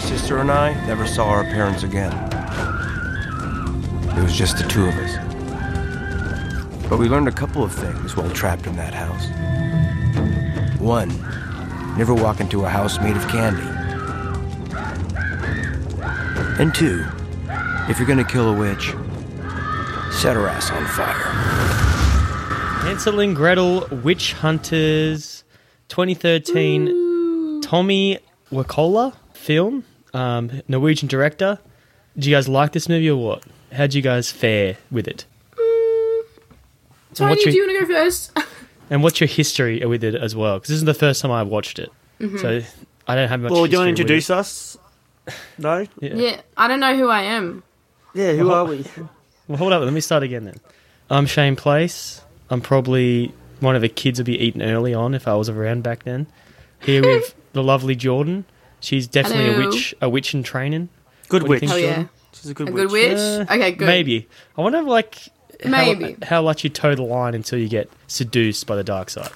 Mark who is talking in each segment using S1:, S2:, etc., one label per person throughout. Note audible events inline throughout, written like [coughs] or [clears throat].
S1: sister and I never saw our parents again. It was just the two of us. But we learned a couple of things while trapped in that house. One, never walk into a house made of candy. And two, if you're gonna kill a witch, set her ass on fire.
S2: Hansel and Gretel Witch Hunters 2013 Tommy Wakola film, um, Norwegian director. Did you guys like this movie or what? How'd you guys fare with it?
S3: Tony,
S2: what's
S3: Mm. do
S2: your-
S3: you want to go [laughs] first?
S2: And what's your history with it as well? Because this is the first time I watched it.
S3: Mm-hmm.
S2: So I don't have much
S4: Well, do you
S2: history
S4: want to
S2: with
S4: introduce
S2: it.
S4: us?
S2: [laughs]
S4: No? Yeah,
S3: yeah, I don't know who I am.
S4: who are we?
S2: Well, hold up. Let me start again then. I'm Shane Place. I'm probably one of the kids would be eaten early on if I was around back then. Here
S3: [laughs]
S2: with the lovely Jordan. She's definitely
S3: Hello.
S2: a witch, a witch in training.
S4: Good
S2: What do you think,
S4: witch.
S3: Oh yeah,
S2: Jordan?
S4: She's a good
S3: a
S4: witch.
S3: good witch.
S2: Uh,
S3: okay, good.
S2: Maybe. I wonder, like, how,
S3: Maybe.
S2: how much you toe the line until you get seduced by the dark side.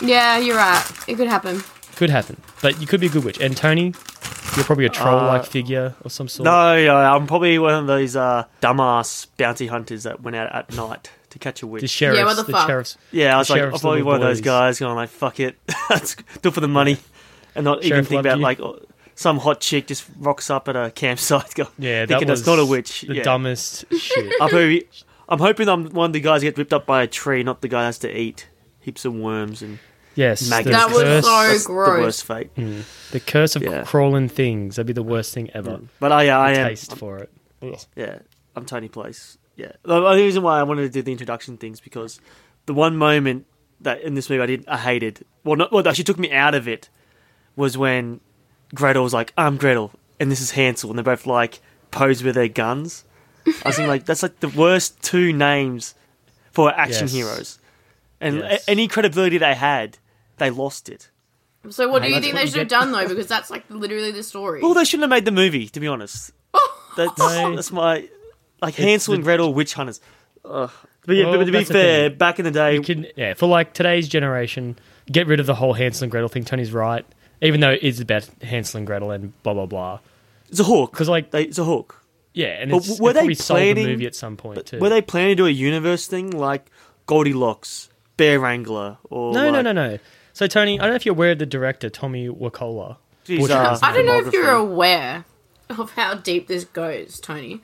S3: Yeah, you're right. It could happen.
S2: Could happen, but you could be a good witch. And Tony, you're probably a troll-like figure or some sort.
S4: Uh, No, no, I'm probably one of those uh, dumbass bounty hunters that went out at night to catch
S2: The
S4: a witch.
S2: sheriffs.
S3: what the
S2: the
S3: fuck?
S2: sheriffs.
S4: yeah, I was
S2: the
S4: like, I'm
S2: sheriff's
S4: probably
S2: little
S4: one of those
S2: boys.
S4: guys going like, fuck it, [laughs] let's do it for the money, and not even
S2: Sheriff
S4: think about
S2: loved you.
S4: like oh, some hot chick just rocks up at a campsite. [laughs] Go,
S2: Yeah, that
S4: thinking
S2: was
S4: that's not a witch.
S2: The
S4: yeah.
S2: dumbest
S3: [laughs]
S2: shit.
S4: [laughs] I'm hoping, I'm hoping I'm one of the guys that get ripped up by a tree, not the guy that has to eat heaps of worms and
S2: Yes, the
S4: maggots.
S3: That was
S2: curse-
S3: so
S4: That's
S3: gross.
S4: The worst fate.
S2: The curse of
S4: Yeah.
S2: crawling things. That'd be the worst thing ever.
S4: But I, I am.
S2: Taste for it.
S4: Yeah, I'm Tony Place. Yeah, the only reason why I wanted to do the introduction things because the one moment that in this movie I did I hated. Well, not well, that actually took me out of it was when Gretel was like, "I'm Gretel," and this is Hansel, and they're both like pose with their guns. I was thinking, like, that's like the worst two names for action
S2: Yes.
S4: heroes, and a-
S2: Yes.
S4: any credibility they had, they lost it.
S3: So what do you
S2: that's
S3: think
S2: what
S3: they
S2: you
S3: should have
S2: get.
S3: done though? Because that's like literally the story.
S4: Well, they shouldn't have made the movie, to
S3: [laughs]
S4: be honest. That's,
S2: No.
S4: that's my like Hansel and Gretel, witch hunters. Ugh. But yeah,
S2: Well,
S4: but to be
S2: that's the
S4: fair, back in the day,
S2: You can, yeah, for like today's generation, get rid of the whole Hansel and Gretel thing. Tony's right, even though it is about Hansel and Gretel and blah blah blah.
S4: it's a hook.
S2: 'Cause, like-
S4: they, it's a hook.
S2: Yeah, and
S4: But
S2: it's,
S4: were
S2: it
S4: they
S2: probably sold the
S4: planning-
S2: movie at some point too.
S4: Were they planning to do a universe thing like Goldilocks, Bear Wrangler, or
S2: no, no,
S4: like-
S2: no, no. So Tony, I don't know if you're aware of the director Tommy Wakola.
S4: Jeez,
S2: Butcher
S4: uh,
S2: House.
S3: I don't know if you're
S4: filmography.
S3: aware of how deep this goes, Tony.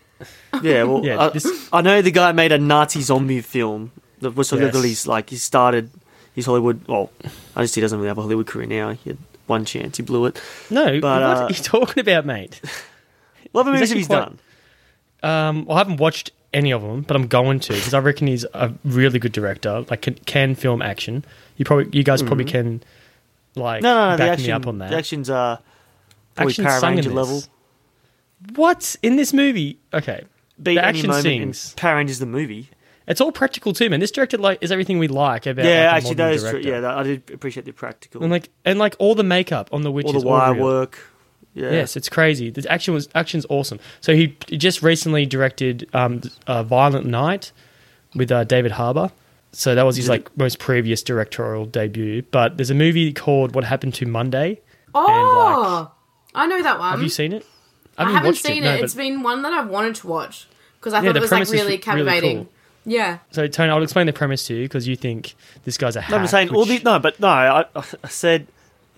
S4: Yeah, well,
S2: Yeah,
S4: I,
S2: this-
S4: [laughs] I know the guy made a Nazi zombie film. That was sort of
S2: Yes.
S4: he's like he started his Hollywood. Well, I just he doesn't really have a Hollywood career now. He had one chance, he blew it.
S2: No,
S4: But,
S2: what
S4: uh,
S2: are you [laughs] talking about, mate?
S4: What other
S2: He's
S4: movies have
S2: actually
S4: he's
S2: quite-
S4: done?
S2: Um, well, I haven't watched any of them, but I'm going to because I reckon he's a really good director. Like can, can film action. You probably, you guys probably can, like,
S4: Mm-hmm. No, no, no.
S2: back
S4: the action,
S2: me up on that.
S4: The action's uh, probably
S2: Action's
S4: Power
S2: sung in
S4: Ranger
S2: this.
S4: level.
S2: What in this movie? Okay,
S4: Beat
S2: the
S4: any
S2: action
S4: moment
S2: scenes.
S4: In Power Rangers the movie.
S2: It's all practical too, man. This director like is everything we like about.
S4: yeah,
S2: like, a
S4: actually,
S2: modern
S4: that is true.
S2: director.
S4: Yeah, that, I did appreciate the practical.
S2: And like and like all the makeup on the witch
S4: all
S2: is
S4: the wire
S2: real.
S4: work. Yeah.
S2: Yes, it's crazy. The action was action's awesome. So he he just recently directed um, uh, Violent Night with uh, David Harbour. So that was his like most previous directorial debut. But there's a movie called What Happened to Monday.
S3: Oh, I know that one.
S4: Hmm?
S2: Have you seen it?
S3: I
S2: haven't
S3: haven't
S2: watched
S3: seen it.
S2: No,
S3: It's
S2: but-
S3: been one that I've wanted to watch because I
S2: Yeah,
S3: thought
S2: the
S3: it was like
S2: premise is
S3: really
S2: really cool.
S3: captivating. Yeah.
S2: so Tony, I'll explain the premise to you because you think this guy's a hack.
S4: No, I'm saying all the
S2: which-
S4: no, but no. I, I said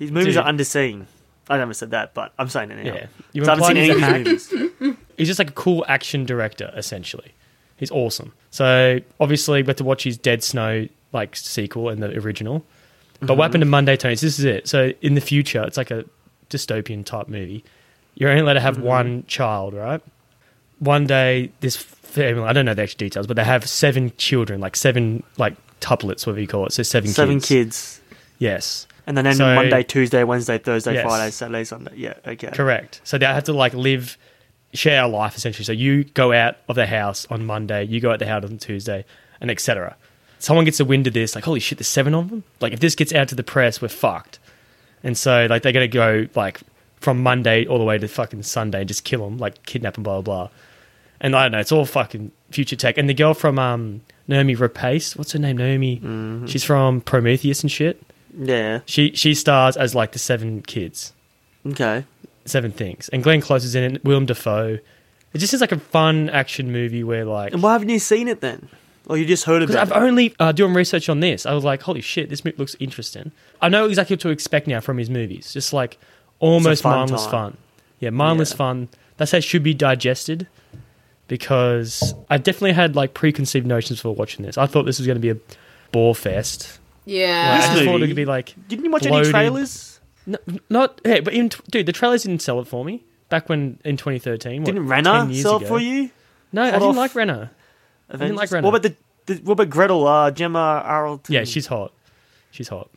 S4: his movies
S2: Dude.
S4: are underseen. I never said that, but I'm saying it now.
S2: Yeah. You
S4: so I haven't
S2: implied
S4: seen any
S2: he's
S4: of
S2: a
S4: his
S2: hack.
S4: movies.
S2: he's just like a cool action director essentially he's awesome so obviously we got to watch his dead snow like sequel and the original but what happened to monday tones this is it so in the future it's like a dystopian type movie you're only allowed to have one child right one day this family i don't know the actual details but they have seven children like seven like tuplets whatever you call it so seven
S4: Seven
S2: kids.
S4: kids,
S2: yes
S4: and then, then
S2: So-
S4: Monday, Tuesday, Wednesday, Thursday,
S2: Yes.
S4: Friday, Saturday, Sunday. Yeah, okay.
S2: Correct. So they have to like live, share a life essentially. So you go out of the house on Monday, you go out the house on Tuesday, and etc. Someone gets a wind of this, like holy shit, there's seven of them. Like if this gets out to the press, we're fucked. And so like they're gonna go like from Monday all the way to fucking Sunday, and just kill them, like kidnap them, blah blah. blah. And I don't know, it's all fucking future tech. And the girl from um, Naomi Rapace, what's her name? Naomi. She's from Prometheus and shit.
S4: Yeah.
S2: She she stars as like the seven kids.
S4: Okay.
S2: Seven Things, and Glenn Close is in it. Willem Dafoe. It just seems like a fun action movie where like
S4: And why haven't you seen it then? Or you just heard
S2: because
S4: about
S2: I've
S4: it?
S2: only uh, doing research on this. I was like, holy shit, this movie looks interesting. I know exactly what to expect now from his movies. Just like almost
S4: fun
S2: mindless
S4: time.
S2: fun. Yeah, mindless
S4: Yeah.
S2: fun. That's how it should be digested. Because I definitely had like preconceived notions for watching this. I thought this was going to be a bore fest.
S3: Yeah.
S2: I just
S4: movie-
S2: thought it would be like
S4: Didn't you watch any
S2: bloated-
S4: trailers?
S2: No, not hey, but even dude, the trailers didn't sell it for me back when in 2013. What,
S4: Didn't
S2: 10
S4: Renner
S2: years
S4: sell
S2: ago.
S4: it for you?
S2: No, I
S4: Hot
S2: didn't
S4: off-
S2: like Renner. didn't like
S4: Avengers?
S2: Renner.
S4: What about the, the what about Gretel? Uh, Gemma Arnold.
S2: Yeah, she's hot. She's hot.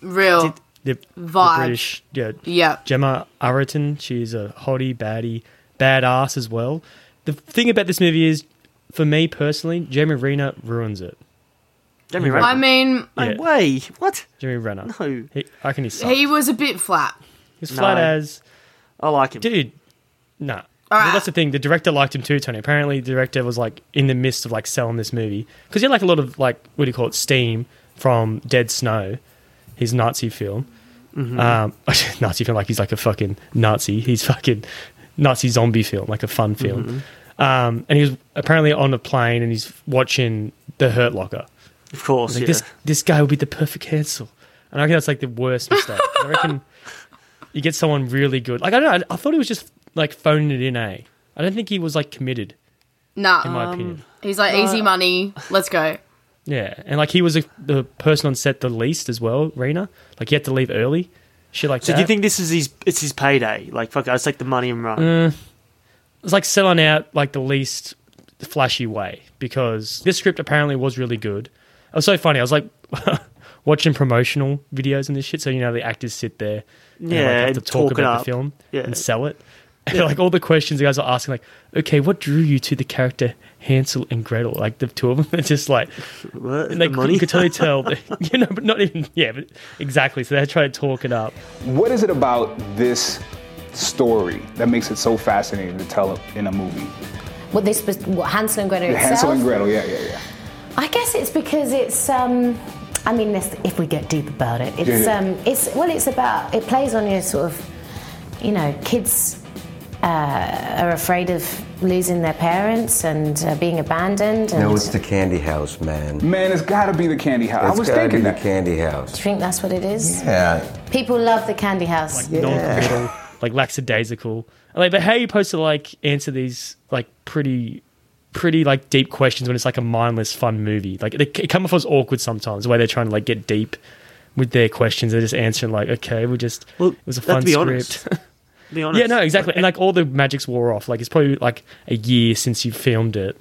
S3: Real
S2: The, the
S3: vibe.
S2: British, yeah,
S3: Yeah.
S2: Gemma Arterton. She's a hottie, baddie, badass as well. The thing about this movie is, for me personally, Jeremy Renner ruins it.
S4: Gemma Renner.
S3: I mean,
S4: no
S2: Yeah.
S4: way. What?
S2: Jeremy Renner.
S4: No.
S2: He, I can he sucks.
S3: he was a bit flat.
S2: He's flat
S4: No.
S2: as
S4: I like him.
S2: dude. Nah.
S3: Alright.
S2: Well, that's the thing. The director liked him too, Tony. Apparently, the director was like in the midst of like selling this movie because he had like a lot of like what do you call it, steam from Dead Snow, his Nazi film. Um, [laughs] Nazi film, like he's like a fucking Nazi. He's fucking Nazi zombie film, like a fun film. Um, and he was apparently on a plane and he's watching The Hurt Locker.
S4: Of course.
S2: It's like
S4: yeah.
S2: this this guy will be the perfect cancel. And I reckon that's like the worst mistake. I reckon you get someone really good. Like I don't know, I, I thought he was just like phoning it in, eh? I don't think he was like committed,
S3: Nah. um,
S2: in my opinion.
S3: He's like, easy money. Let's go.
S2: Yeah. And like he was a, the person on set the least as well, Rena. Like he had to leave early. Shit like
S4: So
S2: that.
S4: do you think this is his? It's his payday. Like fuck, I just take the money and run.
S2: Mm. it was like selling out like the least flashy way because this script apparently was really good. It was so funny. I was like [laughs] watching promotional videos and this shit. So you know the actors sit there, and,
S4: Yeah,
S2: like, have
S4: and
S2: to talk,
S4: talk it
S2: about the
S4: up.
S2: film
S4: Yeah. uh,
S2: and sell it. [laughs] And like all the questions the guys are asking, like, okay, what drew you to the character Hansel and Gretel? Like the two of them, [laughs] they're just like,
S4: What?
S2: and they
S4: The money.
S2: you could
S4: [laughs]
S2: totally tell, you know, but not even, yeah, but exactly. So they try to talk it up.
S5: What is it about this story that makes it so fascinating to tell in a movie?
S6: What this was, what Hansel and Gretel itself.
S5: Hansel and Gretel, yeah, yeah, yeah.
S6: I guess it's because it's. Um, I mean, this, if we get deep about it, it's.
S5: yeah.
S6: Um, it's well, it's about. It plays on your sort of. You know, kids uh, are afraid of losing their parents and uh, being abandoned. And
S7: No, it's the candy house, man.
S5: Man, it's gotta be the candy house.
S7: It's
S5: I was
S7: gotta
S5: thinking
S7: be
S5: that.
S7: the candy house.
S6: Do you think that's what it is?
S7: Yeah.
S6: People love the candy house.
S2: like non-committal, like lackadaisical. Like, but how are you supposed to like answer these like pretty, pretty like deep questions when it's like a mindless fun movie? Like they it come off as awkward sometimes. The way they're trying to like get deep with their questions, they're just answering like, okay, we just
S4: Well,
S2: it was a
S4: let's
S2: fun
S4: be honest.
S2: script.
S4: Be honest.
S2: yeah, no, exactly. And like all the magic's wore off. Like it's probably like a year since you filmed it,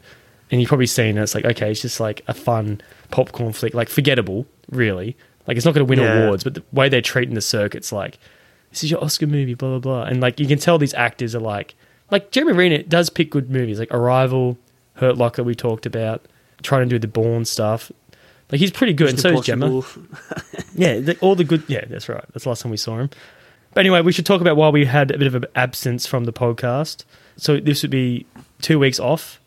S2: and you've probably seen it. It's like okay, it's just like a fun popcorn flick, like forgettable, really. Like it's not going to win
S4: Yeah.
S2: awards, but the way they're treating the circuit's like this is your Oscar movie, blah blah blah. And like you can tell these actors are like, like Jeremy Renner does pick good movies, like Arrival, Hurt Locker, we talked about, trying to do the Bourne stuff. Like he's pretty good, and so is Gemma.
S4: Impossible.
S2: Yeah, the, all the good. Yeah, that's right. That's the last time we saw him. But anyway, we should talk about why we had a bit of an absence from the podcast. So this would be two weeks off.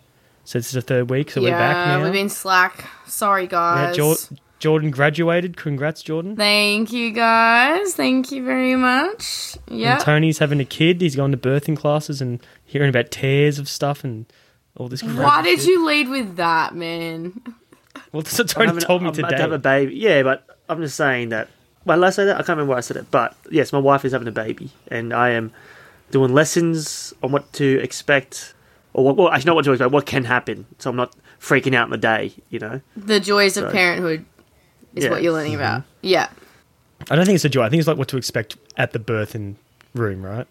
S2: So this is the third week. So we're back
S3: yeah,
S2: now.
S3: we've been slack. Sorry,
S2: yeah,
S3: guys.
S2: Jor- Jordan graduated. Congrats, Jordan.
S3: Thank you, guys. Thank you very much. Yeah.
S2: And Tony's having a kid. He's going to birthing classes and hearing about tears of stuff and all this. Crap.
S3: Why did you lead with that, man?
S2: Well, that's what Tony
S4: I'm having-
S2: told me
S4: I'm about
S2: today.
S4: to have a baby. Yeah, but I'm just saying that. Well, did I say that? I can't remember where I said it. But yes, my wife is having a baby, and I am doing lessons on what to expect, or what, well, actually not what to expect, what can happen. So I'm not freaking out in the day, you know.
S3: The joys of parenthood is
S4: Yeah.
S3: what you're learning about.
S2: Mm-hmm.
S3: Yeah.
S2: I don't think it's a joy. I think it's like what to expect at the birthing room, right?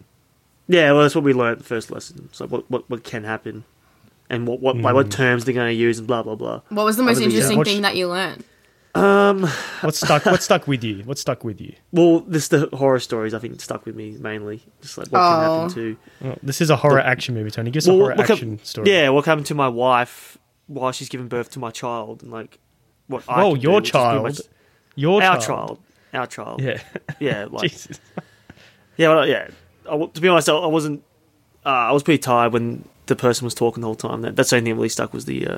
S4: Yeah, well, that's what we learned the first lesson. So what what, what can happen, and what what like, what
S2: Mm.
S4: terms they're going to use, and blah blah blah.
S3: What was the most
S4: Other than-
S3: interesting
S2: Watch-
S3: thing that you learned?
S2: What stuck? what stuck with you? What stuck with you?
S4: Well, this the horror stories I think stuck with me mainly. Just like what can
S3: Oh.
S4: happen to.
S2: Well, this is a horror action movie, Tony. Give us a
S4: Well,
S2: horror
S4: what hap-
S2: action story.
S4: Yeah, what happened to my wife while she's giving birth to my child, and like what? I
S2: Oh,
S4: can
S2: your
S4: do, which is pretty
S2: child.
S4: much-
S2: Your
S4: our
S2: child.
S4: child, our
S2: [laughs]
S4: child.
S2: Yeah.
S4: [laughs] yeah, like
S2: Jesus.
S4: yeah, well, yeah. I w to be honest, I, I wasn't. Uh, I was pretty tired when the person was talking the whole time. That that's the only thing that really stuck was the. Uh,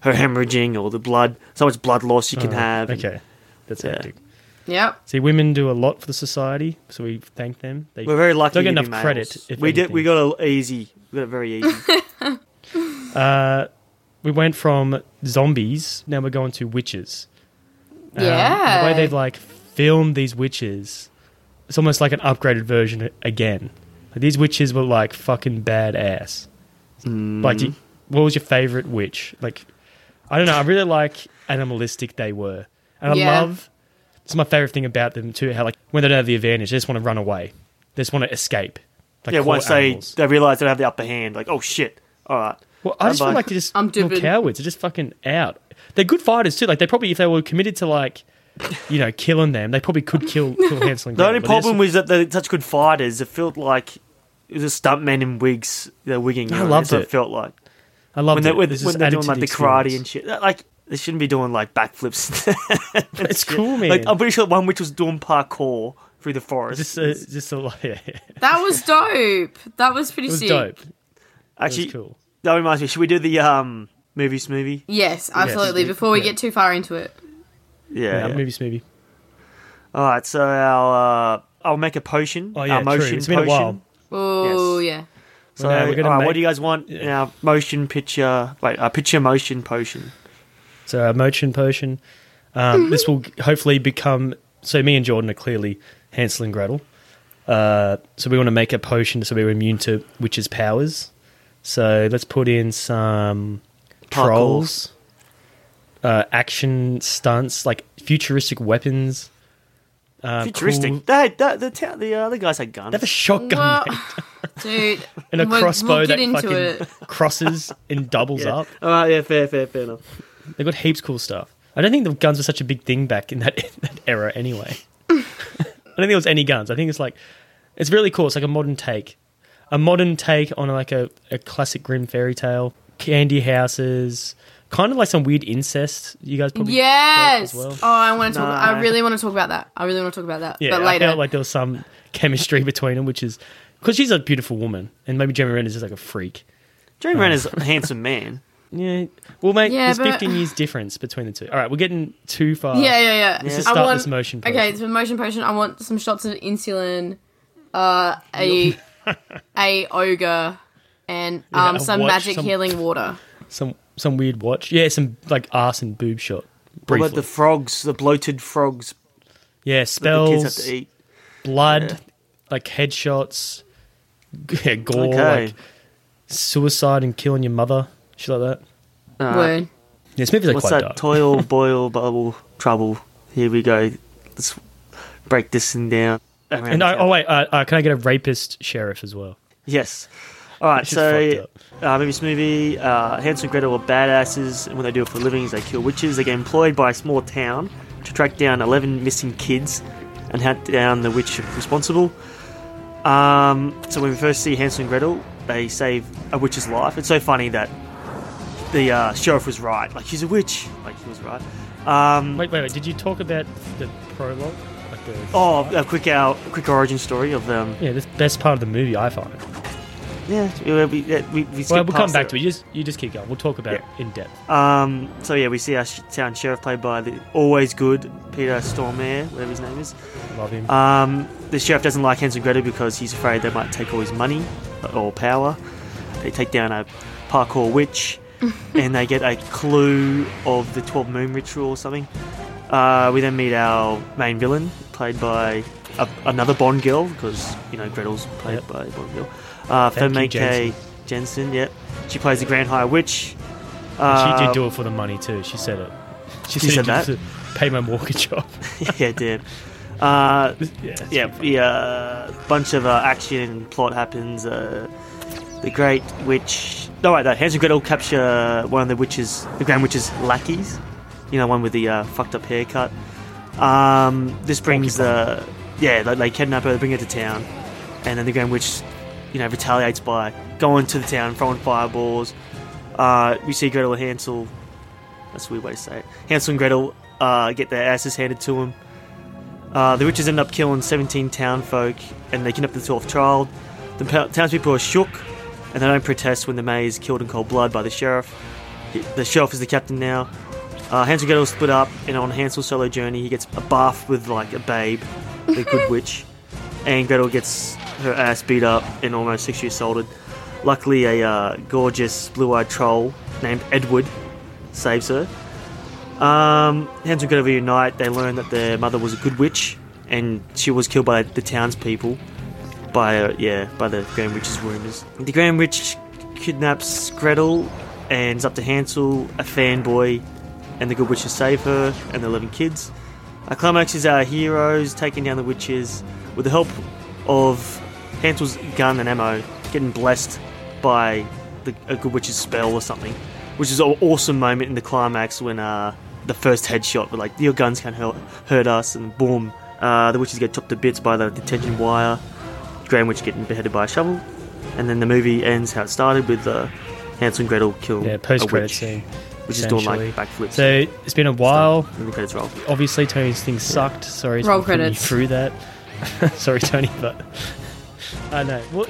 S4: her hemorrhaging or the blood, so much blood loss you can
S2: Oh,
S4: have. and-
S2: Okay. That's
S4: Yeah.
S2: hectic.
S3: Yep.
S2: See, women do a lot for the society, so we thank them. They
S4: We're very lucky.
S2: Don't get
S4: to be
S2: enough
S4: males.
S2: credit. If
S4: we did.
S2: anything.
S4: We got it easy. We got it very easy.
S2: [laughs] we went from zombies, now we're going to witches. Um,
S3: yeah.
S2: the way they've like filmed these witches, it's almost like an upgraded version again. Like, these witches were like fucking badass.
S4: Hmm.
S2: Like, do you- what was your favorite witch? Like, I don't know. I really like animalistic they were, and I
S3: Yeah.
S2: love. It's my favorite thing about them too. How like when they don't have the advantage, they just want to run away. They just want to escape. Like
S4: yeah,
S2: caught
S4: once they,
S2: animals.
S4: they realize they have the upper hand, like, oh shit, all right.
S2: Well, I just feel
S4: Bye-bye. [laughs]
S2: like they're just
S3: I'm
S2: little
S3: dipping.
S2: cowards. They're just fucking out. They're good fighters too. Like they probably, if they were committed to like, you know, killing them, they probably could kill kill Hansel.
S4: The only problem was that they're such good fighters. It felt like it was a stuntmen in wigs. They're wigging. You
S2: I
S4: know,
S2: loved
S4: that's what
S2: it.
S4: it felt like
S2: I love
S4: when they're,
S2: that.
S4: when, when they're doing like the, karate and shit. Like they shouldn't be doing like backflips. [laughs]
S2: It's cool, man.
S4: like I'm pretty sure one which was doing parkour through the forest.
S2: just, uh, just a, [laughs] yeah, yeah.
S3: That
S2: [laughs]
S3: was dope. That was pretty
S2: It was
S3: sick.
S2: dope. It
S4: Actually,
S2: was cool.
S4: that reminds me. Should we do the um movie smoothie?
S3: Yes, absolutely. Before we get too far into it.
S2: Yeah,
S4: Yeah.
S2: movie smoothie.
S4: All right. So our uh, I'll make a potion.
S2: Oh yeah,
S4: our motion
S2: true. It's been
S4: potion.
S2: a while.
S3: Oh yeah.
S4: So,
S2: Well, now we're gonna
S4: all right,
S2: make-
S4: what do you guys want? Our motion picture, wait, our picture motion potion.
S2: So our motion potion. uh, Um,
S3: Mm-hmm.
S2: this will hopefully become. So me and Jordan are clearly Hansel and Gretel. Uh, so we want to make a potion so we're immune to witches' powers. So let's put in some
S4: Parkour.
S2: trolls, uh, action stunts, like futuristic weapons. Uh,
S4: Futuristic.
S2: cool-
S4: They had, the the, ta- the other guys had guns.
S2: They have a shotgun
S3: Well,
S2: mate, [laughs]
S3: dude.
S2: and a
S3: we'll-
S2: crossbow
S3: we'll get
S2: that
S3: into
S2: fucking
S3: it.
S2: crosses and doubles
S3: [laughs]
S2: up.
S4: All right, yeah, fair, fair, fair enough.
S2: They've got heaps cool stuff. I don't think the guns were such a big thing back in that, [laughs] that era anyway. [laughs] I don't think it was any guns. I think it's like, it's really cool. It's like a modern take. A modern take on like a, a classic grim fairy tale. Candy houses. Kind of like some weird incest you guys probably
S3: Yes.
S2: felt as
S3: Oh,
S2: well.
S3: I want to talk. I
S4: No.
S3: really want to talk about that. I really want to talk about that.
S2: Yeah,
S3: but
S2: I
S3: later.
S2: felt like there was some chemistry [laughs] between them, which is because she's a beautiful woman, and maybe Jeremy Renner's just like a freak.
S4: Jeremy
S2: Oh.
S4: Renner's a handsome man.
S2: Yeah, well, mate,
S3: Yeah,
S2: there's
S3: but-
S2: 15 years difference between the two. All right, we're getting too far.
S3: yeah, yeah, yeah.
S2: Let's just
S3: I
S2: start
S3: want-
S2: this motion.
S3: Okay, it's a motion potion. I want some shots of insulin, uh, a [laughs] a ogre, and
S2: [laughs]
S3: um,
S2: a
S3: some
S2: watch,
S3: magic
S2: some- [laughs]
S3: healing water.
S2: some some weird watch. Yeah, some like arse and boob shot. [laughs]
S4: What
S2: Briefly.
S4: about the frogs, the bloated frogs
S2: yeah,
S4: that the kids
S2: spells,
S4: have to eat?
S2: blood, like headshots, [laughs] g- yeah, gore,
S4: Okay.
S2: like suicide and killing your mother, shit like that.
S3: Word.
S2: Yeah, this movie's like
S4: What's
S2: quite
S4: that?
S2: dark. [laughs]
S4: Toil, boil, bubble, trouble. Here we go. Let's break this thing down.
S2: and I, oh wait, uh, uh, can I get a rapist sheriff as well?
S4: Yes. All right,
S2: Which is
S4: so
S2: fucked
S4: uh, movie Smoothie, uh, Hansel and Gretel are badasses, and what they do for a living is they kill witches. They get employed by a small town to track down 11 missing kids and hunt down the witch responsible. Um, so when we first see Hansel and Gretel, they save a witch's life. It's so funny that the uh, sheriff was right. Like, she's a witch. Like, he was right. Um,
S2: Wait, wait, wait. Did you talk about the prologue? Like the
S4: oh, a quick, our, quick origin story of them.
S2: yeah, that's the best part of the movie. I find.
S4: Yeah, we, we, we, we
S2: Well,
S4: skipped
S2: we'll come
S4: past
S2: back
S4: it.
S2: to it. You just you just keep going. We'll talk about it in depth.
S4: Um, so yeah, we see our sh- town sheriff played by the always good Peter Stormare, whatever his name is.
S2: Love him.
S4: Um, the sheriff doesn't like Hansel and Gretel because he's afraid they might take all his money or power. They take down a parkour witch, and they get a clue of the Twelve Moon ritual or something. Uh, we then meet our main villain, played by a, another Bond girl, because you know Gretel's played
S2: Yep.
S4: by a Bond girl. Uh,
S2: Thank you,
S4: Femke
S2: Jensen.
S4: Jensen. Yep, she plays the Grand High Witch.
S2: And she
S4: Uh,
S2: did do it for the money too. She said it. She,
S4: She said
S2: just
S4: that?
S2: to pay my mortgage [laughs] off.
S4: yeah, it did. Uh,
S2: yeah, it's
S4: yeah,
S2: pretty
S4: yeah. bunch of uh, action and plot happens. Uh, the Great Witch. No, wait, no. Hansel and Gretel capture one of the witches, the Grand Witch's lackeys. You know, one with the uh, fucked up haircut. Um, this brings the. Yeah, they, they kidnap her, they bring her to town. And then the Grand Witch, you know, retaliates by going to the town, throwing fireballs. Uh, we see Gretel and Hansel. That's a weird way to say it. Hansel and Gretel uh, get their asses handed to them. Uh, the witches end up killing 17 townfolk and they kidnap the 12th child. The pa- townspeople are shook and they don't protest when the mayor is killed in cold blood by the sheriff. He- The sheriff is the captain now. Uh, Hansel and Gretel split up, and on Hansel's solo journey, he gets a bath with like a babe, the good witch, and Gretel gets her ass beat up and almost sexually assaulted. Luckily, a uh, gorgeous blue-eyed troll named Edward saves her. Um, Hansel and Gretel reunite. They learn that their mother was a good witch, and she was killed by the townspeople by uh, yeah by the Grand Witch's rumors. The Grand Witch kidnaps Gretel and is up to Hansel, a fanboy, and the Good Witch to save her and the eleven kids. Our climax is our heroes taking down the witches with the help of Hansel's gun and ammo, getting blessed by the a Good Witch's spell or something, which is an awesome moment in the climax when uh. The first headshot, but like your guns can't hurt, hurt us, and boom, uh, the witches get chopped to bits by the detention wire. Grand Witch getting beheaded by a shovel, and then the movie ends how it started with uh, Hansel and Gretel kill
S2: Yeah,
S4: a
S2: post-credit
S4: witch,
S2: scene.
S4: which is doing like
S2: essentially.
S4: backflips.
S2: So it's been a while.
S4: and the credits roll.
S2: Obviously, Tony's thing sucked. Sorry, it's
S3: Roll
S2: been putting you
S3: credits.
S2: through that. [laughs] Sorry, Tony, but I know. What?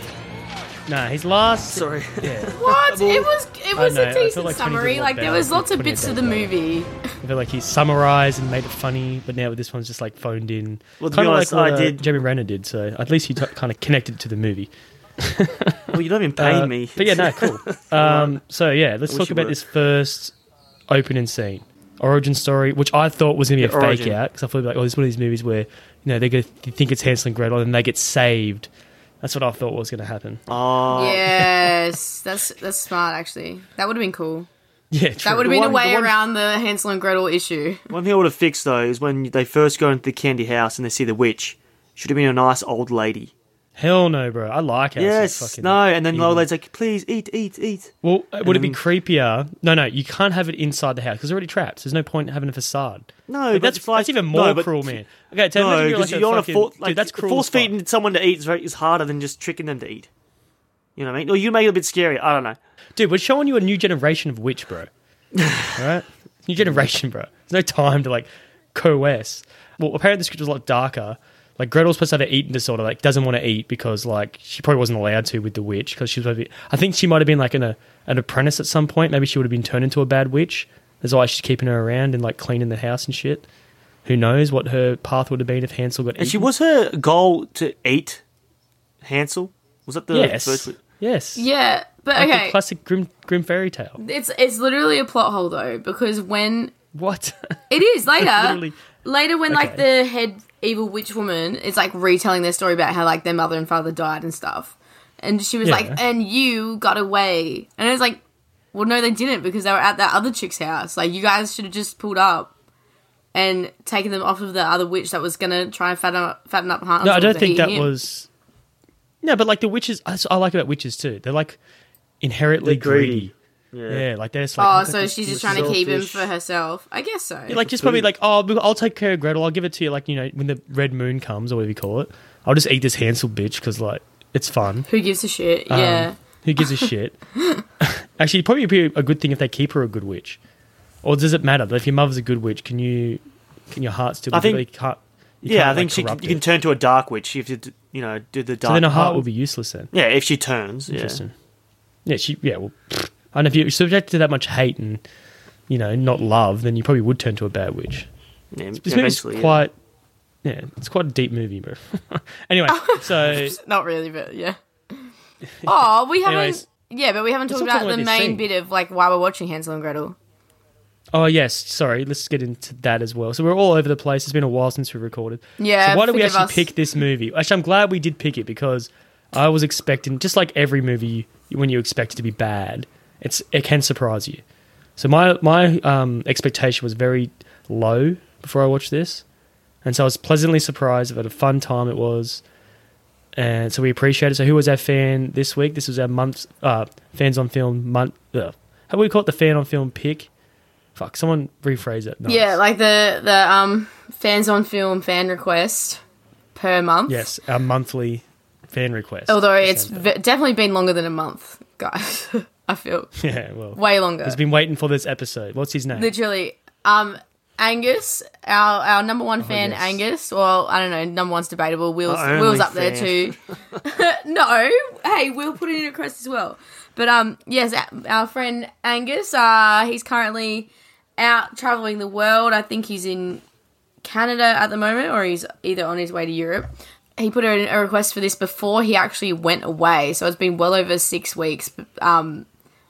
S2: Nah, his last.
S4: [laughs] Sorry,
S2: Yeah,
S3: What? it was it was
S2: know, I
S3: a
S2: feel
S3: decent
S2: like 20 did a
S3: summary.
S2: lot
S3: Like there
S2: better.
S3: was lots of
S2: 20
S3: bits
S2: did
S3: of the
S2: better. [laughs]
S3: movie.
S2: I feel like he summarized and made it funny, but now this one's just like phoned in.
S4: Well, to be
S2: Kinda
S4: honest,
S2: like what,
S4: I
S2: uh,
S4: did-
S2: Jeremy Renner did, so at least you t- kind of connected to the movie.
S4: well you don't even pay
S2: Uh,
S4: me.
S2: But yeah, [laughs] no,
S4: [laughs]
S2: cool. Um, so yeah, let's
S4: I
S2: talk
S4: wish you
S2: about
S4: were.
S2: this first opening scene, origin story, which I thought was going to be a
S4: Yeah,
S2: fake
S4: origin.
S2: out because I thought like, oh, this is one of these movies where you know they, get, they think it's Hansel and Gretel and they get saved. That's what I thought was going to happen.
S4: Oh,
S3: Yes, that's that's smart actually. That would have been cool.
S2: [laughs] yeah, true.
S3: That would have
S4: The
S3: been a
S4: one-
S3: way
S4: the one-
S3: around the Hansel and Gretel issue.
S4: One thing I would have fixed though is when they first go into the candy house and they see the witch. Should have been a nice old lady.
S2: Hell no, bro. I like how
S4: yes,
S2: fucking
S4: no, and then the old
S2: evil.
S4: lady's like, "Please eat, eat, eat."
S2: Well, uh, would it be
S4: then-
S2: creepier? No, no, you can't have it inside the house because it's already trapped. There's no point in having a facade.
S4: No,
S2: Like,
S4: but
S2: that's
S4: it's like-
S2: that's even more
S4: no, but-
S2: cruel, man. Okay, tell
S4: No,
S2: me
S4: because
S2: like
S4: you
S2: a
S4: want to
S2: fucking,
S4: force
S2: dude,
S4: like
S2: that's cruel.
S4: force
S2: as fuck.
S4: feeding someone to eat is, very, is harder than just tricking them to eat. You know what I mean? Or you make it a bit scary. I don't know.
S2: Dude, we're showing you a new generation of witch, bro. All right? New generation, bro. There's no time to like coerce. Well, apparently the script was a lot darker. Like Gretel's supposed to have an eating disorder, like doesn't want to eat because like she probably wasn't allowed to with the witch because she was. supposed to be- I think she might have been like in a, an apprentice at some point. Maybe she would have been turned into a bad witch. That's why she's keeping her around and like cleaning the house and shit. Who knows what her path would have been if Hansel got
S4: And
S2: eaten?
S4: she was her goal to eat Hansel. Was that the
S2: yes,
S4: first?
S2: yes,
S3: Yeah, but
S2: Like the
S3: okay,
S2: classic grim grim fairy tale.
S3: it's it's literally a plot hole though because when
S2: What? [laughs]
S3: it is later,
S2: Literally.
S3: later when like
S2: Okay.
S3: the head evil witch woman is like retelling their story about how like their mother and father died and stuff, and she was
S2: Yeah.
S3: like, "And you got away," and it's like, "Well, no, they didn't because they were at that other chick's house. Like you guys should have just pulled up." And taken them off of the other witch that was gonna try and fatten up, fatten up Hans.
S2: No, I don't think that was. No, but like the witches, I, I like about witches too. They're like inherently
S4: They're
S2: greedy.
S4: greedy.
S2: Yeah. like they're just like.
S3: Oh,
S2: "Look at
S3: so
S2: this
S3: she's just
S2: beautiful-"
S3: trying to keep him
S4: selfish.
S3: for herself. I guess so.
S2: Like just probably like oh I'll take care of Gretel I'll give it to you like you know when the red moon comes or whatever you call it I'll just eat this Hansel bitch because like it's fun
S3: Who gives a shit?
S2: um,
S3: yeah.
S2: who gives
S3: [laughs]
S2: a shit [laughs] actually it'd probably be a good thing if they keep her a good witch or does it matter if your mother's a good witch can you can your heart still
S4: I think-
S2: you can't, you
S4: yeah,
S2: can't,
S4: I think
S2: like,
S4: she can,
S2: corrupt
S4: you
S2: it.
S4: can turn to a dark witch if you d- you know do the dark.
S2: so then her heart
S4: oh,
S2: will be useless then
S4: Yeah, if she turns. Yeah.
S2: Interesting. Yeah, she. Yeah, well, pfft. and if you're subjected to that much hate and you know not love, then you probably would turn to a bad witch.
S4: Yeah,
S2: This movie's
S4: eventually. yeah.
S2: quite. Yeah. it's quite a deep movie, bro. [laughs] anyway,
S3: Oh.
S2: so
S3: [laughs] Not really,
S2: [laughs]
S3: but yeah. Oh, we haven't.
S2: Anyways.
S3: yeah, but we haven't
S2: Let's
S3: talked
S2: not talk
S3: about
S2: about
S3: the
S2: this
S3: main
S2: scene.
S3: bit of like why we're watching Hansel and Gretel.
S2: oh yes, sorry. Let's get into that as well. So we're all over the place. It's been a while since we recorded.
S3: Yeah,
S2: So why did we
S3: forgive
S2: actually
S3: us.
S2: pick this movie? Actually, I'm glad we did pick it because I was expecting, just like every movie, when you expect it to be bad, it's it can surprise you. So my my um, expectation was very low before I watched this, and so I was pleasantly surprised. What a fun time it was, and so we appreciate it. So who was our fan this week? This was our month's uh, fans on film month. Uh, how do we call it? The fan on film pick. Fuck, someone rephrase it. Nice.
S3: Yeah, like the the um fans on film fan request per month.
S2: yes, our monthly fan request.
S3: Although
S2: That
S3: it's
S2: sounds
S3: ve- definitely been longer than a month, guys. [laughs] I feel
S2: [laughs] Yeah, well,
S3: way longer.
S2: he's been waiting for this episode. What's his name?
S3: Literally, um, Angus, our our number one fan,
S2: yes.
S3: Angus. Well, I don't know, number one's debatable. Will's
S4: Oh, Our
S3: Will's
S4: only
S3: up there
S4: fan. [laughs]
S3: too. [laughs] no, hey, Will put in a request as well. But um, yes, our friend Angus. Uh, he's currently out traveling the world. I think he's in Canada at the moment, or he's either on his way to Europe. He put in a request for this before he actually went away, so it's been well over six weeks um,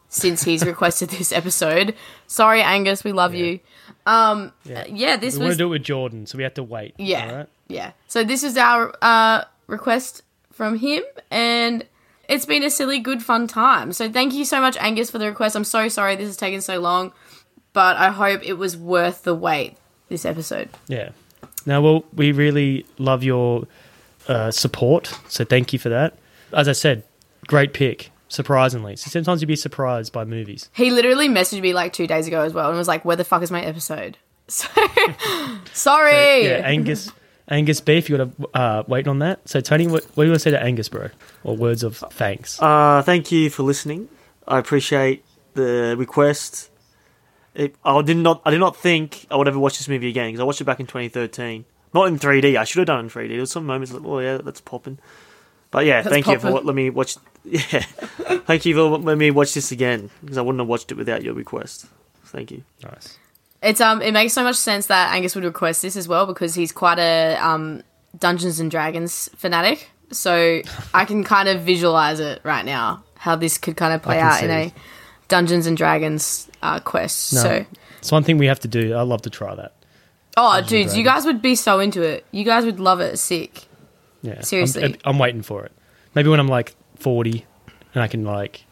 S3: since
S2: [laughs]
S3: he's requested this episode. Sorry, Angus, we love you. Um, yeah. this
S2: We want
S3: was
S2: to do it with Jordan, so we had to wait.
S3: yeah.
S2: all right?
S3: Yeah. So this is our uh, request from him, and it's been a silly, good, fun time. So thank you so much, Angus, for the request. I'm so sorry this has taken so long, but I hope it was worth the wait this episode.
S2: Yeah. Now, well, we really love your uh, support, so thank you for that. As I said, great pick. Surprisingly, so sometimes you'd be surprised by movies.
S3: He literally messaged me like two days ago as well and was like, Where the fuck is my episode? [laughs] So sorry.
S2: Yeah, Angus, Angus Beef, you got to uh, wait on that. So, Tony, what, what do you want to say to Angus, bro? Or words of thanks?
S4: Uh, thank you for listening. I appreciate the request. It, I did not. I did not think I would ever watch this movie again because I watched it back in 2013. Not in 3D. I should have done it in 3D. There was some moments like, oh yeah, that's popping. But yeah, thank you for
S3: poppin'.
S4: what, let me watch. [laughs] Yeah, thank you for let me watch this again because I wouldn't have watched it without your request. Thank you.
S2: nice.
S3: It's um it makes so much sense that Angus would request this as well because he's quite a um Dungeons and Dragons fanatic.
S2: [laughs]
S3: So I can kind of visualize it right now how this could kind of play
S2: can
S3: out in
S2: see.
S3: a Dungeons and Dragons uh, quest. So
S2: It's one thing we have to do. I love to try that.
S3: oh dudes, you guys would be so into it. You guys would love it. Sick.
S2: Yeah, I'm-
S3: Seriously.
S2: I'm, waiting for it. Maybe when I'm like 40, and I can like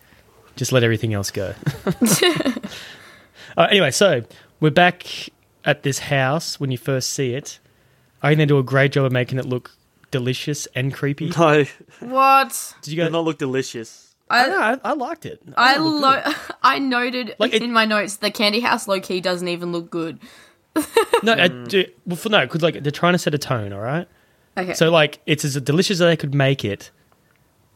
S2: just let everything else go. Uh, anyway, so we're back at this house when you first see it. I think they do a great job of making it look delicious and creepy. Did
S4: [laughs] No, it
S3: What?
S2: you
S4: did
S2: guys?
S4: not look delicious.
S2: I, don't know, I, I liked it. thought
S3: I
S2: it looked
S3: lo- [laughs] I noted
S2: Like, it-
S3: in my notes the candy house low key doesn't even look good.
S2: good. no, I do, well, for, no, because like they're trying to set a tone. All right,
S3: Okay.
S2: so like it's as delicious as they could make it,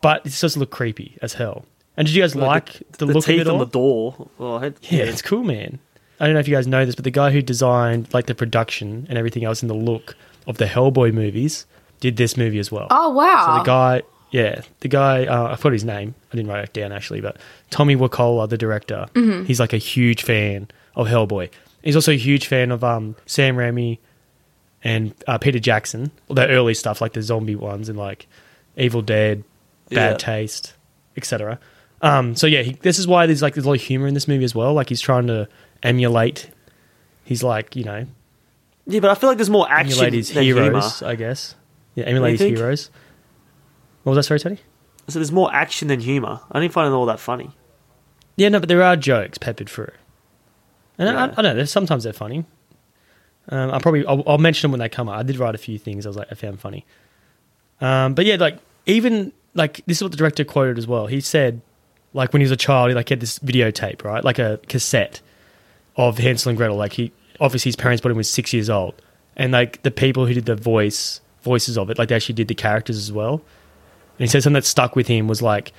S2: but it does look creepy as hell. And did you guys like the,
S4: The
S2: look of
S4: teeth
S2: it all?
S4: on the door. Oh, I had,
S2: Yeah, it's cool, man. I don't know if you guys know this, but the guy who designed like the production and everything else and the look of the Hellboy movies did this movie as well.
S3: oh wow.
S2: So the guy, yeah, the guy. Uh, I forgot his name. I didn't write it down actually, but Tommy Wakola, the director,
S4: Mm-hmm.
S2: he's like a huge fan of Hellboy. He's also a huge fan of um, Sam Raimi and uh, Peter Jackson, the early stuff like the zombie ones and like Evil Dead, Bad
S4: Yeah.
S2: Taste, etc. Um, so yeah, he, this is why there's like there's a lot of humor in this movie as well. Like he's trying to emulate. He's like you know
S4: yeah, but I feel like there's more action
S2: emulate
S4: than
S2: his
S4: humor.
S2: heroes, I guess. Yeah, emulate his
S4: think?
S2: heroes. What was that, sorry, Tony?
S4: So there's more action than humor. I didn't find it all that funny.
S2: Yeah, no, but there are jokes peppered through, and I, I
S4: Yeah.
S2: don't know. there's- Sometimes they're funny. Um, I'll probably I'll, I'll mention them when they come up. I did write a few things I was like I found funny, um, but yeah, like even like this is what the director quoted as well. He said like when he was a child, he like had this videotape, right, like a cassette of Hansel and Gretel. Like he obviously his parents bought him when he was six years old, and like the people who did the voice voices of it, like they actually did the characters as well. And he said something that stuck with him was like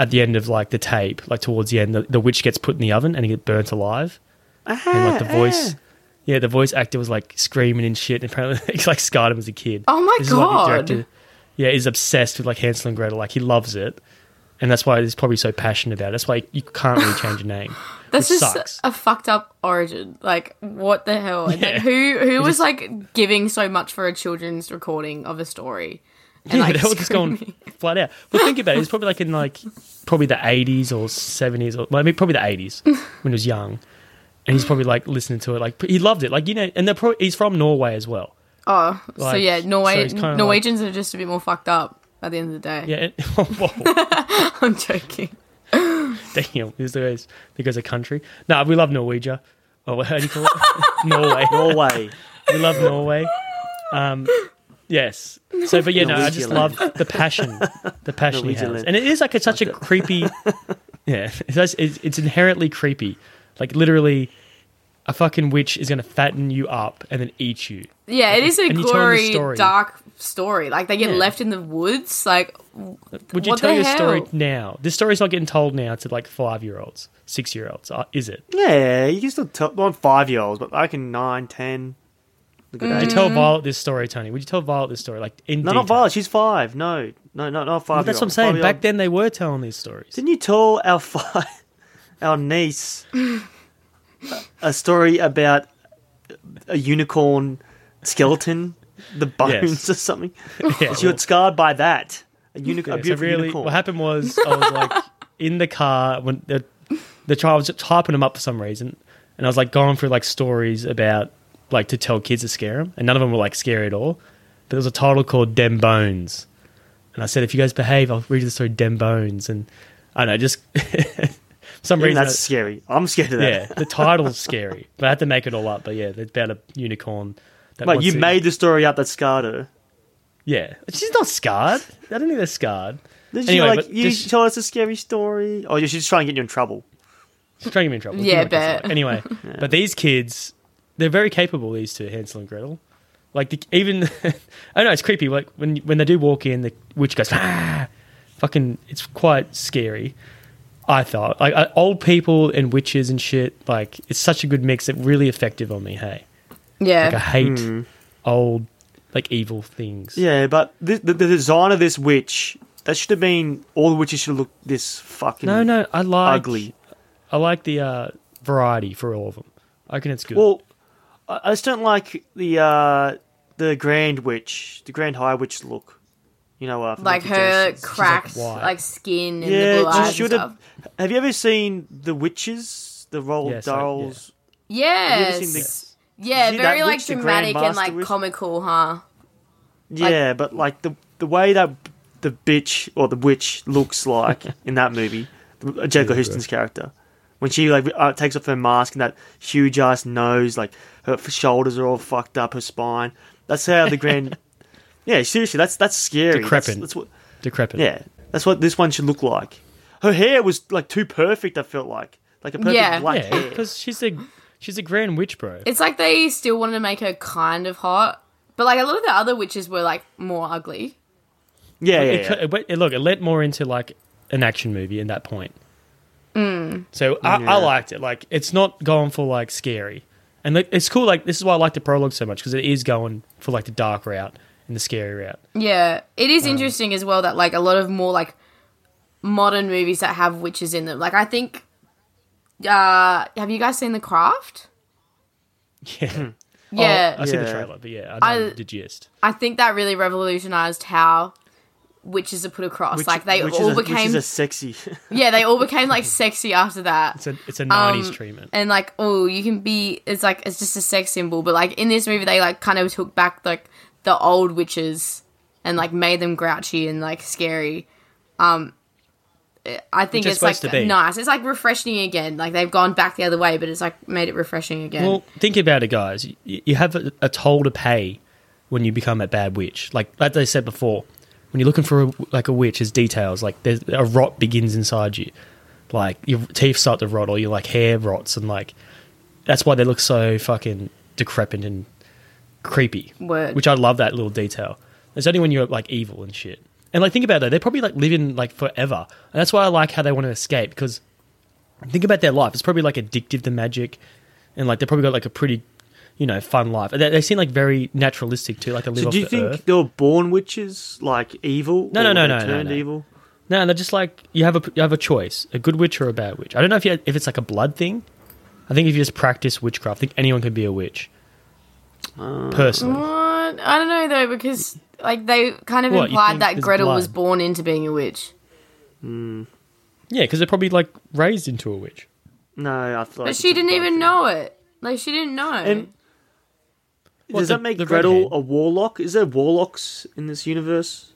S2: at the end of like the tape, like towards the end, the, the witch gets put in the oven and he gets burnt alive.
S3: Ah,
S2: and like the voice, yeah, the voice actor was like screaming and shit. And apparently, [laughs] it like scarred him as a kid.
S3: Oh my
S2: This is why the
S3: God.
S2: director- yeah, is obsessed with like Hansel and Gretel. Like he loves it, and that's why he's probably so passionate about. it. That's why you can't really change a
S3: [gasps]
S2: name.
S3: That's
S2: which
S3: just
S2: sucks.
S3: a fucked up origin. Like, what the hell? And then
S2: Yeah.
S3: who who was like giving so much for a children's recording of a story?
S2: [laughs]
S3: And,
S2: yeah,
S3: like,
S2: they were just going
S3: screaming.
S2: flat out. Well, think about it. It's probably like in like probably the eighties or seventies, or well, I mean, probably the eighties when he was young, and he's probably like listening to it. Like he loved it. Like you know, and they're pro- he's from Norway as well.
S3: Oh, so
S2: Like,
S3: yeah,
S2: so
S3: Norway
S2: it's kinda like-
S3: Norwegians are just a bit more fucked up at the end of the day.
S2: Yeah. and- [laughs] Whoa,
S3: [laughs] I'm joking.
S2: damn. This goes there goes a country. No, we love Norwegia. Oh, how do you call it? [laughs] Norway.
S4: [laughs] Norway.
S2: We love Norway. Um, yes. So, but yeah, no, I just
S4: Norwegian.
S2: love the passion, the passion he has,
S4: Norwegian.
S2: and it is like it's such a
S4: [laughs]
S2: creepy. Yeah, it's, just- it's it's inherently creepy. Like literally, a fucking witch is gonna fatten you up and then eat you.
S3: Yeah, it is a
S2: And you tell them the
S3: gory,
S2: story.
S3: dark story. Like they get
S2: Yeah.
S3: left in the woods. Like,
S2: Would you
S3: What
S2: tell
S3: the
S2: your story
S3: hell?
S2: now? This story's not getting told now to like five year olds, six year olds, uh, is it?
S4: Yeah, you can still tell. Well, I'm five year olds, but I can nine, ten. Look at
S2: Would
S4: that.
S2: you
S3: Mm.
S2: tell Violet this story, Tony? Would you tell Violet this story? Like in
S4: No,
S2: detail?
S4: not Violet. She's five. No, no, no, not
S2: Well,
S4: five.
S2: that's what I'm saying. Back then,
S4: [laughs]
S2: they were telling these stories.
S4: didn't you tell our five, our niece a story about a unicorn skeleton, the bones
S2: Yes.
S4: or something.
S2: Yeah,
S4: So you got scarred by that. A, unic-
S2: Yeah,
S4: a beautiful
S2: so really,
S4: unicorn.
S2: what happened was I was
S4: [laughs]
S2: like in the car when the the child was just hyping them up for some reason, and I was like going through like stories about like to tell kids to scare them, and none of them were like scary at all. But there was a title called "Dem Bones," and I said, "If you guys behave, I'll read you the story Dem Bones." And I don't know, just [laughs] for some
S4: I mean,
S2: reason
S4: that's scary. I'm scared of that.
S2: yeah, the title's scary, but I had to make it all up. But yeah, it's about a unicorn. That
S4: Mate,
S2: wants
S4: you
S2: to-
S4: made the story up that scarred her.
S2: yeah. She's not scarred. I don't think they're scarred.
S4: Did
S2: Anyway,
S4: you
S2: but
S4: like you
S2: just-
S4: told us a scary story? Or you should just try and get you in trouble.
S2: She's trying to get me in trouble.
S3: Yeah,
S2: You know what it's
S3: bet.
S2: like. Anyway,
S3: [laughs]
S2: but these kids, they're very capable. These two, Hansel and Gretel. Like the, even, [laughs] I know it's creepy. Like when when they do walk in, the witch goes, ah, fucking. It's quite scary. I thought like I, old people and witches and shit. Like it's such a good mix. It really effective on me. Hey,
S3: Yeah.
S2: like I hate
S3: Mm.
S2: old like evil things.
S4: Yeah, but the, the, the design of this witch, that should have been all the witches should have looked this fucking
S2: No, no, I like
S4: ugly.
S2: I like the uh, variety for all of them. I reckon it's good.
S4: Well, I I just don't like the uh, the Grand Witch, the Grand High Witch look. You know, uh, from
S3: like
S4: Mickey
S3: her
S4: Jackson's.
S3: cracked
S2: white.
S3: like, skin and
S4: Yeah,
S3: the blue
S4: just
S3: eyes and
S4: should have.
S3: stuff.
S4: Have you ever seen the witches, the Roald
S2: Yes, I-
S4: Dolls? Have you ever seen
S3: Yes. Yeah,
S4: you see
S3: very
S4: that
S3: like
S4: witch, the
S3: dramatic and
S4: Grandmaster
S3: like
S4: witch?
S3: comical, huh?
S4: Yeah, but like the the way that the bitch or the witch looks like
S3: [laughs]
S4: in that movie, the- uh, Jekyll Houston's character, when she like uh, takes off her mask and that huge ass nose, like her f- shoulders are all fucked up, her spine. That's how
S3: [laughs]
S4: the grand. yeah, seriously, that's that's scary. That's-
S2: Decrepit.
S4: that's what.
S2: Decrepit.
S4: Yeah, that's what this one should look like. Her hair was like too perfect. I felt like like a perfect
S3: Yeah.
S4: black [laughs]
S2: Yeah,
S4: hair.
S2: because she's a she's a grand witch, bro.
S3: It's like they still wanted to make her kind of hot, but like a lot of the other witches were like more ugly.
S4: Yeah, yeah,
S2: It,
S4: yeah.
S2: cu- it, went- it- look, it led more into like an action movie in that point. So I, I liked it. Like it's not going for like scary, and like, it's cool. Like this is why I like the prologue so much because it is going for like the dark route and the scary route.
S3: Yeah, it
S4: Oh.
S3: is interesting as well that like a lot of more like modern movies that have witches in them. Like I think, uh, have you guys seen The Craft?
S4: Oh,
S2: Yeah,
S3: Yeah,
S2: I see the
S4: Yeah.
S2: trailer, but yeah, I know
S3: I-
S2: the gist.
S3: I think that really revolutionized how witches are put across.
S4: Which-
S3: like they
S4: which
S3: all
S4: is a, which
S3: became,
S4: is a sexy. [laughs]
S3: yeah, they all became like sexy after that.
S2: It's a it's a nineties
S3: Um,
S2: treatment.
S3: and like oh you can be it's like it's just a sex symbol but like in this movie they like kind of took back like the old witches and like made them grouchy and like scary um i think
S2: they're
S3: it's like
S2: supposed to be.
S3: nice it's like refreshing again like they've gone back the other way but it's like made it refreshing again
S2: Well, think about it, guys. You, you have a, a toll to pay when you become a bad witch. Like like they said before, when you're looking for a, like a witch, there's details. Like there's a rot begins inside you. Like your teeth start to rot, or your like hair rots, and like that's why they look so fucking decrepit and creepy.
S3: Word.
S2: Which I love that little detail. It's only when you're like evil and shit. And like think about that, they probably like living like forever. And that's why I like how they want to escape because think about their life. It's probably like addictive to magic, and like they probably got like a pretty, you know, fun life. They, they seem like very naturalistic too. Like they live
S4: so
S2: off
S4: do you
S2: the
S4: think
S2: earth.
S4: they were born witches, like evil?
S2: No, no, no,
S4: or they
S2: no, no,
S4: Turned
S2: no.
S4: evil.
S2: No, they're just like you have a you have a choice: a good witch or a bad witch. I don't know if you, if it's like a blood thing. I think if you just practice witchcraft, I think anyone can be a witch.
S4: Uh,
S2: Personally,
S3: What? i don't know though because like they kind of
S2: What, you think
S3: implied that
S2: there's
S3: gretel was
S2: blood?
S3: born into being a witch
S2: yeah, because they're probably like raised into a witch.
S4: No, I thought.
S3: but she didn't even know it like she didn't know
S4: And
S2: What,
S4: Does
S2: the-
S4: that make
S2: the
S4: Gretel
S2: redhead?
S4: a warlock? Is there warlocks in this universe?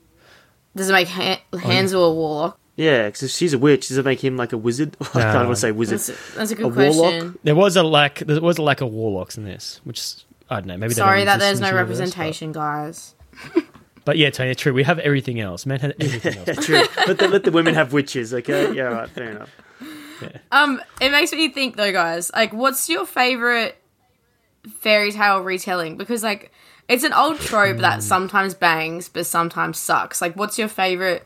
S3: does it make Han-
S2: Oh,
S3: hansel a warlock
S4: Yeah, because if she's a witch, does that make him like a wizard? [laughs] I
S2: No.
S4: don't want to say wizard. [laughs]
S3: that's, that's a good
S4: A
S3: question
S4: warlock?
S2: There was a lack. There was a lack of warlocks in this, which is- I don't know. Maybe they
S3: Sorry
S2: don't
S3: that
S2: exist
S3: there's
S2: in this
S3: no
S2: universe, but-
S3: representation, guys.
S2: But, yeah, Tony, true. We have everything else. Man
S4: [laughs]
S2: had everything else.
S4: True. let, the, let the women have witches, okay? Yeah, all right, fair enough.
S3: Um, it makes me think though, guys. Like, what's your favorite fairy tale retelling? Because like, it's an old trope
S2: Hmm.
S3: that sometimes bangs, but sometimes sucks. Like, what's your favorite?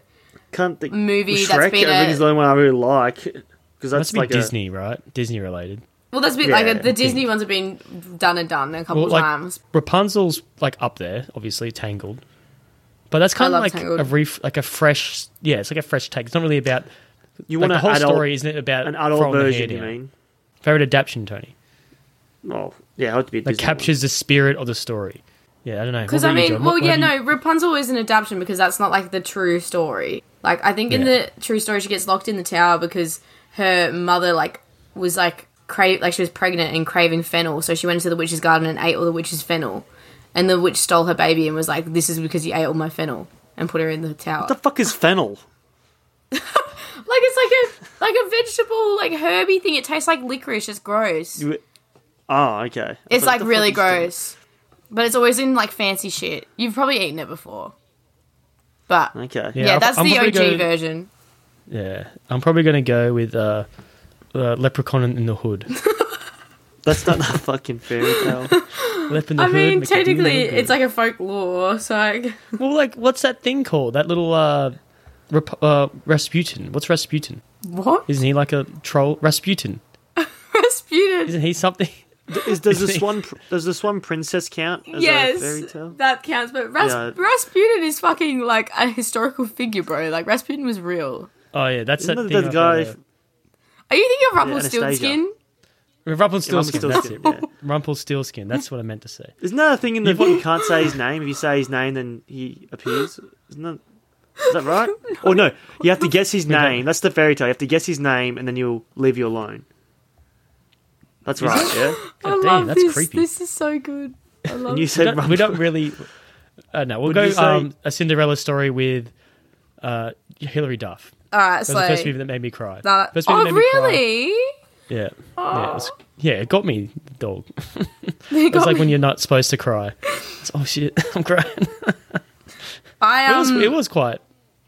S4: Can't think.
S3: Movie
S4: Shrek,
S3: that's been
S4: I think
S3: a-
S4: is the only one I really like because that's
S2: Must be
S4: like a-
S2: Disney, right? Disney related.
S3: Well, that's been
S4: Yeah,
S3: like the
S4: I
S3: Disney ones have been done and done a couple
S2: Well, like
S3: times.
S2: Rapunzel's like up there, obviously Tangled, but that's kind
S3: I
S2: of
S3: love
S2: like
S3: Tangled.
S2: a ref, like a fresh, yeah, it's like a fresh take. It's not really about
S4: you
S2: like
S4: want
S2: the
S4: a
S2: whole
S4: adult,
S2: story, isn't it? About
S4: an adult
S2: throwing the hair
S4: version. You
S2: down.
S4: mean?
S2: favorite adaptation, Tony?
S4: Well, yeah, it had to be a
S2: That
S4: Disney one.
S2: captures the spirit of the story. Yeah, I don't know.
S3: Because
S2: What
S3: I
S2: about you,
S3: mean,
S2: John? What-
S3: well,
S2: what
S3: yeah,
S2: have you-
S3: no, Rapunzel is an adaptation because that's not like the true story. Like I think
S2: Yeah.
S3: in the true story, she gets locked in the tower because her mother like was like crave like she was pregnant and craving fennel, so she went into the witch's garden and ate all the witch's fennel, and the witch stole her baby and was like, "This is because you ate all my fennel." And put her in the tower.
S4: What the fuck is fennel?
S3: like it's like a like a vegetable, like herby thing. It tastes like licorice. It's gross.
S4: Oh, okay.
S3: It's
S4: What
S3: like
S4: the
S3: really
S4: fuck
S3: gross.
S4: is
S3: But it's always in like fancy shit. You've probably eaten it before. But
S4: fennel? Okay.
S3: yeah,
S2: Yeah, I'm-
S3: that's
S2: I'm
S3: the
S2: probably
S3: OG
S2: going-
S3: version.
S2: Yeah, I'm probably going to go with uh, uh, Leprechaun in the
S3: [laughs]
S2: Hood.
S4: That's not a fucking fairy tale.
S2: Lep in the
S3: I
S2: Hood, make it
S3: mean,
S2: really
S3: technically,
S2: good.
S3: it's like a folklore. So like,
S2: well, like what's that thing called? That little uh, Rap- uh, Rasputin. What's Rasputin?
S3: what?
S2: Isn't he like a troll? Rasputin.
S3: Rasputin?
S2: Isn't he something? [laughs]
S4: Is, does the swan pr- does the swan princess count as a fairy
S3: Yes,
S4: tale?
S3: that counts. But Ras-
S4: Yeah.
S3: Rasputin is fucking like a historical figure, bro. Like Rasputin was real.
S2: Oh yeah, that's
S4: Isn't
S2: that
S4: that
S2: thing.
S4: the
S2: up
S4: guy?
S2: there.
S3: Are you thinking of
S4: Anastasia.
S3: Rumpelstiltskin?
S2: Yeah, Rumpelstiltskin.
S4: Yeah,
S2: that's
S4: Rumpelstiltskin,
S2: it. Rumpelstiltskin. That's what I meant to
S4: [laughs]
S2: say.
S4: Isn't that a thing in the book? You can't say his name. If you say his name, then he appears. Isn't that? Is
S3: [laughs]
S4: that right? Or no, you have to
S2: [laughs]
S4: guess his name. That's the fairy tale. You have to guess his name, and then you'll leave you alone. That's right. Yeah.
S3: I
S2: God damn,
S3: love
S2: that's
S3: this.
S2: creepy.
S3: This is so good.
S2: [laughs]
S3: I love
S4: And you
S3: it.
S2: We
S4: said
S2: don't, we don't
S4: Rumpel-
S2: really. Uh, no, we'll
S4: What did you
S2: go
S4: say?
S2: um, a Cinderella story with uh, Hilary Duff.
S3: All right,
S2: That
S3: so
S2: was the first movie that made me cry.
S3: that.
S2: First movie
S3: Oh,
S2: that made me cry.
S3: really?
S2: Yeah. Yeah, it was- yeah, it got me, dog.
S3: They
S2: It's
S3: got
S2: like
S3: me.
S2: when you're not supposed to cry. It's, oh shit, [laughs] I'm crying.
S3: I
S2: it was
S3: um,
S2: it was quite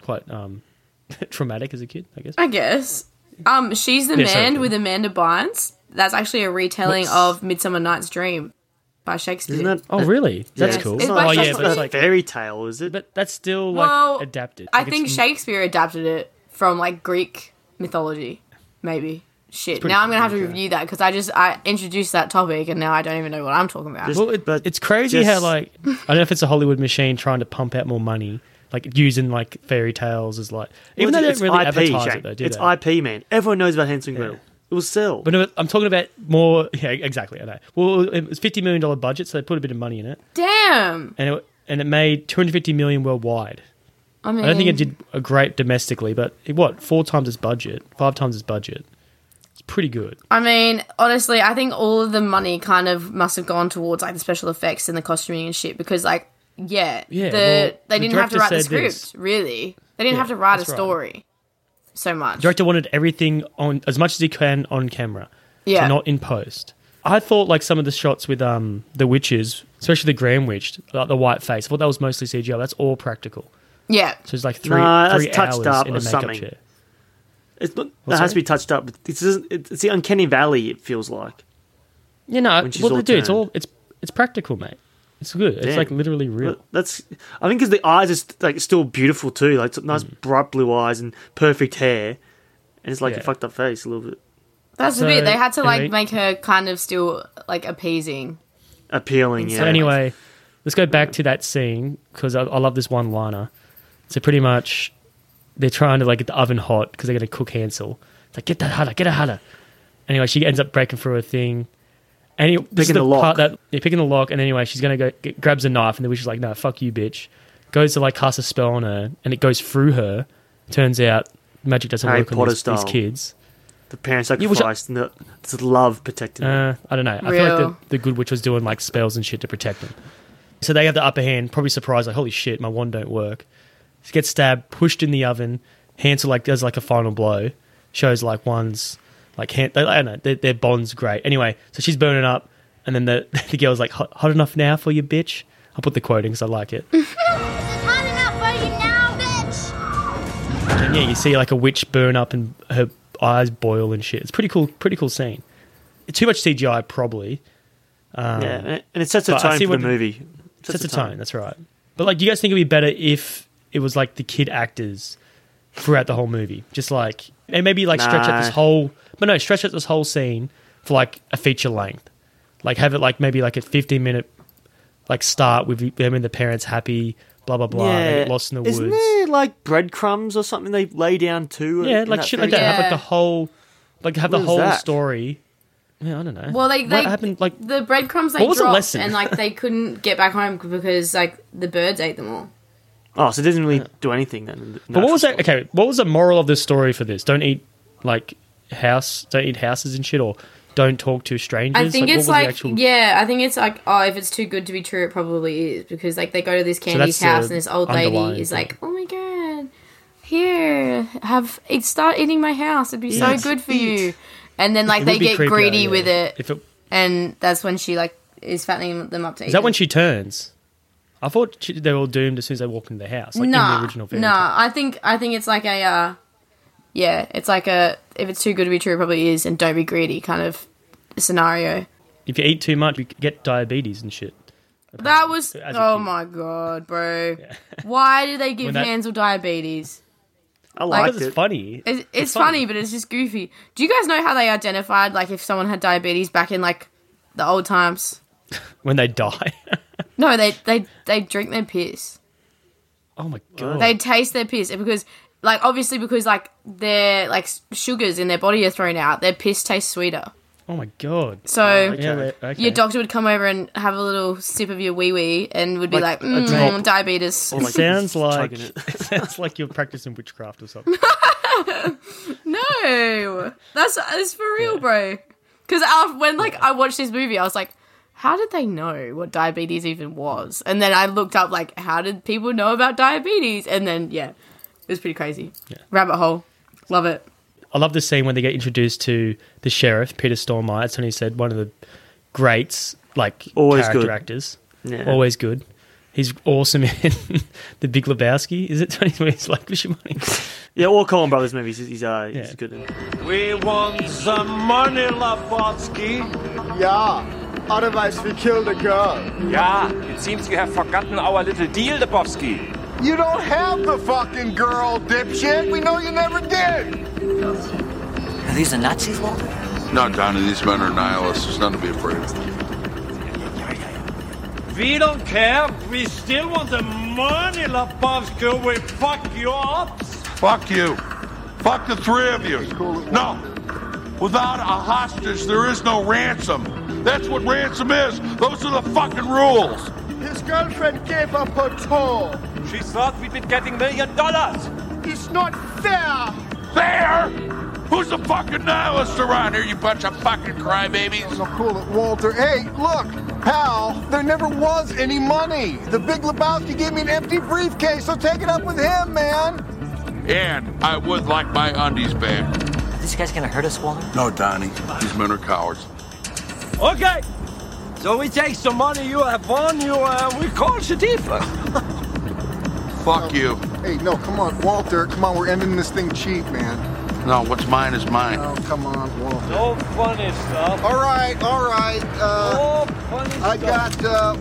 S2: quite um [laughs] traumatic as a kid, I guess.
S3: I guess. Um, she's the
S2: Yeah, sorry,
S3: man
S2: Kate.
S3: with Amanda Bynes. That's actually a retelling
S2: What's-
S3: of *Midsummer Night's Dream* by Shakespeare.
S4: Isn't that?
S2: Oh really? That's
S4: Yeah.
S2: cool.
S3: It's
S2: oh
S3: like-
S2: yeah,
S3: [laughs]
S4: That's
S2: but it's
S4: not a
S2: like
S4: fairy tale, is it?
S2: but that's still like
S3: Well,
S2: adapted.
S3: I
S2: Like, it's
S3: think
S2: m-
S3: Shakespeare adapted it from like Greek mythology, maybe. Shit.
S2: pretty
S3: Now I'm gonna have to
S2: cool, yeah.
S3: review that because I just I introduced that topic and now I don't even know what I'm talking about.
S4: Just-
S2: well, it,
S4: but
S2: it's crazy how
S4: just-
S2: like I don't know if it's a Hollywood machine trying to pump out more money, like using like fairy tales as like even
S4: Well,
S2: though
S4: it's-
S2: they don't really
S4: it's
S2: advertise
S4: Shane.
S2: it though, do
S4: It's
S2: they?
S4: IP, man. Everyone knows about Hansel and Gretel. It will sell.
S2: but no, I'm talking about more. Yeah, exactly. I know. Well, it was fifty million dollar budget, so they put a bit of money in it,
S3: Damn.
S2: and it and it made two hundred fifty million worldwide.
S3: I mean,
S2: I don't think it did a great domestically, but it, what four times its budget, five times its budget. It's pretty good.
S3: I mean, honestly, I think all of the money kind of must have gone towards like the special effects and the costuming and shit because, like, yeah,
S2: Yeah,
S3: the,
S2: well,
S3: they
S2: the
S3: didn't have to
S2: director
S3: write the
S2: said
S3: script
S2: this.
S3: really. They didn't
S2: Yeah,
S3: have to write a
S2: that's right.
S3: story so much.
S2: Director wanted everything on as much as he can on camera,
S3: yeah,
S2: so not in post. I thought like some of the shots with um the witches, especially the Grand Witch, like the white face. I thought that was mostly CGI. That's all practical.
S3: yeah.
S2: So it's like three
S4: Nah, that's
S2: three
S4: touched
S2: hours
S4: up
S2: in
S4: or
S2: a makeup
S4: something.
S2: chair.
S4: it's not, it
S2: What's
S4: has to
S2: that?
S4: be touched up. It's, it's, it's the Uncanny Valley, it feels like.
S2: You know,
S4: When she's
S2: what
S4: all
S2: they do, it's
S4: turned.
S2: all it's it's practical, mate. It's good. It's
S4: Damn.
S2: like literally real.
S4: But That's I think because the eyes are st- like still beautiful too, like it's nice
S2: Hmm.
S4: bright blue eyes and perfect hair, and it's like
S2: Yeah.
S4: a fucked up face a little bit
S3: That's
S2: So,
S3: the bit they had to like
S2: anyway-
S3: make her kind of still like appeasing.
S4: appealing. Yeah.
S2: So anyway, let's go back to that scene because I, I love this one liner. So pretty much, they're trying to like get the oven hot because they're going to cook Hansel. It's like get that hotter, get it hotter. Anyway, she ends up breaking through a thing. And he, this is
S4: Picking
S2: the,
S4: the lock.
S2: part that they're picking the lock, and anyway, she's gonna go get, grabs a knife, and the witch is like, "No, fuck you, bitch." Goes to like cast a spell on her, and it goes through her. Turns out magic doesn't
S4: Harry
S2: work on
S4: Potter
S2: these, these
S4: style.
S2: kids.
S4: the parents
S2: which I-
S4: sacrificed and the, it's love protected them.
S2: Uh, I don't know. I feel like
S3: Real.
S2: the, the good witch was doing like spells and shit to protect them. So they have the upper hand, probably surprised, like, holy shit, my wand don't work. She gets stabbed, pushed in the oven. Hansel like does like a final blow, shows like one's like hand. They, I don't know. Their, their bond's great. Anyway, so she's burning up, and then the [laughs] the girl's like, hot, hot enough now for you, bitch. I'll put the quoting because I like it.
S8: hot enough for you now, bitch.
S2: And yeah, you see like a witch burn up and her eyes boil and shit. It's pretty cool. Pretty cool scene. Too much CGI, probably.
S4: yeah, and it- and it sets a
S2: Um, but I
S4: tone
S2: see
S4: for the
S2: what-
S4: movie. It
S2: sets a tone. That's right. But like, do you guys think it'd be better if it was like the kid actors throughout the whole movie, just like and maybe like stretch out
S4: Nah.
S2: this whole, but no, stretch out this whole scene for like a feature length, like have it like maybe like a fifteen minute like start with them and the parents happy, blah blah blah, they get lost in the
S4: Isn't
S2: woods,
S4: there like breadcrumbs or something they lay down too?
S2: yeah,
S4: in
S2: like
S4: that
S2: shit
S4: fairy
S2: like that.
S4: tale?
S2: Have like
S3: Yeah.
S2: the whole, like have
S4: What
S2: the
S4: is
S2: whole
S4: that?
S2: story. Yeah, I don't know.
S3: Well, they, they
S2: what happened? Like,
S3: the breadcrumbs they
S2: What was the
S3: dropped,
S2: lesson?
S3: and like
S2: [laughs]
S3: they couldn't get back home because like the birds ate them all.
S4: Oh, so it doesn't really do anything then.
S2: but what was that? Okay, what was the moral of the story for this? Don't eat like house. Don't eat houses and shit, or don't talk to strangers.
S3: I think
S2: what was
S3: it's
S2: the
S3: like
S2: actual-
S3: yeah, I think it's like oh, if it's too good to be true, it probably is because like they go to this
S2: that's
S3: candy's
S2: the
S3: house and this old
S2: underlying
S3: lady is
S2: thing.
S3: like, oh my god, here have it- start eating my house. It'd be so
S2: Eat,
S3: good for you. And then like
S2: It
S3: they
S2: would be
S3: get
S2: creepier,
S3: greedy
S2: yeah.
S3: with it,
S2: If it
S3: and that's when she like is fattening them up to eat.
S2: is that when she turns? I thought she, they were all doomed as soon as they walked into the house, like in the original fairy
S3: no,
S2: tale.
S3: I think I think it's like a uh, yeah, it's like a if it's too good to be true, it probably is, and don't be greedy kind of scenario.
S2: If you eat too much, you get diabetes and shit.
S3: That was
S2: As a
S3: oh
S2: kid.
S3: my god, bro!
S2: [laughs]
S3: Why do they give
S2: When that-
S3: Hansel diabetes?
S4: I
S3: like-
S4: liked
S2: Because it's
S4: it.
S2: funny.
S3: It's, it's,
S2: funny.
S3: funny, but it's just goofy. Do you guys know how they identified like if someone had diabetes back in like the old times?
S2: when they die. [laughs]
S3: No, they they they drink their piss.
S2: oh my god.
S3: They taste their piss and because like obviously because like their like s- sugars in their body are thrown out, their piss tastes sweeter.
S2: oh my god.
S3: So
S2: Yeah, they- okay. [laughs]
S3: your doctor would come over and have a little sip of your wee wee and would be
S4: Like
S3: like,
S4: a
S3: mm,
S4: drop.
S3: diabetes.
S4: Or, like,
S2: sounds
S4: just
S2: like
S4: chugging it. [laughs]
S2: it sounds like you're practicing witchcraft or something.
S3: [laughs] No, that's that's for real, bro. Because when like I watched this movie, I was like, how did they know what diabetes even was? And then I looked up like, how did people know about diabetes? And then yeah, it was pretty crazy. Rabbit hole, love it.
S2: I love the scene when they get introduced to the sheriff, Peter Stormare. It's only said one of the greats, like
S4: Always
S2: character
S4: good.
S2: actors.
S4: Yeah.
S2: Always good. He's awesome [laughs] in the Big Lebowski. Is it [laughs] Tony? When he's like, "Wish your money."
S4: Yeah, all Coen Brothers movies. He's, he's, uh, he's
S2: Yeah.
S4: good in.
S9: We want some money, Labotsky.
S10: Yeah, otherwise we kill the girl.
S9: Yeah, it seems you have forgotten our little deal, Lebowski.
S10: You don't have the fucking girl, dipshit. We know you never did.
S11: Are these the Nazis, Walter?
S10: No, Donnie, these men are nihilists. There's nothing to be afraid of.
S9: We don't care. We still want the money, Lebowski. We fuck you up.
S10: Fuck you. Fuck the three of you. No. Without a hostage, there is no ransom. That's what ransom is. Those are the fucking rules. His girlfriend gave up her tour.
S9: She thought we'd been getting million dollars.
S10: It's not fair. Fair? Who's the fucking nihilist around here, you bunch of fucking crybabies? Now cool it, Walter. Hey, look, pal, there never was any money. The big Lebowski gave me an empty briefcase, so take it up with him, man. And I would like my undies back.
S11: Are these guys gonna hurt us, Walter?
S10: No, Donnie. These men are cowards.
S9: Okay. So we take the money you have won you and we call Shadif.
S10: Fuck you.
S11: Hey, no, come on, Walter. Come on, we're ending this thing cheap, man.
S10: No, what's mine is mine.
S11: Oh, come on, Walter.
S9: No funny stuff.
S10: All right, all right. Uh,
S9: No Oh, funny stuff.
S10: I got uh,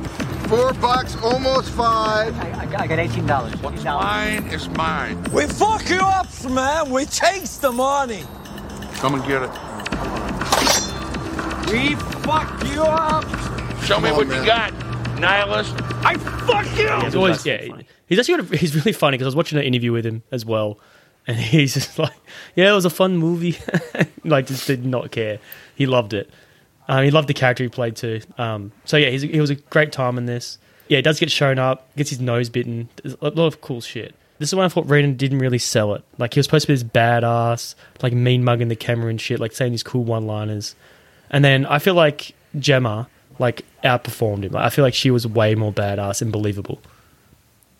S10: four bucks, almost five.
S11: I, I, got eighteen dollars.
S10: Mine is mine.
S9: We fuck you up, man. We take the money.
S10: Come and get it.
S9: We fuck you up.
S10: Show me what you got, nihilist.
S9: I fuck you.
S2: He's always
S4: Lebowski's
S2: yeah.
S4: funny.
S2: He's actually got a, he's really funny because I was watching an interview with him as well, and [laughs] he's just like, "Yeah, it was a fun movie." [laughs] like, just did not care. He loved it. Um, he loved the character he played too. Um, so yeah, he's, he was a great time in this. Yeah, he does get shown up, gets his nose bitten. There's a lot of cool shit. This is when I thought Renan didn't really sell it. Like he was supposed to be this badass, like mean mugging the camera and shit, like saying these cool one liners. And then I feel like Gemma like outperformed him. Like, I feel like she was way more badass and believable.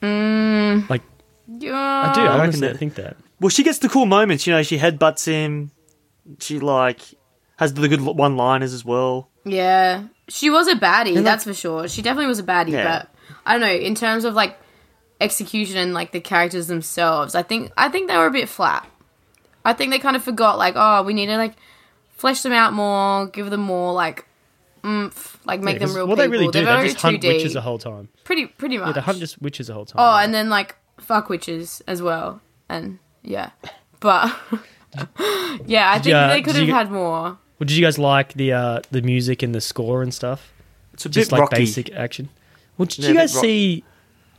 S2: Like I
S3: Oh.
S2: do. I,
S4: reckon
S2: honestly
S4: that-
S2: think that.
S4: Well, she gets the cool moments. You know, she headbutts him. She like has the good one-liners as well.
S3: Yeah, she was a baddie, that's for sure. She definitely was a baddie,
S4: Yeah.
S3: but I don't know in terms of like execution and like the characters themselves. I think I think they were a bit flat. I think they kind of forgot like oh we need to like flesh them out more, give them more like oomph, like make them
S2: 'cause
S3: real
S2: what
S3: people.
S2: they really do,
S3: They're
S2: they
S3: very
S2: just hunt
S3: 2D.
S2: witches the whole time.
S3: pretty pretty much.
S2: Yeah, they hunt just witches the whole time.
S3: Oh, and then like fuck witches as well, and yeah, [laughs] but yeah, I think
S2: Yeah,
S3: they could
S2: did
S3: have
S2: you-
S3: had more.
S2: Well, did you guys like the uh, the music and the score and stuff?
S4: It's a
S2: Just
S4: bit
S2: like
S4: rocky.
S2: basic action. Well, did
S4: Yeah,
S2: you
S4: a bit
S2: guys
S4: rock-
S2: see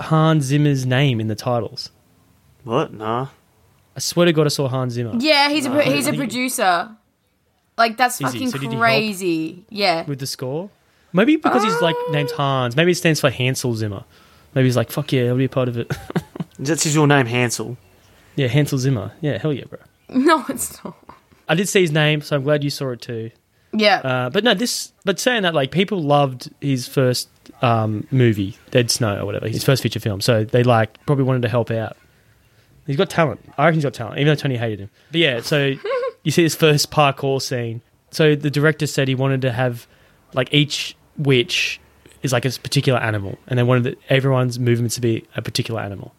S2: Hans Zimmer's name in the titles?
S4: What? Nah.
S2: I swear to God, I saw Hans Zimmer.
S3: Yeah, he's a pro- he's a producer. Like that's
S2: Is he?
S3: fucking
S2: So did he help?
S3: crazy. Yeah.
S2: with the score. Maybe because he's like
S3: Oh.
S2: named Hans. Maybe it stands for Hansel Zimmer. Maybe he's like, fuck yeah, I'll be a part of it. [laughs]
S4: That's his real name, Hansel.
S2: yeah, Hansel Zimmer. Yeah, hell yeah, bro.
S3: [laughs] No, it's not.
S2: I did see his name, so I'm glad you saw it too.
S3: Yeah.
S2: Uh, but no, this. But saying that, like people loved his first um, movie, Dead Snow or whatever, his first feature film. So they like probably wanted to help out. He's got talent. I reckon he's got talent, even though Tony hated him. But yeah,
S3: [laughs]
S2: so you see this first parkour scene. So the director said he wanted to have like each witch is like a particular animal, and they wanted the, everyone's movements to be a particular animal.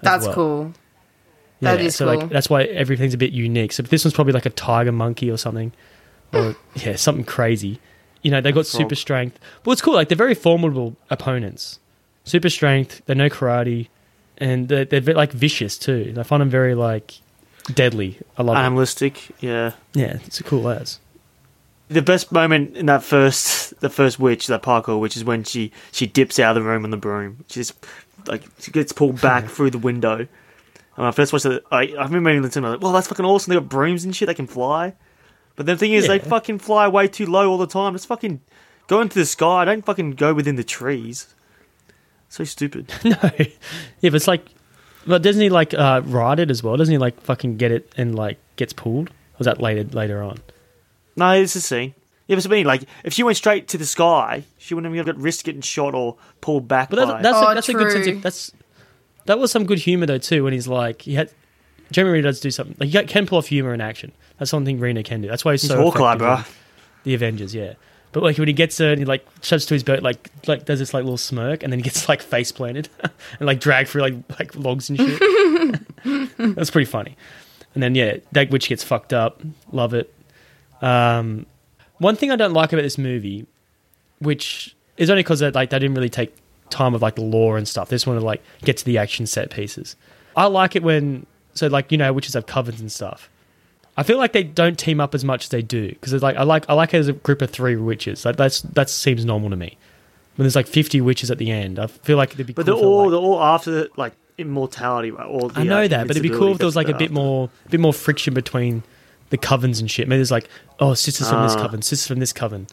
S2: as
S3: that's
S2: well.
S3: cool. That is
S2: so
S3: cool.
S2: like that's why everything's a bit unique. So this one's probably like a tiger monkey or something,
S3: [laughs]
S2: or yeah, something crazy. You know, they got
S4: Frog.
S2: super strength. But it's cool. Like they're very formidable opponents. Super strength. They know karate, and they're, they're ve- like vicious too. I find them very like deadly. I love
S3: Um,
S2: them.
S4: Animalistic, yeah.
S2: Yeah, it's a cool as.
S4: The best moment in that first, the first witch, that parkour witch, is when she she dips out of the room on the broom. She just like she gets
S2: [laughs]
S4: pulled back through the window. And when I first watched it, I, I remember in the cinema, like, "Well, that's fucking awesome. They got brooms and shit. They can fly." But the thing is, they
S2: Yeah.
S4: fucking fly way too low all the time. Just fucking go into the sky. Don't fucking go within the trees.
S2: [laughs]
S4: So stupid.
S2: no, yeah, but it's like, but doesn't he like uh, ride it as well? Doesn't he like fucking get it and like gets pulled? Or is that later later on?
S4: No, it's the scene. Yeah, but I mean, like, if she went straight to the sky, she wouldn't have got risk getting shot or pulled back.
S2: But that's
S4: by.
S2: that's,
S3: Oh,
S2: a, that's a good sense.
S3: true.
S2: Of, that's that was some good humor though too. When he's like, he had Jeremy Renner does do something. Like, he can pull off humor in action. That's something Rena can do. That's why he's,
S4: He's
S2: so
S4: Hawkeye,
S2: effective in
S4: bruh.
S2: The Avengers, yeah. But like when he gets there and he like shoves to his boat, like like does this like little smirk, and then he gets like face planted [laughs] and like dragged through like like logs and shit. [clears throat] that's pretty funny. And then yeah, that witch gets fucked up. Love it. Um, one thing I don't like about this movie, which is only because like they didn't really take time of like the lore and stuff. They just want to like get to the action set pieces. I like it when so like you know witches have covens and stuff. I feel like they don't team up as much as they do because it's like I like I like it as a group of three witches. Like that's that seems normal to me. When there's like fifty witches at the end, I feel like it'd be.
S4: But
S2: cool
S4: they're
S2: if they were,
S4: all
S2: like-
S4: they're all after like immortality, right? All the,
S2: I know
S4: uh,
S2: that, but it'd be cool if there was like a
S4: invincibility,
S2: bit more, a bit more friction between the covens and shit. Maybe there's like, oh, sisters from this
S4: Ah.
S2: coven, sisters from this coven.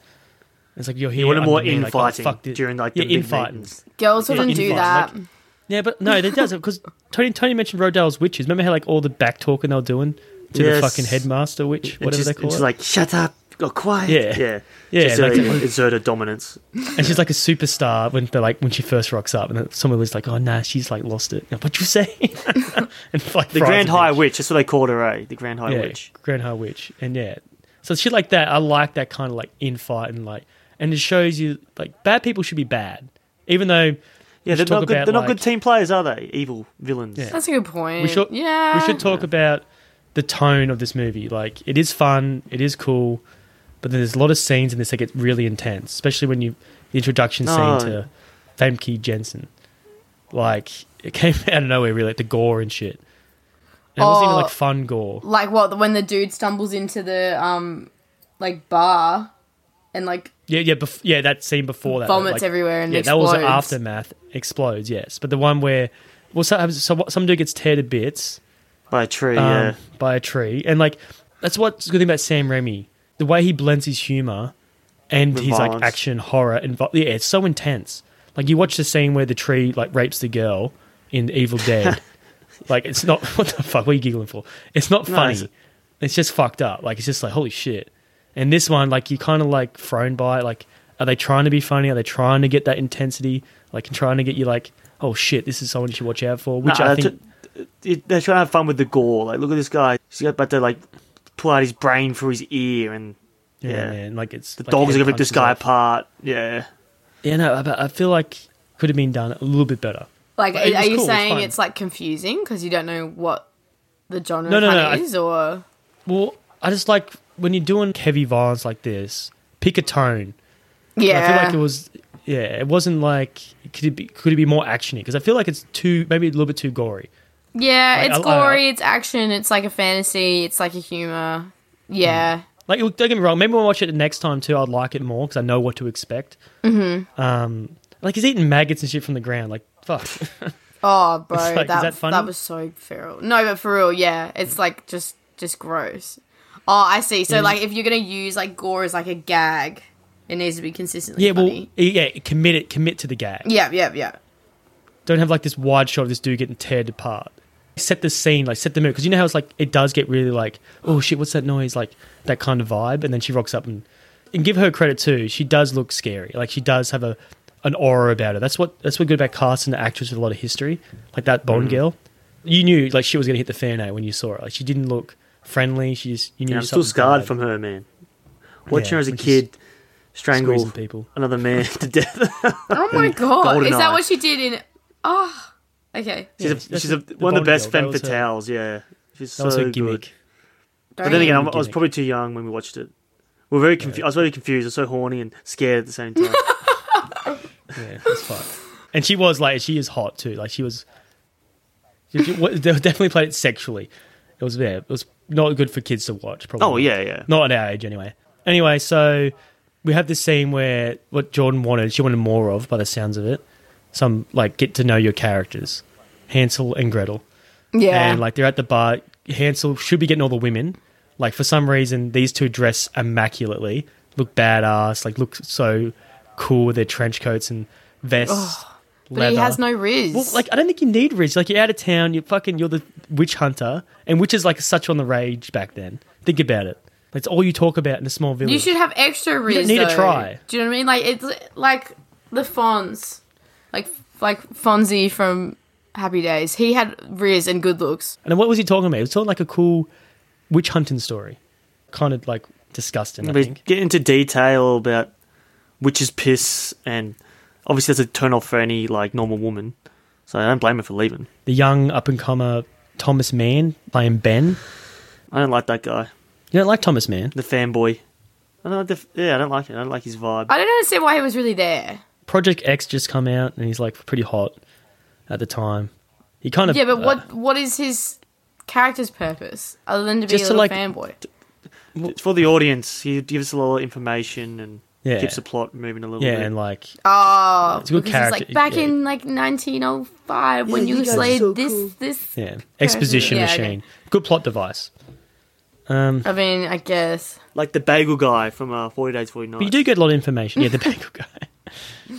S2: It's like you're here.
S4: You want
S2: under
S4: more
S2: me, oh,
S4: infighting
S2: fuck this-
S4: during like the
S2: yeah,
S4: big
S2: infighting.
S4: meetings.
S3: Girls
S2: Yeah,
S3: wouldn't do
S2: invites,
S3: that.
S2: like- Yeah, but no, it doesn't because Tony Tony mentioned Rodell's witches. Remember how like all the back talking they were doing to
S4: Yes.
S2: the fucking headmaster witch,
S4: And
S2: whatever
S4: she's,
S2: they call
S4: and she's
S2: it.
S4: like, shut up, go quiet.
S2: Yeah.
S4: yeah,
S2: Yeah,
S4: Just
S2: like-
S4: like, insert her dominance.
S2: and she's like a superstar when they're like when she first rocks up, and then someone was like, oh nah, she's like lost it. [laughs] What you say? and like
S4: The Grand High Witch. That's what they called her, eh? The Grand High
S2: yeah,
S4: Witch.
S2: Grand High Witch, and yeah, so shit like that. I like that kind of like infight and like, and it shows you like bad people should be bad, even though
S4: Yeah, they're
S2: should talk
S4: not good.
S2: about,
S4: They're not
S2: like-
S4: good team players, are they? Evil villains.
S2: Yeah.
S3: That's a good point.
S2: we should
S3: yeah.
S2: we should talk about the tone of this movie. Like, it is fun, it is cool, but then there's a lot of scenes in this that get really intense, especially when you the introduction
S4: No.
S2: scene to Famke Jensen. Like, it came [laughs] out of nowhere, really, like the gore and shit. And it wasn't even
S3: Oh.
S2: like fun gore.
S3: like what when the dude stumbles into the um like bar and like
S2: Yeah, yeah, bef- yeah. That scene before that
S3: Vomits everywhere and
S2: yeah, that was the
S3: explodes.
S2: aftermath. Explodes, yes. But the one where well, so, so what- some dude gets tear to bits
S4: By a tree.
S2: um,
S4: yeah,
S2: by a tree, and like that's what's good thing about Sam Raimi, the way he blends his humor and
S4: With
S2: his like
S4: violence.
S2: action horror and vo- yeah, it's so intense. Like you watch the scene where the tree like rapes the girl in
S4: [laughs]
S2: Evil Dead. like it's not what the fuck. What are you giggling for? It's not
S4: No,
S2: funny.
S4: it's-
S2: it's, just fucked up. Like it's just like holy shit. And this one, like you kind of like thrown by it. Like are they trying to be funny? Are they trying to get that intensity? Like trying to get you like oh shit, this is someone you should watch out for. Which
S4: Nah,
S2: I
S4: they're
S2: think
S4: tr- they're trying to have fun with the gore. Like, look at this guy. He's about to like pull out his brain through his ear, and
S2: yeah,
S4: yeah.
S2: man. Like it's
S4: the
S2: like,
S4: dogs are
S2: head
S4: gonna rip this
S2: punches
S4: guy
S2: off.
S4: apart. Yeah.
S2: Yeah, no, but I feel like could have been done a little bit better.
S3: like
S2: But it
S3: are
S2: was cool,
S3: you
S2: it was
S3: saying
S2: fun.
S3: it's like confusing because you don't know what the genre
S2: No,
S3: no,
S2: no, no, I-
S3: is or
S2: Well, I just like when you're doing heavy violence like this, pick a tone.
S3: yeah
S2: I feel like it was, yeah, it wasn't like could it be could it be more actiony? Because I feel like it's too maybe a little bit too gory.
S3: yeah
S2: like,
S3: it's
S2: I- I-
S3: gory it's action it's like a fantasy it's like a humor yeah
S2: Like don't get me wrong, maybe when I watch it the next time too, I'd like it more because I know what to expect. Mm-hmm. Um, like he's eating maggots and shit from the ground. Like
S3: [laughs]
S2: fuck,
S3: oh bro
S2: It's like, is
S3: that,
S2: that funny?
S3: that was so feral no but for real yeah it's like just just gross Oh, I see. So
S2: Yeah.
S3: like, if you're gonna use like gore as like a gag, it needs to be consistently.
S2: Yeah, well,
S3: funny.
S2: yeah, commit it, commit to the gag.
S3: Yeah, yeah, yeah.
S2: Don't have like this wide shot of this dude getting teared apart. Set the scene, like set the mood, because you know how it's like it does get really like, oh shit, what's that noise? Like that kind of vibe, and then she rocks up and and give her credit too. She does look scary. Like she does have a an aura about her. That's what that's what good about casting an actress with a lot of history, like that Bond
S4: Mm.
S2: girl. You knew like she was gonna hit the fan eh, when you saw her. Like she didn't look friendly. She just you knew.
S4: Yeah, I'm still
S2: something
S4: scarred
S2: bad.
S4: from her, man.
S2: Yeah,
S4: Watching her as a
S2: when she's
S4: kid strangle
S2: squeezing people.
S4: another man [laughs] to death.
S3: Oh
S2: Mm.
S3: my god,
S4: Golden
S3: is that
S4: Eye.
S3: what she did in? Oh, okay.
S4: She's, a,
S2: that's
S4: she's a,
S2: the- the
S4: one
S2: Bond
S4: of the best
S2: girl,
S4: femme
S2: that was her-
S4: fatales. Yeah, she's
S2: that was her
S4: so good.
S2: gimmick.
S4: But then again, I, I was
S2: Gimmick.
S4: probably too young when we watched it. We were very confu- I was very confused. I was so horny and scared at the
S2: [laughs]
S4: same time.
S2: Yeah, that's fine. And she was like, she is hot too. Like she was, she- she- what- they definitely played it sexually. It was yeah, it was not good for kids to watch. Probably.
S4: Oh, yeah, yeah.
S2: Not at our age anyway. Anyway, so we have this scene where what Jordan wanted, she wanted more of, by the sounds of it. Some like get to know your characters, Hansel and Gretel.
S3: Yeah.
S2: And like they're at the bar. Hansel should be getting all the women. Like for some reason, these two dress immaculately, look badass, like look so cool with their trench coats and vests.
S3: Oh, but he has no riz.
S2: Well, like I don't think you need riz. Like you're out of town. You're fucking. You're the witch hunter, and witches like such on the rage back then. Think about it. That's all you talk about in a small village.
S3: you should have extra riz.
S2: You don't need to
S3: though.
S2: try.
S3: Do you know what I mean? Like it's like the Fonz, like like Fonzie from Happy Days. He had riz and good looks.
S2: And then what was he talking about? It was talking like a cool witch hunting story, kind of like disgusting. I
S4: But
S2: think.
S4: get into detail about witch's piss, and obviously that's a turn off for any like normal woman. So I don't blame her for leaving.
S2: The young up and comer Thomas Mann playing Ben.
S4: I don't like that guy,
S2: You don't like Thomas Mann?
S4: the fanboy. I don't like the f- yeah. I don't like it. I don't like his vibe.
S3: I don't understand why he was really there.
S2: Project X just come out and he's like pretty hot at the time. He kind of
S3: yeah,
S2: uh,
S3: but what what is his character's purpose other than to be
S2: Just
S3: a
S2: to,
S3: little
S2: like-
S3: fanboy?
S4: It's for the audience. He gives a lot of information and
S2: Yeah.
S4: keeps the plot moving a little
S2: yeah,
S4: bit.
S2: and like
S3: Oh,
S2: It's a good
S3: because It's
S2: character,
S3: like back
S2: yeah.
S3: in like 1905 when you slayed this this.
S2: yeah, exposition
S3: Yeah, okay.
S2: machine. Good plot device. Um,
S3: I mean, I guess.
S4: like the bagel guy from uh, Forty Days Forty
S2: but you
S4: Nights.
S2: do get a lot of information.
S3: [laughs]
S2: Yeah, the bagel guy.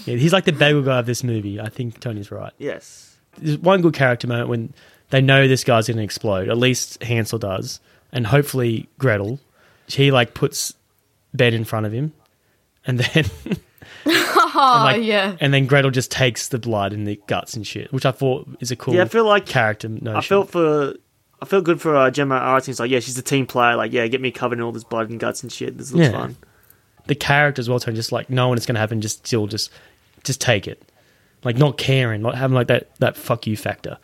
S2: Yeah, he's like the bagel guy of this movie. I think Tony's right.
S4: Yes.
S2: there's one good character moment when they know this guy's going to explode. At least Hansel does, and hopefully Gretel. He like puts Ben in front of him, and then
S3: [laughs] Oh
S2: like,
S3: yeah.
S2: and then Gretel just takes the blood and the guts and shit, which I thought is a cool.
S4: Yeah, I feel like-
S2: character notion.
S4: I felt for I felt good for uh, Gemma Arts. He's like, yeah, she's a team player. Like, yeah, get me covered in all this blood and guts and shit. This looks
S2: Yeah.
S4: fun.
S2: the character as well, Tony, just like knowing it's going to happen, just still just just take it, like not caring, not having like that that fuck you factor.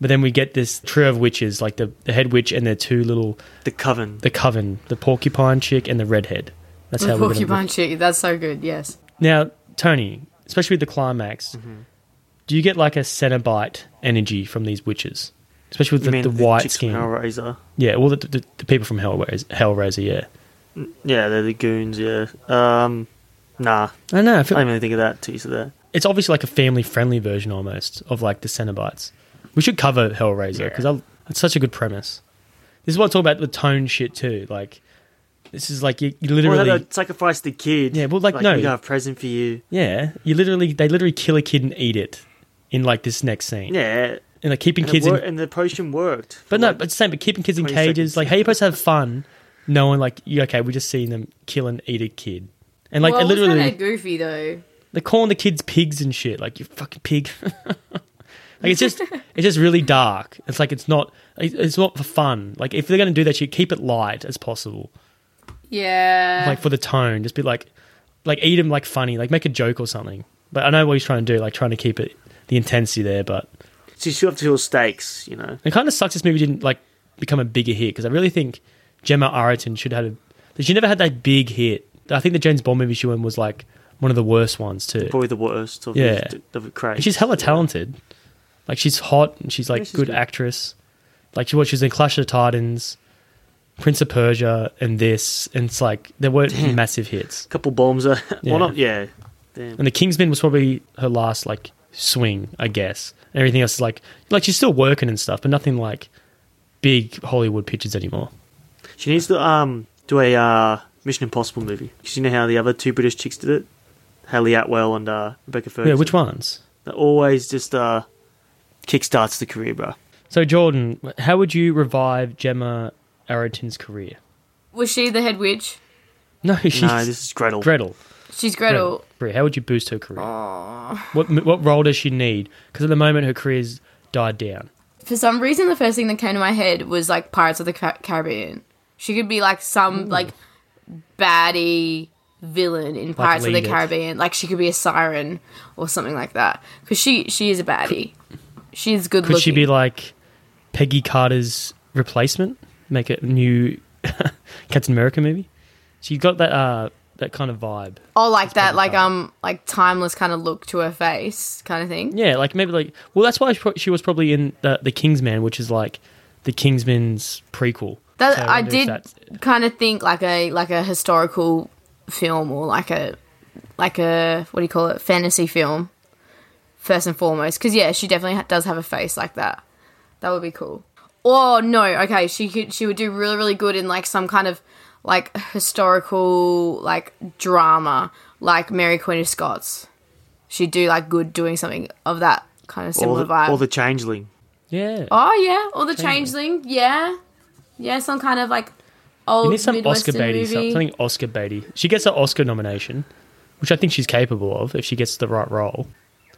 S2: But then we get this trio of witches, like the, the head witch and their two little
S4: The coven.
S2: the coven, the porcupine chick and the redhead. That's how
S3: The
S2: we're gonna
S3: porcupine chick. That's so good. Yes.
S2: Now, Tony, especially with the climax,
S3: Mm-hmm.
S2: do you get like a Cenobite energy from these witches? Especially
S4: You
S2: with
S4: mean
S2: the, the, white
S4: chicks from
S2: skin.
S4: Hellraiser?
S2: Yeah, well, the, the, the people from Hellraiser, Hellraiser, yeah.
S4: Yeah, they're the goons. Yeah. Um, nah,
S2: I know. I
S4: I
S2: feel,
S4: didn't even think of that. Too, so that
S2: it's obviously like a family friendly version almost of like the Cenobites. We should cover Hellraiser because it's such a good premise. This is what I talk about with tone shit too. Like, this is like you, you
S4: well,
S2: literally.
S4: they don't sacrifice the kid.
S2: Yeah, well, like, no.
S4: we got a present for you.
S2: yeah, you literally. They literally kill a kid and eat it in like this next scene.
S4: Yeah,
S2: And like keeping
S4: and,
S2: kids
S4: it
S2: in
S4: wor- and the potion worked.
S2: But no, but same. But keeping kids in
S4: 20
S2: cages,
S4: seconds.
S2: like how are you supposed to have fun, knowing like you okay, we just seen them kill and eat a kid, and like
S3: well, it was
S2: literally
S3: kinda goofy though.
S2: they're calling the kids pigs and shit. Like you fucking pig. [laughs] like it's just it's just really dark. It's like it's not it- it's not for fun. Like if they're gonna do that shit, keep it light as possible.
S3: Yeah.
S2: Like for the tone, just be like like eat them like funny, like make a joke or something. But I know what he's trying to do, like trying to keep it the intensity there, but
S4: so you still have to feel stakes. You know,
S2: It kind of sucks this movie didn't like become a bigger hit because I really think Gemma Arterton should have had a. She never had that big hit. I think the James Bond movie she went was like one of the worst ones too.
S4: probably the worst. Of
S2: Yeah.
S4: the, of the craze.
S2: And she's hella talented. Like she's hot and she's like
S4: Yeah, she's
S2: good,
S4: good.
S2: actress. Like she was, she was in Clash of the Titans, Prince of Persia, and this, and it's like there weren't massive hits.
S4: a couple bombs. Are,
S2: [laughs] Yeah.
S4: Well, not yeah. Damn.
S2: And the Kingsman was probably her last like swing, I guess. And everything else is like like she's still working and stuff, but nothing like big Hollywood pictures anymore.
S4: She needs to um do a uh, Mission Impossible movie. 'Cause you know how the other two British chicks did it, Haley Atwell and uh, Rebecca Ferguson.
S2: Yeah, which ones?
S4: That always just uh, kickstarts the career, bro.
S2: So, Jordan, how would you revive Gemma Arterton's career? [laughs]
S3: Was she the head witch?
S2: No, she's
S4: this is Gretel.
S2: Gretel.
S3: She's Gretel.
S2: Gretel. How would you boost her career? What what role does she need? Because at the moment her career's died down.
S3: For some reason, the first thing that came to my head was like Pirates of the Ca- Caribbean. She could be like some like baddie villain in Pirates of
S2: lead
S3: the
S2: it.
S3: Caribbean. Like she could be a siren or something like that. Because she she is a baddie. She is good
S2: Could
S3: looking.
S2: she be like Peggy Carter's replacement? Make a new [laughs] Captain America movie? She got that uh that kind of vibe.
S3: or Oh, like that, like um, like timeless kind of look to her face, kind of thing.
S2: Yeah, like maybe like well that's why she pro- she was probably in the, the Kingsman, which is like the Kingsman's prequel.
S3: That
S2: So
S3: I
S2: wonder if
S3: did
S2: that's-
S3: kind of think like a like a historical film or like a like a what do you call it fantasy film first and foremost because yeah she definitely ha- does have a face like that that would be cool oh no okay she could she would do really really good in like some kind of like historical like drama like Mary Queen of Scots she'd do like good doing something of that kind of
S4: Or
S3: similar
S4: the,
S3: vibe
S4: or the Changeling.
S2: Yeah.
S3: Oh yeah, or the
S2: Changeling.
S3: changeling. Yeah, yeah, some kind of like old
S2: You need some Oscar
S3: Midwestern
S2: Beatty,
S3: movie.
S2: some- something Oscar Beatty. She gets an Oscar nomination, which I think she's capable of if she gets the right role.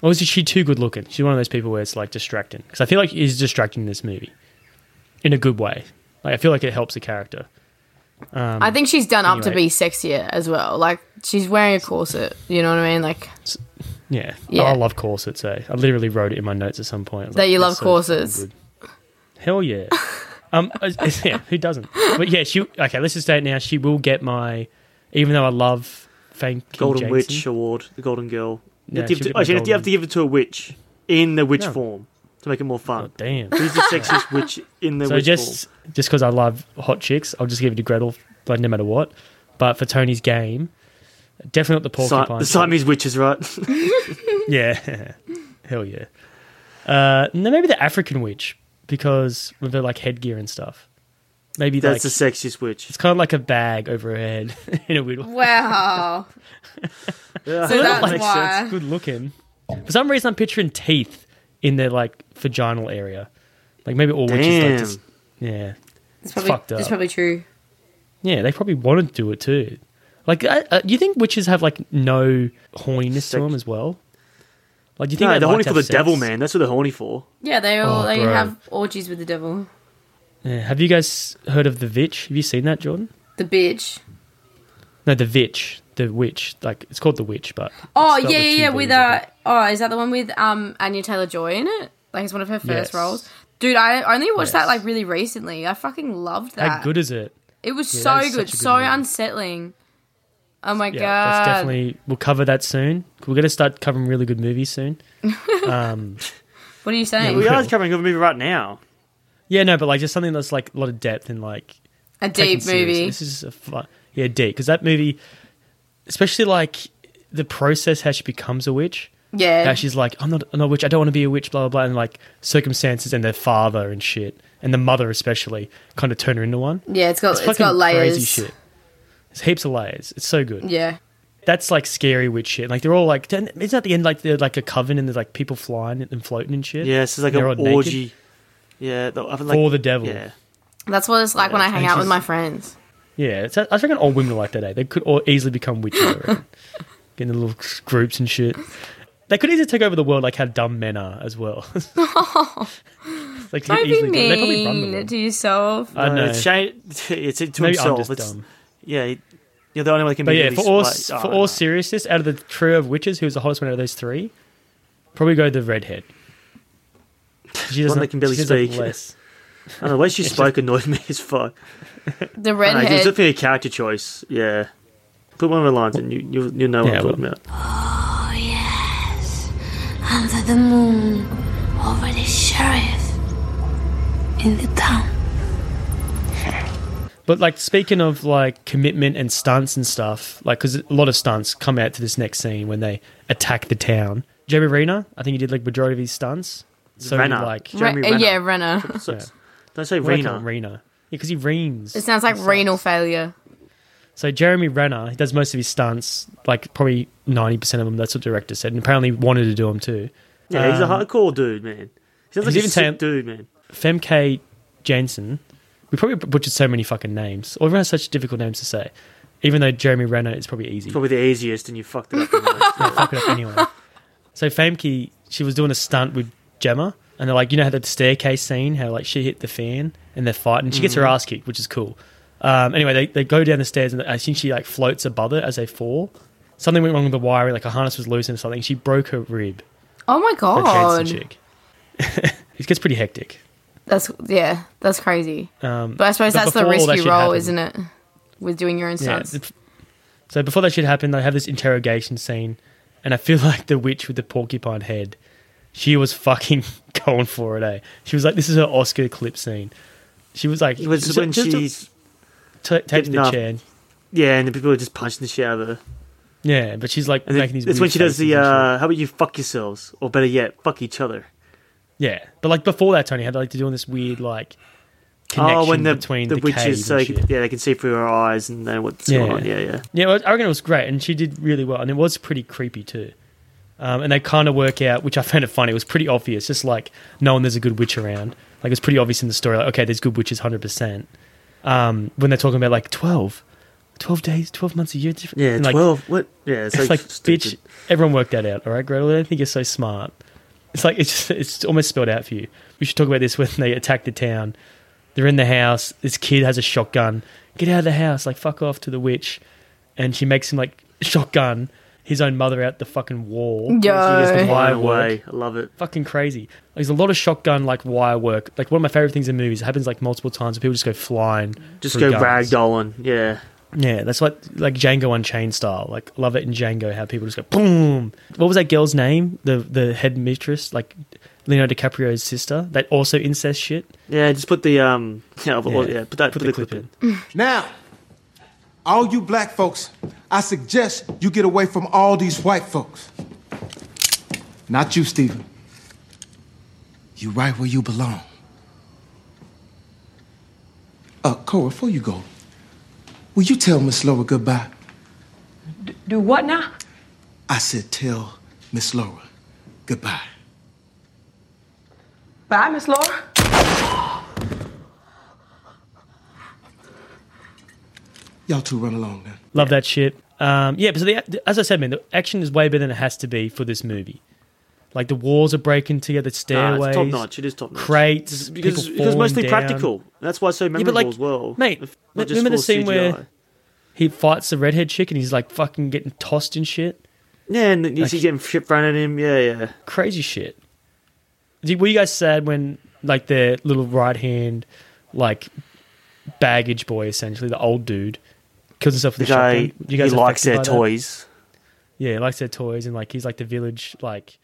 S2: Or is she too good looking? She's one of those people where it's like distracting. Because I feel like she's distracting in this movie in a good way. Like I feel like it helps the character. Um,
S3: I think she's done up to
S2: anyway.
S3: be sexier as well. Like she's wearing a corset. You know what I mean? Like
S2: Yeah.
S3: Yeah.
S2: Oh, I love corsets, eh? I literally wrote it in my notes at some point. I was
S3: That you love
S2: "That's so fucking
S3: corsets."
S2: good." Hell yeah. [laughs] um, uh, [laughs] yeah, who doesn't? But yeah, she, okay, let's just say it now. She will get my, even though I love Fang Kim
S4: Golden
S2: Jansen-
S4: Witch Award, the Golden Girl. You
S2: Yeah,
S4: have to
S2: she'll
S4: give to-
S2: get the
S4: oh, you have to- you have to give it to a witch in the witch
S2: No.
S4: form to make it more fun.
S2: Damn.
S4: Who's the sexiest witch in the
S2: so
S4: witch
S2: just
S4: form?
S2: just because I love hot chicks, I'll just give it to Gretel, like no matter what. But for Tony's game, definitely not the
S4: Si-
S2: porcupine.
S4: the Siamese witches, right?
S2: [laughs]
S4: [laughs]
S2: yeah, hell yeah. Uh, no, maybe the African witch because with her like headgear and stuff. Maybe
S4: That's
S2: like,
S4: the sexiest witch.
S2: It's kind of like a bag over her head [laughs] in a weird way.
S3: [laughs] wow,
S4: Yeah,
S3: So that's
S4: makes
S3: why-
S4: sense.
S2: It's good looking. For some reason, I'm picturing teeth in their like vaginal area. Like maybe all witches
S4: Damn.
S2: like just yeah. probably-
S3: it's probably
S2: fucked it's up.
S3: it's
S2: probably
S3: probably true.
S2: Yeah, they probably wanted to do it too. Like, I, uh, you think witches have like no horniness to
S4: Sex.
S2: them as well? Like, do you think
S4: No,
S2: they'd
S4: they're
S2: like
S4: horny
S2: to
S4: for the
S2: have
S4: devil,
S2: sex?
S4: man. That's what they're horny for.
S3: Yeah, they all
S2: Oh,
S3: they
S2: bro.
S3: have orgies with the devil.
S2: Yeah. Have you guys heard of the Vitch? Have you seen that, Jordan?
S3: The bitch.
S2: No, the Vitch, the witch. Like, it's called the witch, but it's
S3: Oh
S2: spelled with
S3: yeah,
S2: two
S3: yeah, yeah.
S2: V's,
S3: With
S2: I
S3: uh,
S2: think.
S3: oh, is that the one with um Anya Taylor Joy in it? Like it's one of her first
S2: Yes.
S3: roles. Dude, I only watched
S2: Yes.
S3: that like really recently. I fucking loved that.
S2: How good is it?
S3: It was
S2: Yeah, that
S3: so
S2: is
S3: good,
S2: such a good
S3: so
S2: movie.
S3: unsettling. Oh my
S2: Yeah,
S3: god!
S2: that's definitely. We'll cover that soon. We're gonna start covering really good movies soon. um,
S3: What are you saying?
S4: [laughs] We are
S2: Cool.
S4: covering a movie right now.
S2: yeah, no, but like just something that's like a lot of depth and like
S3: a
S2: taken
S3: deep
S2: serious.
S3: movie.
S2: This is a fun, yeah, deep because that movie, especially like the process how she becomes a witch. How
S3: Yeah,
S2: she's like, I'm not, I'm not a witch. I don't want to be a witch. Blah blah blah. And like circumstances and their father and shit and the mother especially kind of turn her into one.
S3: yeah. It's got
S2: It's
S3: it's got
S2: fucking
S3: layers.
S2: Crazy shit. There's heaps of layers. It's so good.
S3: Yeah,
S2: That's like scary witch shit. Like they're all like, isn't that at the end like they're like a coven and there's like people flying and floating and shit.
S4: Yeah, so it's like
S2: They're all
S4: an
S2: naked.
S4: orgy. Yeah, the, I feel like,
S2: For the devil.
S4: Yeah,
S3: that's what it's like when I hang
S2: And
S3: out with
S2: she's-
S3: my friends.
S2: Yeah, it's, I reckon all women are like that. Eh? They could all easily become witches, I
S3: [laughs]
S2: reckon. get in little groups and shit. They could easily take over the world, like how dumb men are as
S3: [laughs]
S2: well. [laughs] like you could
S3: Don't be
S2: e-, easily do it. They probably run the
S3: mean
S2: world.
S3: to yourself.
S2: I
S4: Uh,
S2: know.
S4: It's shade. [laughs] It's to
S2: Maybe
S4: himself.
S2: I'm just
S4: it's,
S2: dumb.
S4: Yeah, he- you're the only one that can
S2: But
S4: be.
S2: yeah,
S4: really
S2: for all
S4: like,
S2: s
S4: oh,
S2: for all
S4: no.
S2: seriousness, out of the trio of witches, who's the hottest one out of those three? Probably go the redhead. She
S4: One
S2: doesn't.
S4: that can barely
S2: she does, like,
S4: speak.
S2: less.
S4: I don't know,
S2: [laughs]
S4: the way she spoke annoyed me as fuck.
S3: The
S4: I don't know, it's
S3: redhead.
S4: definitely a character choice. Yeah, put one of her lines and you you you know what
S2: Yeah,
S4: I'm talking
S2: well.
S4: about.
S2: [laughs]
S8: Under the moon, over the sheriff in the town.
S2: But like speaking of like commitment and stunts and stuff, like because a lot of stunts come out to this next scene when they attack the town. Jeremy Renner, I think he did like majority of his stunts. So did,
S4: Renner.
S2: like
S4: Jeremy
S3: Re- uh,
S2: [laughs]
S4: Renner.
S3: yeah, Renner.
S4: So, Don't say
S2: Well, I call
S4: Rena.
S2: him Rena. because he reams.
S3: It sounds like renal failure.
S2: So Jeremy Renner, he does most of his stunts, like probably ninety percent of them. That's what the director said, and apparently wanted to do them too.
S4: Yeah, he's a
S2: Um,
S4: hardcore dude, man. He sounds like
S2: he's
S4: a
S2: even
S4: sick
S2: saying-
S4: dude, man.
S2: Femke Jensen. We probably butchered so many fucking names. Or everyone has such difficult names to say. Even though Jeremy Renner is probably easy.
S4: Probably the easiest, and you fucked it up. the most.
S2: Yeah, [laughs] fuck it up anyway. So Famke, she was doing a stunt with Gemma, and they're like, you know how the staircase scene, how like she hit the fan and they're fighting. She gets her
S4: Mhm.
S2: ass kicked, which is cool. Um, anyway, they, they go down the stairs, and I think she like floats above it as they fall. Something went wrong with the wiring, like her harness was loose and something. She broke her rib.
S3: Oh my
S2: That Jensen
S3: god.
S2: chick. [laughs] it gets pretty hectic.
S3: That's yeah, that's crazy.
S2: Um,
S3: But I suppose that's the
S2: before all that
S3: risky
S2: shit
S3: role,
S2: happened-
S3: isn't it? With doing your own
S2: Yeah,
S3: stunts.
S2: it's- So before that shit happened, they have this interrogation scene, and I feel [laughs] like the witch with the porcupine head, she was fucking [laughs] going for it. Eh? She was like, "This is her Oscar clip scene." She was like,
S4: It was
S2: just-
S4: when
S2: just-
S4: she's
S2: ta- taking the
S4: getting up.
S2: chair. and-
S4: Yeah, and the people are just punching the shit out of her.
S2: Yeah, but she's like
S4: And
S2: making
S4: then
S2: these.
S4: it's when
S2: weird
S4: she does the,
S2: faces and shit.
S4: uh, how about you fuck yourselves? Or better yet, fuck each other.
S2: yeah, but like before that, Tony had like to doing this weird like
S4: Oh,
S2: connection between the, caves
S4: so
S2: and
S4: they
S2: shit.
S4: can- yeah, they can see through her eyes and know what's going on. Yeah, yeah.
S2: Yeah, well, I reckon it was great, and she did really well, and it was pretty creepy too. Um, and they kind of work out, which I found it funny. It was pretty obvious, just like knowing there's a good witch around. Like it's pretty obvious in the story, like okay, there's good witches, hundred percent. Um, when they're talking about like 12, 12 days, twelve months a year, different.
S4: Yeah,
S2: and, like,
S4: 12, what? Yeah, it's, like,
S2: like bitch,
S4: stupid.
S2: everyone worked that out, all right, Gretel. I don't think you're so smart. It's like it's just, it's almost spelled out for you. We should talk about this when they attack the town. They're in the house. This kid has a shotgun. Get out of the house! Like fuck off to the witch, and she makes him like shotgun his own mother out the fucking wall.
S4: Yo.
S2: She gets the
S4: Blown
S2: wire
S4: away.
S2: work.
S4: I love it.
S2: Fucking crazy. There's a lot of shotgun like wire work. Like one of my favorite things in movies. It happens like multiple times. Where people just go flying.
S4: Just
S2: through
S4: go
S2: guns.
S4: ragdolling. Yeah.
S2: Yeah, that's what like Django Unchained style. Like I love it in Django how people just go boom. What was that girl's name? The the head mistress, like Leonardo DiCaprio's sister. That also incest shit.
S4: Yeah, just put the, um, [laughs] yeah,
S2: Yeah.
S4: well, yeah put that, put, the, clip, in.
S12: Now, all you black folks, I suggest you get away from all these white folks. Not you, Stephen. You right where you belong. Uh, Cora, before you go, will you tell Miss Laura goodbye?
S13: Do what now?
S12: I said tell Miss Laura goodbye.
S13: Bye, Miss Laura.
S12: Y'all two run along now.
S2: Love that shit. Um, yeah, but so the, as I said, man, the action is way better than it has to be for this movie. Like the walls are breaking together,
S4: Nah,
S2: stairways,
S4: it's top notch. It is top notch.
S2: crates,
S4: Because,
S2: people
S4: because
S2: falling
S4: mostly
S2: down.
S4: practical. That's why it's so
S2: Yeah, but,
S4: memorable
S2: like,
S4: as well.
S2: Mate,
S4: If-
S2: m-
S4: not just
S2: remember the
S4: full
S2: scene
S4: CGI.
S2: where he fights the redhead chick and he's like fucking getting tossed and shit.
S4: Yeah, and you
S2: Like-
S4: see getting shit thrown at him. Yeah, yeah.
S2: Crazy shit. Did, were you guys sad when like the little right hand, like baggage boy, essentially the old dude, kills himself
S4: The
S2: with a
S4: guy,
S2: shotgun? You guys
S4: he likes
S2: affected
S4: their
S2: by that?
S4: toys.
S2: Yeah, he likes their toys, and like he's like the village like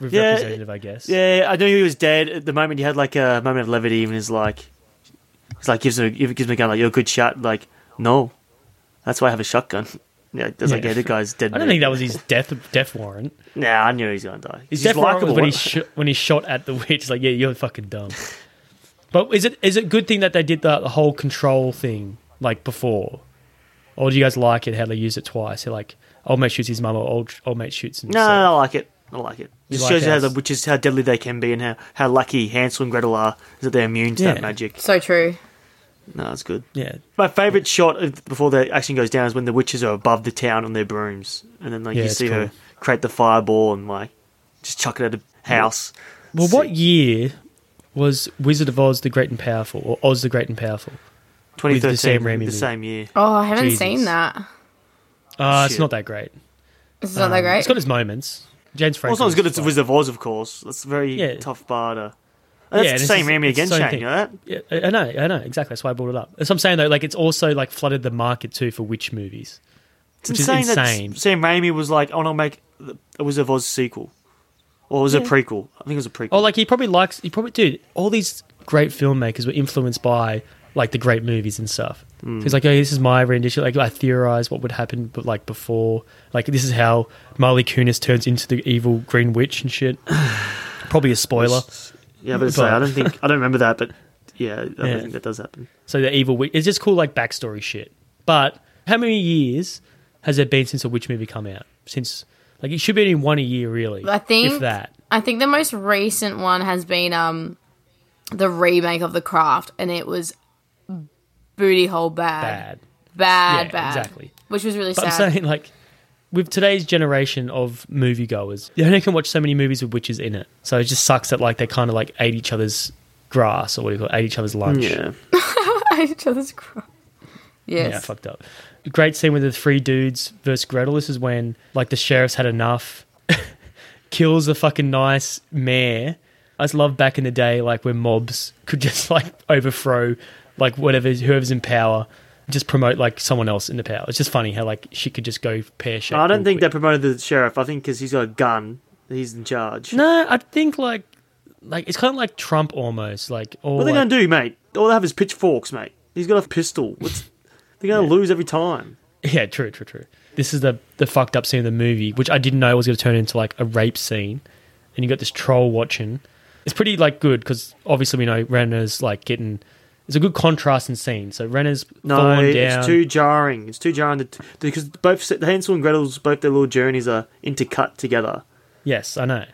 S2: re- representative, I guess.
S4: Yeah, I knew he was dead at the moment. He had like a moment of levity, and he's like, he's like gives him a, gives him a gun, like you're a good shot. Like no, that's why I have a shotgun. [laughs] Yeah, that's like
S2: Yeah.
S4: yeah, the guy's dead.
S2: I don't think that was his death death warrant.
S4: Nah, I knew he was gonna die.
S2: His
S4: He's
S2: death
S4: just
S2: warrant was
S4: likable.
S2: when he sh- when he shot at the witch. Like, yeah, you're fucking dumb. but is it is it good thing that they did the, the whole control thing like before, or do you guys like it how they used it twice? They're like, old mate shoots his mum, or old old mate shoots
S4: No,
S2: himself.
S4: no, no, I like it. I like it.
S2: You
S4: It
S2: like
S4: shows you how
S2: ours?
S4: the witches how deadly they can be, and how, how lucky Hansel and Gretel are is that they're immune to
S2: Yeah.
S4: that magic.
S3: So true.
S4: No, it's good.
S2: Yeah.
S4: My favourite shot of, before the action goes down is when the witches are above the town on their brooms, and then like
S2: Yeah,
S4: you
S2: it's
S4: see her
S2: cool.
S4: create the fireball and like just chuck it at a house.
S2: Well, what year was Wizard of Oz the Great and Powerful, or Oz the Great and Powerful? With the Sam Raimi
S4: 2013, the
S2: movie.
S4: same year.
S3: Oh, I haven't
S2: Jesus.
S3: seen that.
S2: Uh, it's
S4: Ah, Shit.
S2: not that great.
S3: It's not that great?
S2: Um, It's got its moments. James
S4: Well,
S2: Franco.
S4: it's not as good
S2: was
S4: as the Wizard of Oz, of course. That's a very
S2: Yeah.
S4: tough bar to.
S2: Yeah,
S4: And
S2: and
S4: That's
S2: it's
S4: the same
S2: just-
S4: Raimi
S2: it's the
S4: again,
S2: same
S4: Shane.
S2: thing.
S4: You know that?
S2: Yeah, I I know, I know exactly. That's why I brought it up. That's what I'm saying though. Like, it's also like flooded the market too for witch movies,
S4: It's
S2: which
S4: insane,
S2: is insane.
S4: that Sam Raimi was like, "I want to make the- a Wizard of Oz sequel," or was it
S2: Yeah.
S4: a prequel? I think it was a prequel.
S2: Oh, like he probably likes. He probably dude. All these great filmmakers were influenced by like the great movies and stuff.
S4: Mm.
S2: So he's like, oh, this is my rendition. Like I theorize what would happen, but like before, like this is how Marley Kunis turns into the evil Green Witch and shit. probably a spoiler.
S4: Yeah, but it's like, I don't think I don't remember that, but Yeah, I
S2: Yeah.
S4: think that does happen.
S2: So the evil witch. It's just cool, like backstory shit. But how many years has there been since a witch movie come out? Since like it should be in one a year, really.
S3: I think
S2: if that.
S3: I think the most recent one has been um the remake of The Craft, and it was booty hole bad, bad, bad,
S2: Yeah,
S3: bad.
S2: exactly.
S3: Which was really
S2: But I'm
S3: sad. [laughs]
S2: saying like with today's generation of moviegoers, you only can watch so many movies with witches in it. So it just sucks that like they kind of like ate each other's grass or what do you call it? Ate each other's lunch.
S4: Yeah.
S3: each other's cry. Yes.
S2: Yeah, fucked up. Great scene with the three dudes versus Gretel. This is when like the sheriff's had enough, [laughs] kills the fucking nice mayor. I just love back in the day, like where mobs could just like overthrow, like whatever whoever's in power, just promote like someone else into power. It's just funny how like she could just go pear shaped.
S4: I don't think they promoted the sheriff. I think because he's got a gun, he's in charge.
S2: No, I think like like it's kind of like Trump almost. Like all
S4: what are they
S2: like-
S4: going to do, mate? All they have is pitchforks, mate. He's got a pistol. What's, they're going to lose every time.
S2: Yeah, true, true, true. This is the the fucked up scene of the movie, which I didn't know was going to turn into like a rape scene, and you got this troll watching. It's pretty like good because obviously we know Renner's like getting. It's a good contrast in scene. So Renner's
S4: No,
S2: falling
S4: it's
S2: down.
S4: too jarring. It's too jarring to, because both Hansel and Gretel's both their little journeys are intercut together.
S2: yes, I know,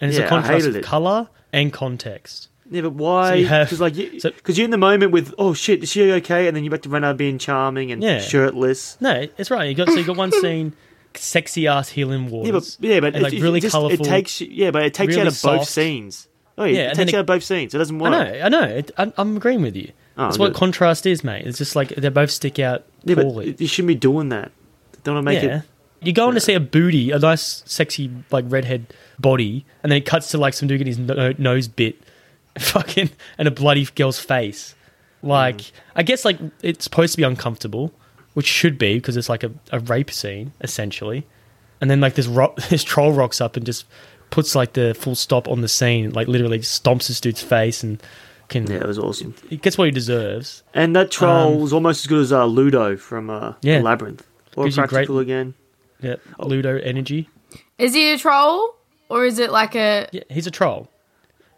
S2: and it's
S4: Yeah, I
S2: a contrast
S4: hated
S2: of
S4: it.
S2: color and context.
S4: Yeah, but why?
S2: So you have-
S4: Because like, you, cause you're in the moment with, oh shit, is she okay? And then you're back to Renard being charming and
S2: Yeah.
S4: shirtless.
S2: No, it's right. You got so you got
S4: [coughs]
S2: one scene, sexy ass healing
S4: Yeah, but
S2: waters.
S4: yeah, but
S2: and,
S4: it-
S2: like
S4: it
S2: really
S4: just-
S2: colorful.
S4: It takes you- yeah, but it takes you
S2: really
S4: out of both
S2: soft.
S4: scenes. Oh, yeah,
S2: Yeah,
S4: it
S2: and
S4: takes
S2: then
S4: you out
S2: it-
S4: of both scenes. It doesn't work.
S2: I know, I know. It, I, I'm agreeing with you.
S4: Oh,
S2: That's what
S4: good.
S2: contrast is, mate. It's just like they both stick out
S4: Yeah, but
S2: poorly.
S4: you shouldn't be doing that. Don't want to make
S2: yeah.
S4: it.
S2: You're going to see a booty, a nice, sexy, like redhead body, and then it cuts to like some dude getting his no- nose bit, [laughs] fucking, and a bloody girl's face. Like,
S4: Mm.
S2: I guess like it's supposed to be uncomfortable, which should be because it's like a, a rape scene essentially, and then like this ro- [laughs] this troll rocks up and just puts like the full stop on the scene, like literally stomps this dude's face and can. Yeah,
S4: it was awesome.
S2: He gets what he deserves.
S4: And that troll
S2: Um,
S4: was almost as good as uh, Ludo from uh,
S2: Yeah.
S4: Labyrinth. Or
S2: Gives you great-
S4: practical again.
S2: Yeah,
S4: Oh.
S2: Ludo energy.
S3: Is he a troll or is it like a?
S2: Yeah, he's a troll.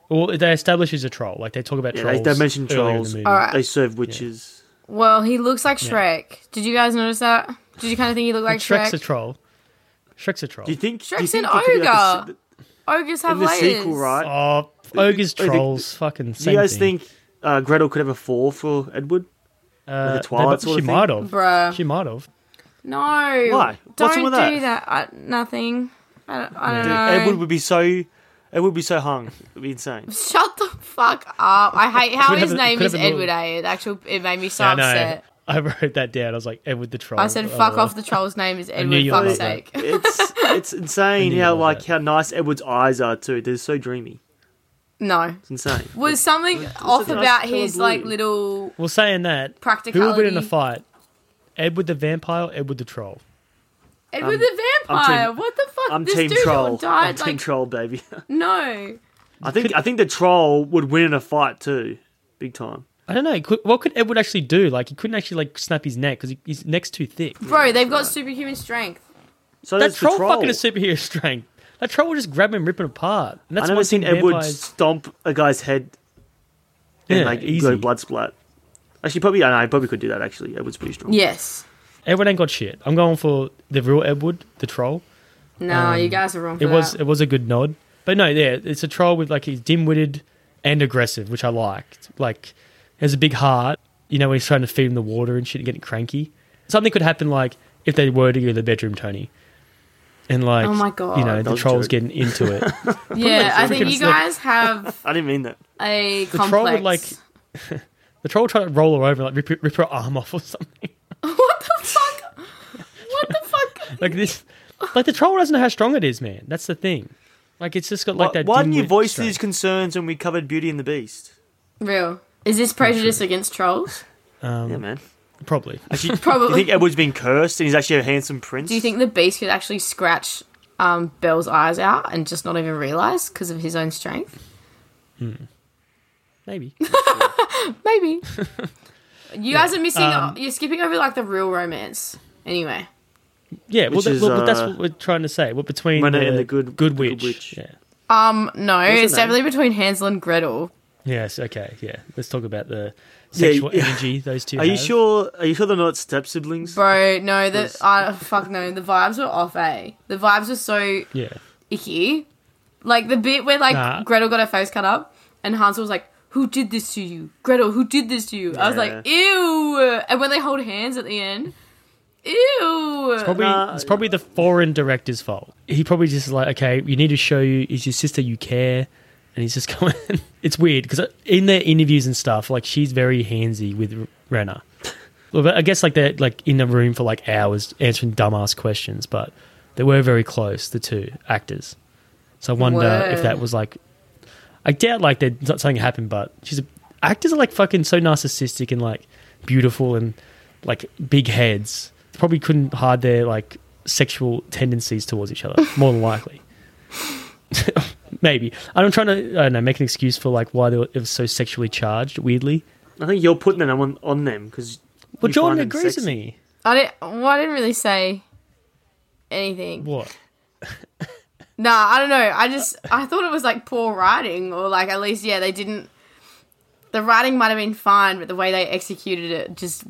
S2: Well, they establish he's a troll. Like they talk about
S4: Yeah, they,
S2: trolls.
S4: they mentioned
S2: earlier in the
S4: trolls.
S2: movie.
S3: Alright.
S4: They serve witches.
S3: Well, he looks like
S2: Yeah.
S3: Shrek. Did you guys notice that? Did you kind of think he looked
S2: But
S3: like
S2: Shrek's
S3: Shrek?
S2: a troll. Shrek's a troll.
S4: Do you think? do you
S3: Shrek's
S4: think
S3: an
S4: it could be like a
S3: ogre. Ogres Oh, have
S4: in the
S3: layers.
S4: sequel, right?
S2: Oh, ogres,
S4: I think-
S2: trolls, fucking
S4: Do
S2: same
S4: you guys
S2: thing.
S4: think uh, Gretel could have a fall for Edward?
S2: Uh,
S4: Like
S2: they-
S4: a Twilight
S2: she
S4: sort of thing?
S2: might have.
S3: Bruh.
S2: She might have.
S3: No.
S4: Why?
S3: Don't
S4: What's wrong with
S3: do that. I, nothing. I don't, I don't
S4: Dude,
S3: know.
S4: Edward would be so. Edward would be so hung. It'd be
S3: [laughs]
S4: insane.
S3: Shut the fuck up. I hate how
S2: Could
S3: his
S2: have a-
S3: name
S2: could
S3: is
S2: have a
S3: Edward A. It actually it made me so
S2: Yeah, I know.
S3: upset.
S2: [laughs] I wrote that down. I was like, Edward the troll.
S3: I said fuck
S2: Oh.
S3: off the troll's name is
S2: knew
S3: Edward
S2: you would love
S3: fuck's
S2: that.
S3: sake.
S4: It's it's insane how like how nice Edward's eyes are too. They're so dreamy.
S3: No.
S4: It's insane.
S3: Was something off
S4: nice
S3: about
S4: colour
S3: his
S4: blue.
S3: like little
S2: Well, saying that, who would win in a
S3: Practicality.
S2: fight? Edward the vampire, or Edward the troll.
S3: Edward
S2: um,
S4: I'm-
S3: the vampire.
S4: I'm team-
S3: what the fuck?
S4: I'm
S3: this
S4: team
S3: dude
S4: troll. I'm
S3: died
S4: team
S3: like
S4: troll, baby. [laughs]
S3: no.
S4: I think I think the troll would win in a fight too, big time.
S2: I don't know. Could, what could Edward actually do? Like, he couldn't actually like snap his neck because his neck's too thick.
S3: Bro, they've got superhuman strength.
S4: So
S2: that
S4: that's the
S2: troll,
S4: troll.
S2: fucking a superhero [laughs] strength. That troll will just grab him and rip him apart. And that's
S4: I never
S2: one
S4: seen
S2: thing
S4: Edward
S2: vampires-
S4: stomp a guy's head and
S2: Yeah,
S4: like go
S2: easy.
S4: blood splat. Actually, probably I know, he probably could do that. Actually, Edward's pretty strong.
S3: Yes.
S2: Edward ain't got shit. I'm going for the real Edward, the troll.
S3: No,
S2: Um,
S3: you guys are wrong. For
S2: It was
S3: that.
S2: it was a good nod, but no, yeah, it's a troll with like he's dim-witted and aggressive, which I liked. Like, he has a big heart. You know, when he's trying to feed him the water and shit, and getting cranky. Something could happen, like if they were to go to the bedroom, Tony, and like,
S3: Oh my
S2: you know,
S3: God.
S2: the
S4: That was a
S2: troll's
S4: joke.
S2: getting into it.
S3: Yeah, I think you
S2: It's like- [laughs]
S3: guys have
S4: I didn't mean that.
S3: a
S2: the
S3: complex.
S2: troll would like, the troll would try to roll her over, like rip, her- rip her arm off or something.
S3: [laughs] what the fuck? What the fuck?
S2: like this like the troll doesn't know how strong it is man that's the thing like it's just got like
S4: Why-
S2: that
S4: why didn't you
S2: dimwit
S4: voice
S2: strength.
S4: these concerns when we covered Beauty and the Beast?
S3: Real. Is this prejudice against trolls?
S2: um,
S4: Yeah,
S2: [laughs]
S4: man.
S2: probably
S4: Actually,
S3: Probably.
S4: You think Edward's been cursed and he's actually a handsome prince?
S3: Do you think the beast could actually scratch um, Belle's eyes out and just not even realize because of his own strength?
S2: maybe
S3: Maybe. you guys are missing. uh,
S2: Um,
S3: you're skipping over like the real romance. Anyway,
S2: yeah well,
S4: Which
S2: that-
S4: is,
S2: well, that's
S4: uh,
S2: what we're trying to say what between
S4: Renner
S2: the,
S4: and the
S2: good
S4: good-
S2: good
S4: good
S2: witch,
S4: witch.
S2: yeah
S3: um, no,
S4: What's her
S3: it's
S4: name?
S3: definitely between Hansel and Gretel.
S2: Yes. Okay. Yeah. Let's talk about the sexual
S4: yeah.
S2: energy those two.
S4: Are you
S2: have.
S4: sure? Are you sure they're not step siblings?
S3: Bro, no, the
S4: Yes.
S3: I fuck no, the vibes were off, eh? The vibes were so
S2: Yeah.
S3: icky. Like the bit where like
S2: Nah.
S3: Gretel got her face cut up and Hansel was like, Who did this to you? Gretel, who did this to you? I was like, Ew And when they hold hands at the end, Ew
S2: It's probably it's probably the foreign director's fault. He probably just is like, okay, you need to show you is your sister you care, and he's just [laughs] going. it's weird because in their interviews and stuff, like she's very handsy with R- Renner. Well, but I guess like they're like in the room for like hours answering dumbass questions, but they were very close, the two actors. So I wonder if
S14: Whoa.
S2: that was like, I doubt like that something happened, but she's a, actors are like fucking so narcissistic and like beautiful and like big heads. They probably couldn't hide their like sexual tendencies towards each other, more than likely. [laughs] Maybe I'm trying to I don't know make an excuse for like why they were, it was so sexually charged. Weirdly,
S4: I think you're putting them on on them because.
S2: Well, Jordan agrees with me.
S3: I didn't well, I didn't really say anything.
S2: What?
S3: Nah, I don't know. I just I thought it was like poor writing, or like at least yeah, they didn't. The writing might have been fine, but the way they executed it just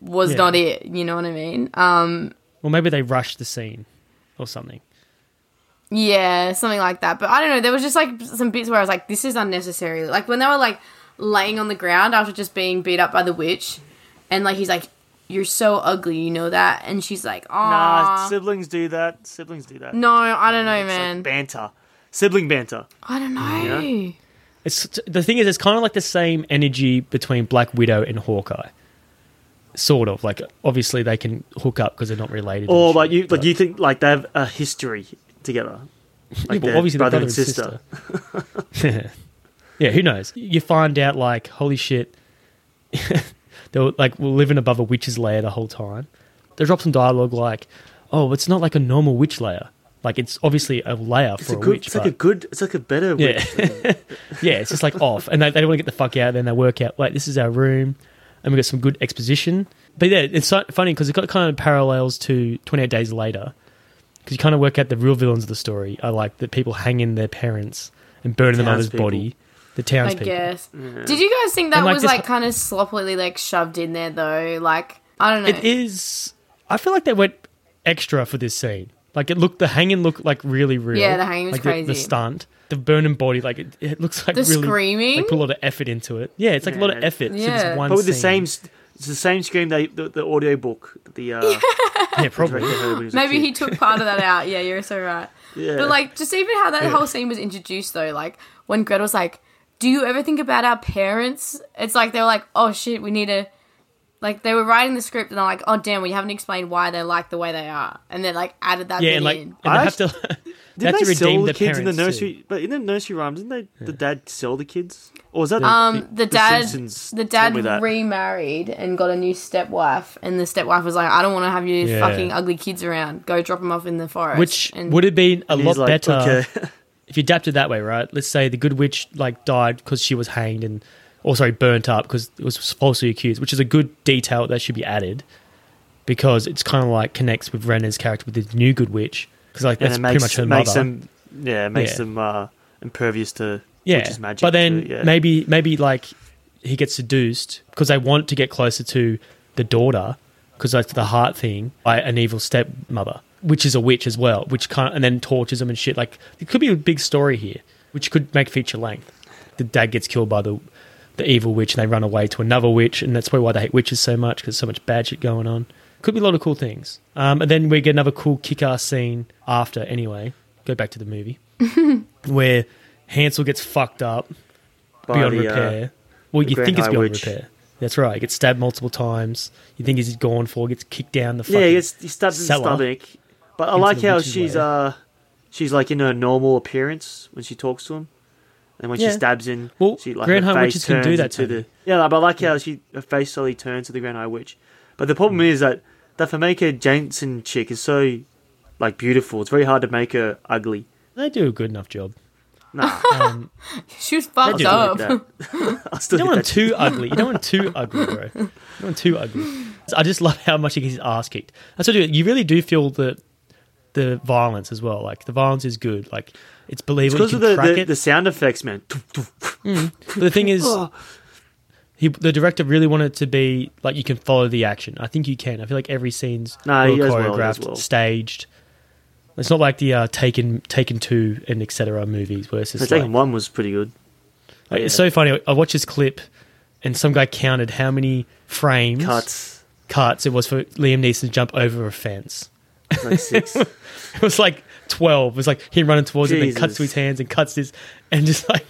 S3: was
S2: Yeah.
S3: not it. You know what I mean? Um,
S2: Well, maybe they rushed the scene or something.
S3: yeah, something like that. But I don't know. There was just like some bits where I was like, this is unnecessary. Like when they were like laying on the ground after just being beat up by the witch, and like he's like, "You're so ugly," you know that, and she's like, "Oh,
S4: Nah, siblings do that. Siblings do that.
S3: no, I don't know,
S4: It's
S3: man.
S4: like banter, sibling banter.
S3: I don't know."
S4: Yeah.
S2: It's the thing is, it's kind of like the same energy between Black Widow and Hawkeye. Sort of like obviously they can hook up because they're not related. and
S4: Or
S2: shit,
S4: like you, like
S2: but-
S4: you think like they have a history together,
S2: Yeah,
S4: like
S2: but
S4: they're
S2: obviously they're
S4: brother, and
S2: brother and
S4: sister.
S2: [laughs] yeah, who knows? You find out like holy shit, [laughs] they were like we're living above a witch's lair the whole time. They drop some dialogue like, "Oh, it's not like a normal witch lair. Like it's obviously a layer
S4: It's
S2: for
S4: a
S2: a,
S4: good.
S2: witch."
S4: It's like
S2: but-
S4: a good. It's like a better.
S2: Yeah. [laughs]
S4: witch.
S2: yeah, it's just like off, and they, they don't want to get the fuck out. Then they work out like this is our room, and we got some good exposition. But yeah, it's so funny because it got kind of parallels to Twenty Eight Days Later, because you kind of work out the real villains of the story are like the people hanging their parents and burning the mother's
S4: Townspeople.
S2: body, the
S3: I
S2: townspeople.
S3: guess. Did you guys think that
S2: And, like,
S3: was
S2: this-
S3: like kind of sloppily like shoved in there though? Like I don't know.
S2: It is. I feel like they went extra for this scene. Like it looked, the hanging looked like really real.
S3: Yeah, the hanging was
S2: like the- The,
S3: crazy.
S2: stunt, the burning body, like it, it looks like
S3: The
S2: really,
S3: screaming?
S2: They put a lot of effort into it. Yeah, it's like a lot of effort. Yeah,
S3: Yeah.
S2: one
S4: but with the
S2: scene.
S4: same, s- it's the same scream. They the, the audio book.
S3: [laughs]
S4: The uh,
S2: Yeah, probably.
S3: Maybe he took part
S2: [laughs]
S3: of that out. Yeah, you're so right.
S4: Yeah.
S3: But like, just even how that
S4: Yeah.
S3: whole scene was introduced though, like when Gretel's like, "Do you ever think about our parents?" It's like they were like, "Oh shit, we need to." Like they were writing the script and they're like, "Oh damn, we haven't explained why they're like the way they are," and then like added that
S2: yeah,
S3: bit
S2: and like,
S3: in.
S2: and they have to. they
S4: Did
S2: have
S4: they
S2: to
S4: sell
S2: redeem
S4: the
S2: their
S4: kids in the
S2: parents too.
S4: nursery? But in the nursery rhymes, didn't they? The dad sell the kids, or was that
S3: um, the, dad,
S4: Simpsons
S3: the
S4: told
S3: dad
S4: me that.
S3: remarried and got a new stepwife, and the stepwife was like, "I don't want to have you
S2: Yeah.
S3: fucking ugly kids around. Go drop them off in the
S2: [laughs]
S3: forest."
S2: Which
S3: and
S2: would have been a
S4: And
S2: lot
S4: he's like,
S2: better
S4: "Okay."
S2: if you adapted that way, right? Let's say the good witch like died because she was hanged and, or sorry, burnt up because it was falsely accused, which is a good detail that should be added because it's kind of like connects with Renner's character with the new good witch because like
S4: And
S2: that's
S4: it
S2: pretty
S4: makes,
S2: much her
S4: makes
S2: mother.
S4: them, yeah, it makes
S2: Yeah.
S4: them uh, impervious to
S2: yeah,
S4: witch's magic.
S2: but then
S4: too, yeah.
S2: maybe maybe like he gets seduced because they want to get closer to the daughter because that's the heart thing by an evil stepmother, which is a witch as well, which can't and then tortures them and shit. Like it could be a big story here, which could make feature length. The dad gets killed by the the evil witch and they run away to another witch, and that's probably why they hate witches so much because so much bad shit going on. Could be a lot of cool things. Um, and then we get another cool kick ass scene after, anyway. Go back to the movie where Hansel gets fucked up
S4: By
S2: beyond
S4: the, uh,
S2: repair. well,
S4: the
S2: you
S4: Grand
S2: think it's
S4: High
S2: beyond
S4: Witch.
S2: repair. That's right. He gets stabbed multiple times. You think he's gone for, gets kicked down the fucking
S4: yeah, he, gets, he stabs in the
S2: cellar.
S4: stomach. But I
S2: into
S4: like
S2: the
S4: how
S2: witch's
S4: she's
S2: lair.
S4: uh, she's like in her normal appearance when she talks to him, and when
S2: Yeah.
S4: she stabs in,
S2: Well,
S4: she like
S2: Grand
S4: her
S2: High
S4: face
S2: Witches can do
S4: turns
S2: that,
S4: into
S2: Tony.
S4: the yeah. no, But I like how she her face slowly turns to the Grand High Witch. But the
S2: Hmm.
S4: problem is that that Fameka Jensen chick is so like beautiful. It's very hard to make her ugly.
S2: They do a good enough
S4: [laughs]
S2: job.
S4: Nah,
S2: Um,
S3: she was
S4: I'll
S3: fucked
S4: still
S3: up. [laughs]
S4: do
S2: [laughs]
S4: [laughs] that. I'll still
S2: you don't
S4: do
S2: want
S4: that.
S2: him too ugly. You don't want him too ugly, bro. You don't want him too ugly. So I just love how much he gets his ass kicked. That's what I do. You really do feel the the violence as well. Like the violence is good. Like it's
S4: It's
S2: believable.
S4: because
S2: You
S4: of
S2: can
S4: the,
S2: track
S4: the,
S2: it.
S4: the sound effects, man.
S2: Mm. But the thing is, he, the director really wanted to be like you can follow the action. I think you can. I feel like every scene's
S4: Nah,
S2: well
S4: he does well, he
S2: choreographed,
S4: does well.
S2: staged. It's not like the uh, Taken, Taken Two, and etc. movies where it's
S4: So
S2: just like,
S4: Taken One was pretty good.
S2: like, it's so funny. I watched this clip, and some guy counted how many frames
S4: Cuts.
S2: cuts it was for Liam Neeson to jump over a fence. [laughs]
S4: Like six.
S2: it was like twelve. It was like him running towards it, then cuts
S4: Jesus.
S2: to his hands and cuts this, and just like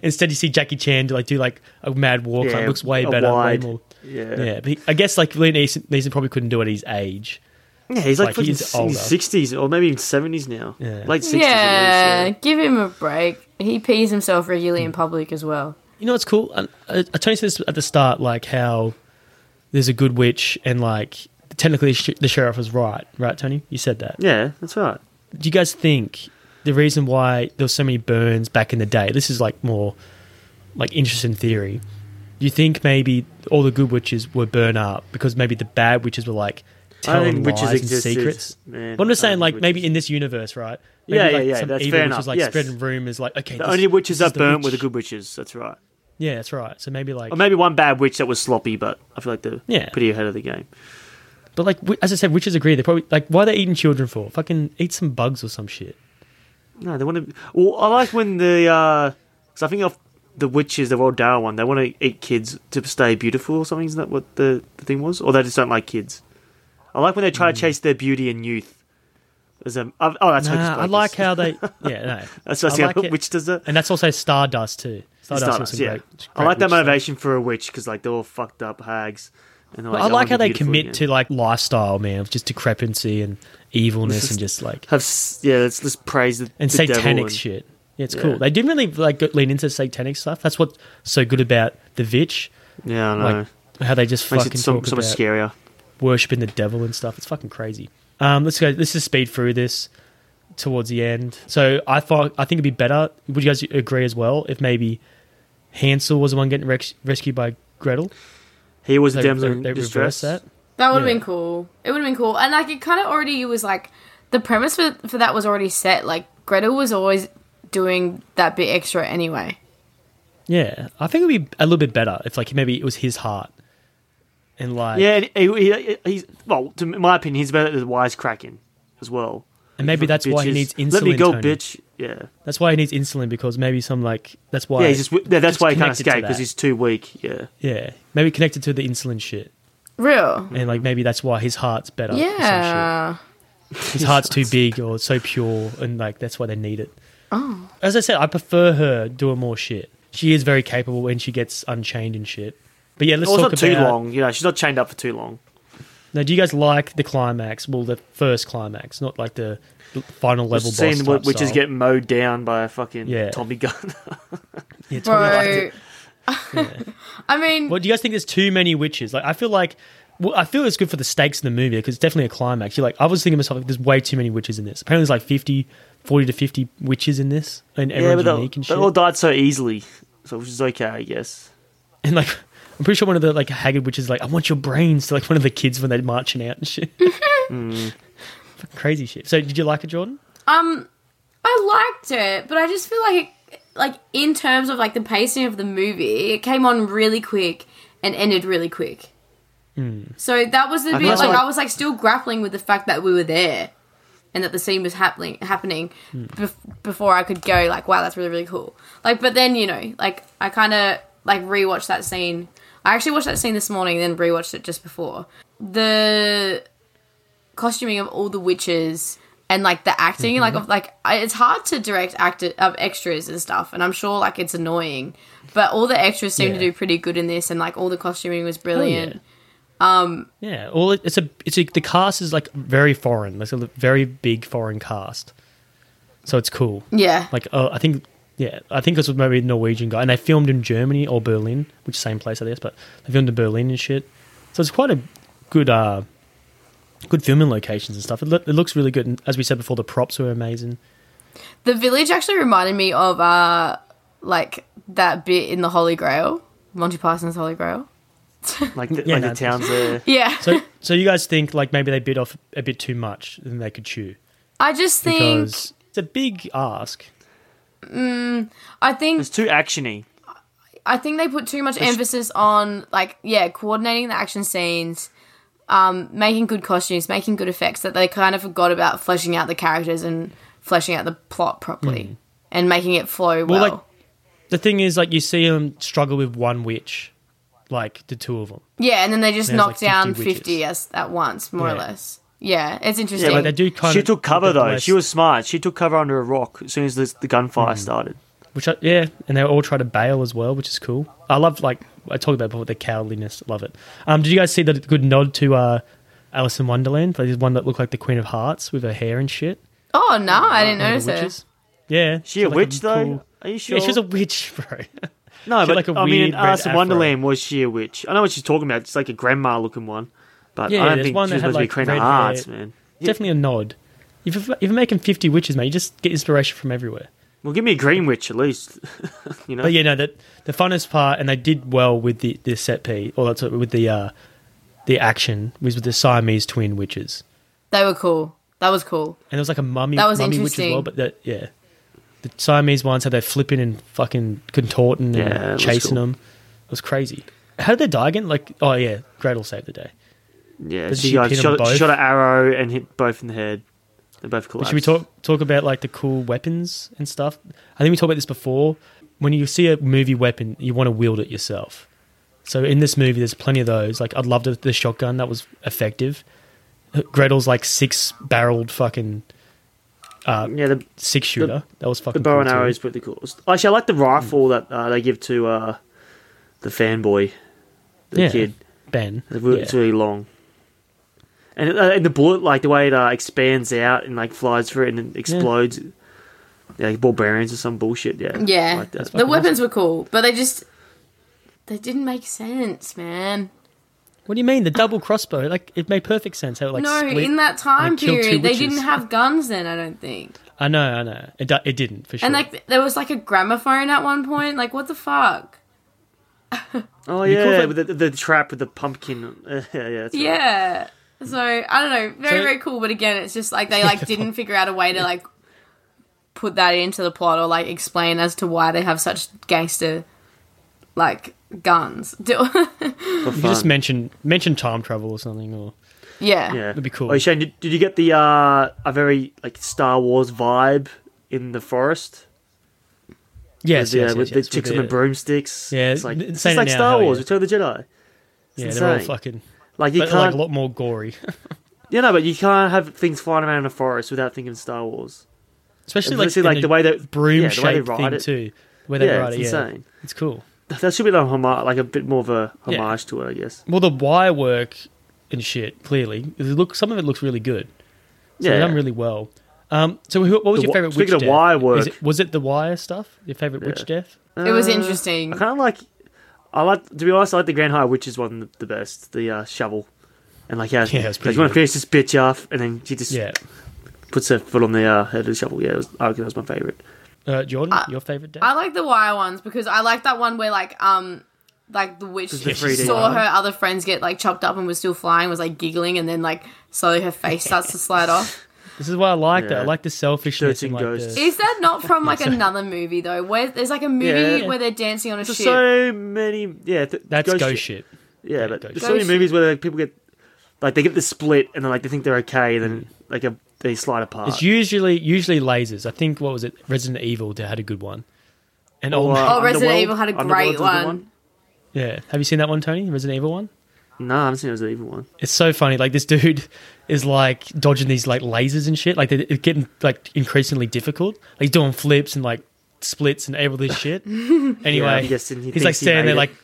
S2: instead you see Jackie Chan do like do like a mad walk. like,
S4: Yeah,
S2: looks way
S4: a
S2: better,
S4: wide-
S2: way more.
S4: yeah.
S2: yeah. But he, I guess like Liam Neeson, Neeson probably couldn't do it at his age.
S4: Yeah, he's like,
S2: he
S4: fucking
S2: is
S4: s- in his 60s or maybe even 70s now.
S2: Yeah.
S4: Late 60s.
S3: yeah, give him a break. He pees himself regularly in public as well.
S2: You know what's cool? I, I, I told you this at the start, like how there's a good witch and like technically the sh- the sheriff was right, right, Tony? You said that.
S4: Yeah, that's right.
S2: Do you guys think the reason why there was so many burns back in the day? This is like more like interest in theory. Do you think maybe all the good witches were burnt up because maybe the bad witches were like
S4: I don't
S2: telling
S4: think
S2: lies
S4: witches
S2: and
S4: existed,
S2: secrets?
S4: man.
S2: But I'm just
S4: I
S2: saying,
S4: don't think
S2: like maybe
S4: witches-
S2: in this universe, right? Maybe,
S4: Yeah, yeah,
S2: like,
S4: yeah.
S2: Some
S4: that's
S2: evil
S4: fair
S2: witch
S4: enough.
S2: was like
S4: yes.
S2: spreading rumors, like okay,
S4: the
S2: this-
S4: only witches
S2: this is
S4: that burnt were
S2: witch.
S4: the good witches. That's right.
S2: Yeah, that's right. So maybe like
S4: Or maybe one bad witch that was sloppy, but I feel like they're
S2: Yeah.
S4: pretty ahead of the game.
S2: But like, wi- as I said, witches agree. They probably like, why are they eating children for? Fucking eat some bugs or some shit.
S4: No, they want to. Well, I like when the uh 'cause I think of the witches, the Roald Dahl one. They want to eat kids to stay beautiful or something. Isn't that what the, the thing was? Or they just don't like kids. I like when they
S2: Hmm.
S4: try to chase their beauty and youth. As a, oh, that's
S2: Nah,
S4: Hocus
S2: I
S4: Pocus.
S2: like how they. Yeah, no.
S4: [laughs] That's what I see, witch does that,
S2: and that's also Stardust too. Stardust,
S4: Stardust,
S2: was some
S4: yeah.
S2: great,
S4: I
S2: great
S4: like that
S2: witch stuff.
S4: motivation for a witch because like they're all fucked up hags. And they're
S2: But I
S4: wanna
S2: like
S4: be
S2: how they
S4: beautiful
S2: commit
S4: again."
S2: to like lifestyle, man, of just decrepency and evilness
S4: This
S2: and
S4: is-
S2: just like
S4: have s- yeah. Let's just praise the
S2: and
S4: the devil
S2: satanic
S4: and-
S2: shit. Yeah, it's
S4: Yeah.
S2: cool. They didn't really like go- lean into satanic stuff. That's what's so good about the Vitch.
S4: Yeah, I know.
S2: Like, how they just
S4: Makes it
S2: fucking
S4: so-
S2: talk
S4: so much
S2: about
S4: scarier.
S2: worshiping the devil and stuff. It's fucking crazy. Um, let's go. Let's just speed through this towards the end. So I thought I think it'd be better. Would you guys agree as well if maybe Hansel was the one getting rex rescued by Gretel?
S4: He was
S2: They-
S4: a damsel
S2: they-
S4: in
S2: they reverse
S4: distress.
S2: that?
S3: That would have
S2: Yeah.
S3: been cool. It would have been cool. And like it kind of already was like the premise for, for that was already set. Like Gretel was always doing that bit extra anyway.
S2: Yeah, I think it'd be a little bit better if like maybe it was his heart and like
S4: Yeah, and he, he, he's well. To in my opinion, he's better at the wise cracking as well.
S2: And maybe that's why he
S4: Bitches.
S2: needs
S4: Let me
S2: insulin,
S4: go,
S2: Tony.
S4: bitch. Yeah,
S2: that's why he needs insulin because maybe some like that's why
S4: yeah. He's just yeah, that's
S2: just
S4: why he can't
S2: connected to
S4: escape because
S2: that.
S4: he's too weak. Yeah,
S2: yeah maybe connected to the insulin shit
S3: Real.
S2: and
S4: Mm-hmm.
S2: like maybe that's why his heart's better. or some shit.
S3: Yeah.
S2: his heart's too big or so pure and like that's why they need it.
S3: Oh.
S2: As I said, I prefer her doing more shit. She is very capable when she gets unchained and shit. But yeah, let's
S4: well,
S2: talk
S4: Oh, it's not
S2: about.
S4: too long. You know, she's not chained up for too long.
S2: Now, do you guys like the climax? Well, the first climax, not like the final level boss.
S4: Seeing
S2: type
S4: wh- which is
S2: style.
S4: getting mowed down by a fucking
S2: Yeah.
S4: Tommy gun.
S2: Yeah, Tommy liked
S3: Bro.
S2: it.
S3: [laughs] I mean,
S2: Well, do you guys think there's too many witches? Like, I feel like. Well, I feel it's good for the stakes in the movie because it's definitely a climax. You're like, I was thinking to myself, like, there's way too many witches in this. Apparently, there's like 50, 40 to 50 witches in this, and
S4: yeah, but
S2: everyone's
S4: they,
S2: unique and
S4: they
S2: shit.
S4: all died so easily, so which is okay, I guess.
S2: And like, I'm pretty sure one of the like haggard witches is like, I want your brains to like one of the kids when they're marching out and shit. Fucking Crazy shit. So, did you like it, Jordan?
S3: Um, I liked it, but I just feel like, it, like in terms of like the pacing of the movie, it came on really quick and ended really quick. So that was the
S4: I
S3: bit
S4: guess
S3: like
S4: I-
S3: I was like still grappling with the fact that we were there, and that the scene was happening happening bef- before I could go like, wow, that's really really cool. Like, but then you know, like I kind of like rewatched that scene. I actually watched that scene this morning, then rewatched it just before the costuming of all the witches and like the acting like
S2: Mm-hmm.
S3: of like I- it's hard to direct actor of extras and stuff and i'm sure like it's annoying but all the extras seem to
S2: Yeah.
S3: do pretty good in this and like all the costuming was
S2: yeah.
S3: brilliant um
S2: Yeah. Well, it- it's a it's a, the cast is like very foreign. It's a very big foreign cast, so it's cool.
S3: Yeah.
S2: Like, uh, I think yeah, I think this was maybe a Norwegian guy, and they filmed in Germany or Berlin, which same place I guess, but they filmed in Berlin and shit. So it's quite a good uh, good filming locations and stuff. It, loo- it looks really good, and as we said before, the props were amazing.
S3: the village actually reminded me of uh like that bit in the holy grail monty python's holy grail
S4: Like the,
S2: Yeah,
S4: like
S2: no,
S4: the towns there.
S3: yeah
S2: So so you guys think like maybe they bit off a bit too much than they could chew
S3: i just think
S2: because it's a big ask.
S3: mm, i think
S4: It's too actiony.
S3: I think they put too much
S2: It's-
S3: emphasis on like yeah, coordinating the action scenes, um, making good costumes, making good effects that they kind of forgot about fleshing out the characters and fleshing out the plot properly
S2: Mm.
S3: and making it flow well.
S2: Well, like the thing is, like you see them struggle with one witch, like the two of them.
S3: yeah, and then they just
S2: There's,
S3: knock
S2: like, 50
S3: down
S2: witches.
S3: fifty as at once, more or
S4: Yeah.
S3: less. Yeah, it's interesting.
S4: She took cover though. She was smart. She took cover under a rock as soon as the, the
S2: Hmm.
S4: gunfire started.
S2: Which I, yeah, and they all try to bail as well, which is cool. I love like I talked about before the cowardliness. Love it. Um, did you guys see the good nod to uh, Alice in Wonderland? Like, There's one that looked like the Queen of Hearts with her hair and shit.
S3: Oh no, I didn't
S2: One
S3: notice
S2: of the
S3: it.
S2: witches. Yeah,
S4: She a witch, though? Are you
S2: Yeah, she's a
S4: sure?
S2: witch, [laughs] bro.
S4: No,
S2: She had,
S4: but
S2: like, a
S4: I mean,
S2: weird
S4: in
S2: red
S4: Alice in
S2: afro.
S4: Wonderland was she a witch? I know what she's talking about. It's like a grandma looking one, but
S2: yeah,
S4: I don't
S2: there's
S4: think
S2: one
S4: she's
S2: that had
S4: supposed
S2: like
S4: to be Queen
S2: red
S4: of Hearts,
S2: hair.
S4: man.
S2: Definitely a nod. If you're, if you're making fifty witches, mate, you just get inspiration from everywhere.
S4: Well, give me a green witch at least. [laughs] you know,
S2: But yeah, no, that the funnest part, and they did well with the the set piece, or that's what- with the uh, the action was with the Siamese twin witches,
S3: They were cool. That was cool.
S2: and there was like a mummy
S3: That was
S2: mummy witch as
S3: interesting.
S2: well. But that yeah, the Siamese ones had they flipping and fucking contorting and
S4: Yeah, it was
S2: chasing
S4: cool.
S2: them. It was crazy. How did they die again? Like oh yeah, Gretel saved the day.
S4: yeah.
S2: Does
S4: She,
S2: she
S4: got,
S2: pin 'em
S4: shot,
S2: both?
S4: shot an arrow and hit both in the head. They both
S2: But
S4: collapsed.
S2: should we talk talk about like the cool weapons and stuff? I think we talked about this before. When you see a movie weapon, you want to wield it yourself. So in this movie, there's plenty of those. Like I loved the, the shotgun; that was effective. Gretel's like six barreled fucking uh,
S4: yeah, the
S2: six shooter. that was
S4: The
S2: fucking
S4: bow
S2: cool
S4: and arrow
S2: too.
S4: is pretty cool. Actually, I like the
S2: Hmm.
S4: rifle that uh, they give to uh, the fanboy, the
S2: Yeah,
S4: kid
S2: Ben.
S4: It's really,
S2: Yeah.
S4: it's really long, and uh, and the bullet like the way it uh, expands out and like flies through it and it explodes, yeah. like ball bearings or some bullshit. Yeah, I
S3: Yeah,
S4: like that.
S3: the weapons were cool, but they just they didn't make sense, man.
S2: What do you mean the double crossbow? Like it made perfect sense. How it, like
S3: no,
S2: split
S3: in that
S2: and
S3: time
S2: it killed two
S3: period, they
S2: witches.
S3: didn't have guns then. I don't think.
S2: I know, I know. It do- it didn't for sure.
S3: And like there was like a gramophone at one point. Like what the fuck?
S4: Oh
S2: It'd be cool if
S4: yeah,
S2: it-
S4: with the, the trap with the pumpkin. [laughs] yeah, yeah, that's right.
S3: Yeah. So I don't know. Very
S4: So-
S3: very cool, but again, it's just like they like didn't figure out a way to like put that into the plot or like explain as to why they have such gangster like guns. [laughs] Do-
S2: you could just mention mention time travel or something, or
S3: yeah.
S4: Yeah,
S2: That'd be cool.
S4: Oh, Shane, did, did you get the uh, a very like Star Wars vibe in the forest?
S2: Yes,
S4: with, the-
S2: yes, yes,
S4: with
S2: yes,
S4: the
S2: with
S4: chicks on the
S2: the-
S4: broomsticks.
S2: Yeah,
S4: it's like
S2: n-
S4: it's
S2: saying it
S4: like
S2: now,
S4: Star
S2: hell
S4: Wars,
S2: yeah.
S4: Return of the Jedi. It's
S2: yeah, they're all
S4: insane.
S2: fucking
S4: Like you
S2: but, uh,
S4: can't,
S2: a lot more gory, [laughs]
S4: you know, but you can't have things flying around in a forest without thinking Star Wars.
S2: especially
S4: And
S2: like,
S4: especially,
S2: in
S4: like, the way that-
S2: broom
S4: yeah, the way they
S2: shaped
S4: ride
S2: thing
S4: it.
S2: too, where they
S4: Yeah,
S2: ride
S4: it's
S2: it. Yeah,
S4: insane.
S2: it's cool.
S4: [laughs] That should be like, homo- like a bit more of a
S2: Yeah.
S4: homage to it, I guess.
S2: Well, the wire work and shit clearly it looks. Some of it looks really good. So
S4: Yeah.
S2: they've done really well. Um, so who, what was your
S4: The wi-
S2: favorite?
S4: speaking
S2: witch
S4: of
S2: death?
S4: wire
S2: Is
S4: work-
S2: it- was it the wire stuff? Your favorite witch death?
S3: It was
S4: Uh,
S3: interesting.
S4: I kind of like. I like to be honest. I like the Grand High Witches one the, the best. The uh, shovel, and like yeah,
S2: [laughs] Yeah, it's
S4: like,
S2: pretty
S4: you want to
S2: good.
S4: finish this bitch off, and then she just
S2: Yeah.
S4: puts her foot on the uh, head of the shovel. Yeah, it was, I reckon that was my favorite.
S2: Uh, Jordan, your favorite death?
S3: I like the wire ones because I like that one where like um like the witch
S2: This is the 3D
S3: saw
S2: one.
S3: her other friends get like chopped up and was still flying, was like giggling, and then like slowly her face starts to slide
S2: [laughs]
S3: off.
S2: This is why I liked it.
S4: Yeah.
S2: I like the selfishness and like the-
S3: Is that not from like
S2: Yeah, so-
S3: another movie though? Where there's like a movie
S4: Yeah.
S3: where they're dancing on a
S4: There's
S3: ship.
S4: so many. Yeah, th-
S2: That's
S4: ghost,
S2: ghost
S4: ship.
S2: ship.
S4: Yeah, but
S2: ghost
S4: there's
S2: ship.
S4: so many
S2: Ghost
S4: movies where like, people get like they get the split, and then like they think they're okay, and then like a, they slide apart.
S2: It's usually usually lasers. I think what was it? Resident Evil they had a good one. And
S4: Or,
S2: oh,
S4: uh,
S3: oh, Resident
S4: Underworld-
S3: Evil had a
S4: Underworld's
S3: great
S4: a good
S3: one.
S4: one.
S2: yeah. Have you seen that one, Tony? Resident Evil one?
S4: No, I haven't seen Resident Evil
S2: [laughs]
S4: one.
S2: It's so funny. Like this dude [laughs] is like dodging these like lasers and shit. Like they- it's getting like increasingly difficult. Like he's doing flips and like splits and all this
S4: [laughs]
S2: shit.
S4: Yeah,
S2: Anyway,
S4: I'm guessing he
S2: he's like
S4: thinks he
S2: standing
S4: made
S2: there
S4: it.
S2: like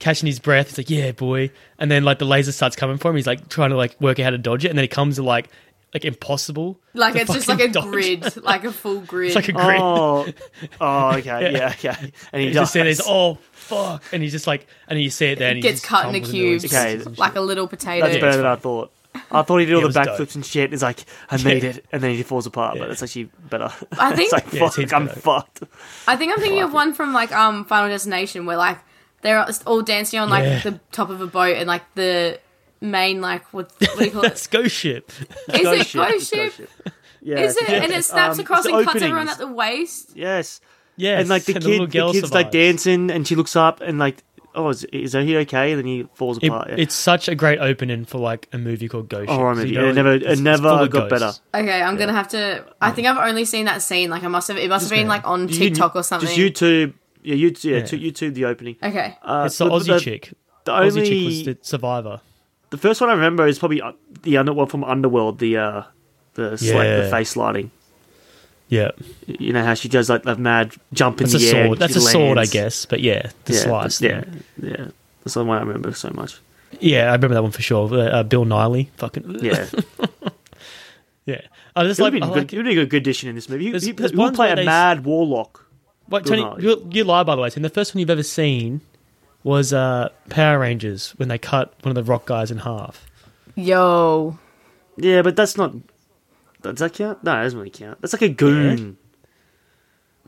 S2: catching his breath. He's like, "Yeah, boy," and then like the laser starts coming for him. He's like trying to like work out how to dodge it, and then it comes to like like impossible.
S3: Like
S2: to
S3: it's just like
S2: fucking
S3: a
S2: dodge.
S3: grid, like a full grid.
S2: It's like a grid.
S4: Oh,
S2: [laughs]
S4: oh, okay, yeah, okay. And he
S2: he's just sitting there, he's,
S4: dies.
S2: oh fuck, and he's just like, and you see it there, and he
S3: gets
S2: just
S3: cut into
S2: crumbles all his
S3: cubes,
S4: Okay.
S2: pieces and
S3: like a little potato.
S4: That's better than I thought. I thought he did all
S2: Yeah, it
S4: the
S2: was dope.
S4: backflips and shit. It's like I made
S2: Yeah.
S4: it, and then he falls apart. But it's actually better.
S3: I
S4: [laughs]
S3: think-
S4: it's like
S2: Yeah,
S4: fuck,
S2: it's heaps
S4: I'm
S2: better.
S4: fucked.
S3: I think I'm thinking of one from like um Final Destination where like they're all dancing on like
S2: Yeah.
S3: the top of a boat and like the main like what, what do you call it?
S2: That's ghost ship.
S3: Is it
S4: Ghost ship,
S3: ghost ship?
S4: Yeah,
S3: Is
S4: it's
S3: it?
S4: good.
S3: And it snaps
S4: Um,
S3: across
S4: it's
S3: and
S4: the
S3: cuts everyone
S4: openings.
S3: at the waist.
S4: Yes,
S2: Yes,
S4: and like the
S2: and the
S4: kid,
S2: little
S4: the
S2: girl
S4: kid's like
S2: survives.
S4: dancing, and she looks up and like, oh, is, is he okay? And then he falls
S2: It-
S4: apart. yeah.
S2: It's such a great opening for like a movie called Ghost.
S4: Oh, I
S2: Ship.
S4: remember.
S2: you
S4: Yeah,
S2: know,
S4: it
S2: like,
S4: never- it
S2: it's- it's
S4: never
S2: full of
S4: got
S2: ghosts.
S4: better.
S3: Okay, I'm gonna have to. I think I've only seen that scene. Like I must have. It must have been like on
S4: You-
S3: TikTok or something.
S4: Just YouTube, yeah, YouTube, yeah,
S2: Yeah.
S4: tu- YouTube the opening. Uh,
S3: Okay.
S2: It's the Aussie chick.
S4: The
S2: Aussie
S4: only
S2: chick was the survivor.
S4: the first one I remember is probably uh, the under well, from Underworld. The uh, the sli- the
S2: Yeah.
S4: face lighting.
S2: Yeah,
S4: You know how she does like that mad jump in
S2: that's a
S4: the air.
S2: sword.
S4: she
S2: That's a sword, I
S4: lands.
S2: guess. But yeah, the
S4: yeah,
S2: slice.
S4: Yeah, yeah. That's the one I remember so
S2: [laughs]
S4: much.
S2: Yeah, I remember that one for sure. Uh, uh, Bill Niley, fucking
S4: Yeah.
S2: [laughs] yeah. I just
S4: It
S2: like,
S4: would be
S2: I
S4: good-
S2: like
S4: it would be a good addition in this movie. He,
S2: There's-
S4: he,
S2: there's
S4: he'll
S2: ones
S4: play
S2: where
S4: a
S2: they-
S4: mad warlock.
S2: Wait,
S4: Bill
S2: Tony,
S4: Nye.
S2: you, you lie by the way. Tim. The first one you've ever seen was uh, Power Rangers when they cut one of the rock guys in half.
S3: Yo.
S4: Yeah, but that's not. Does that count? No, it doesn't really count. That's like a goon.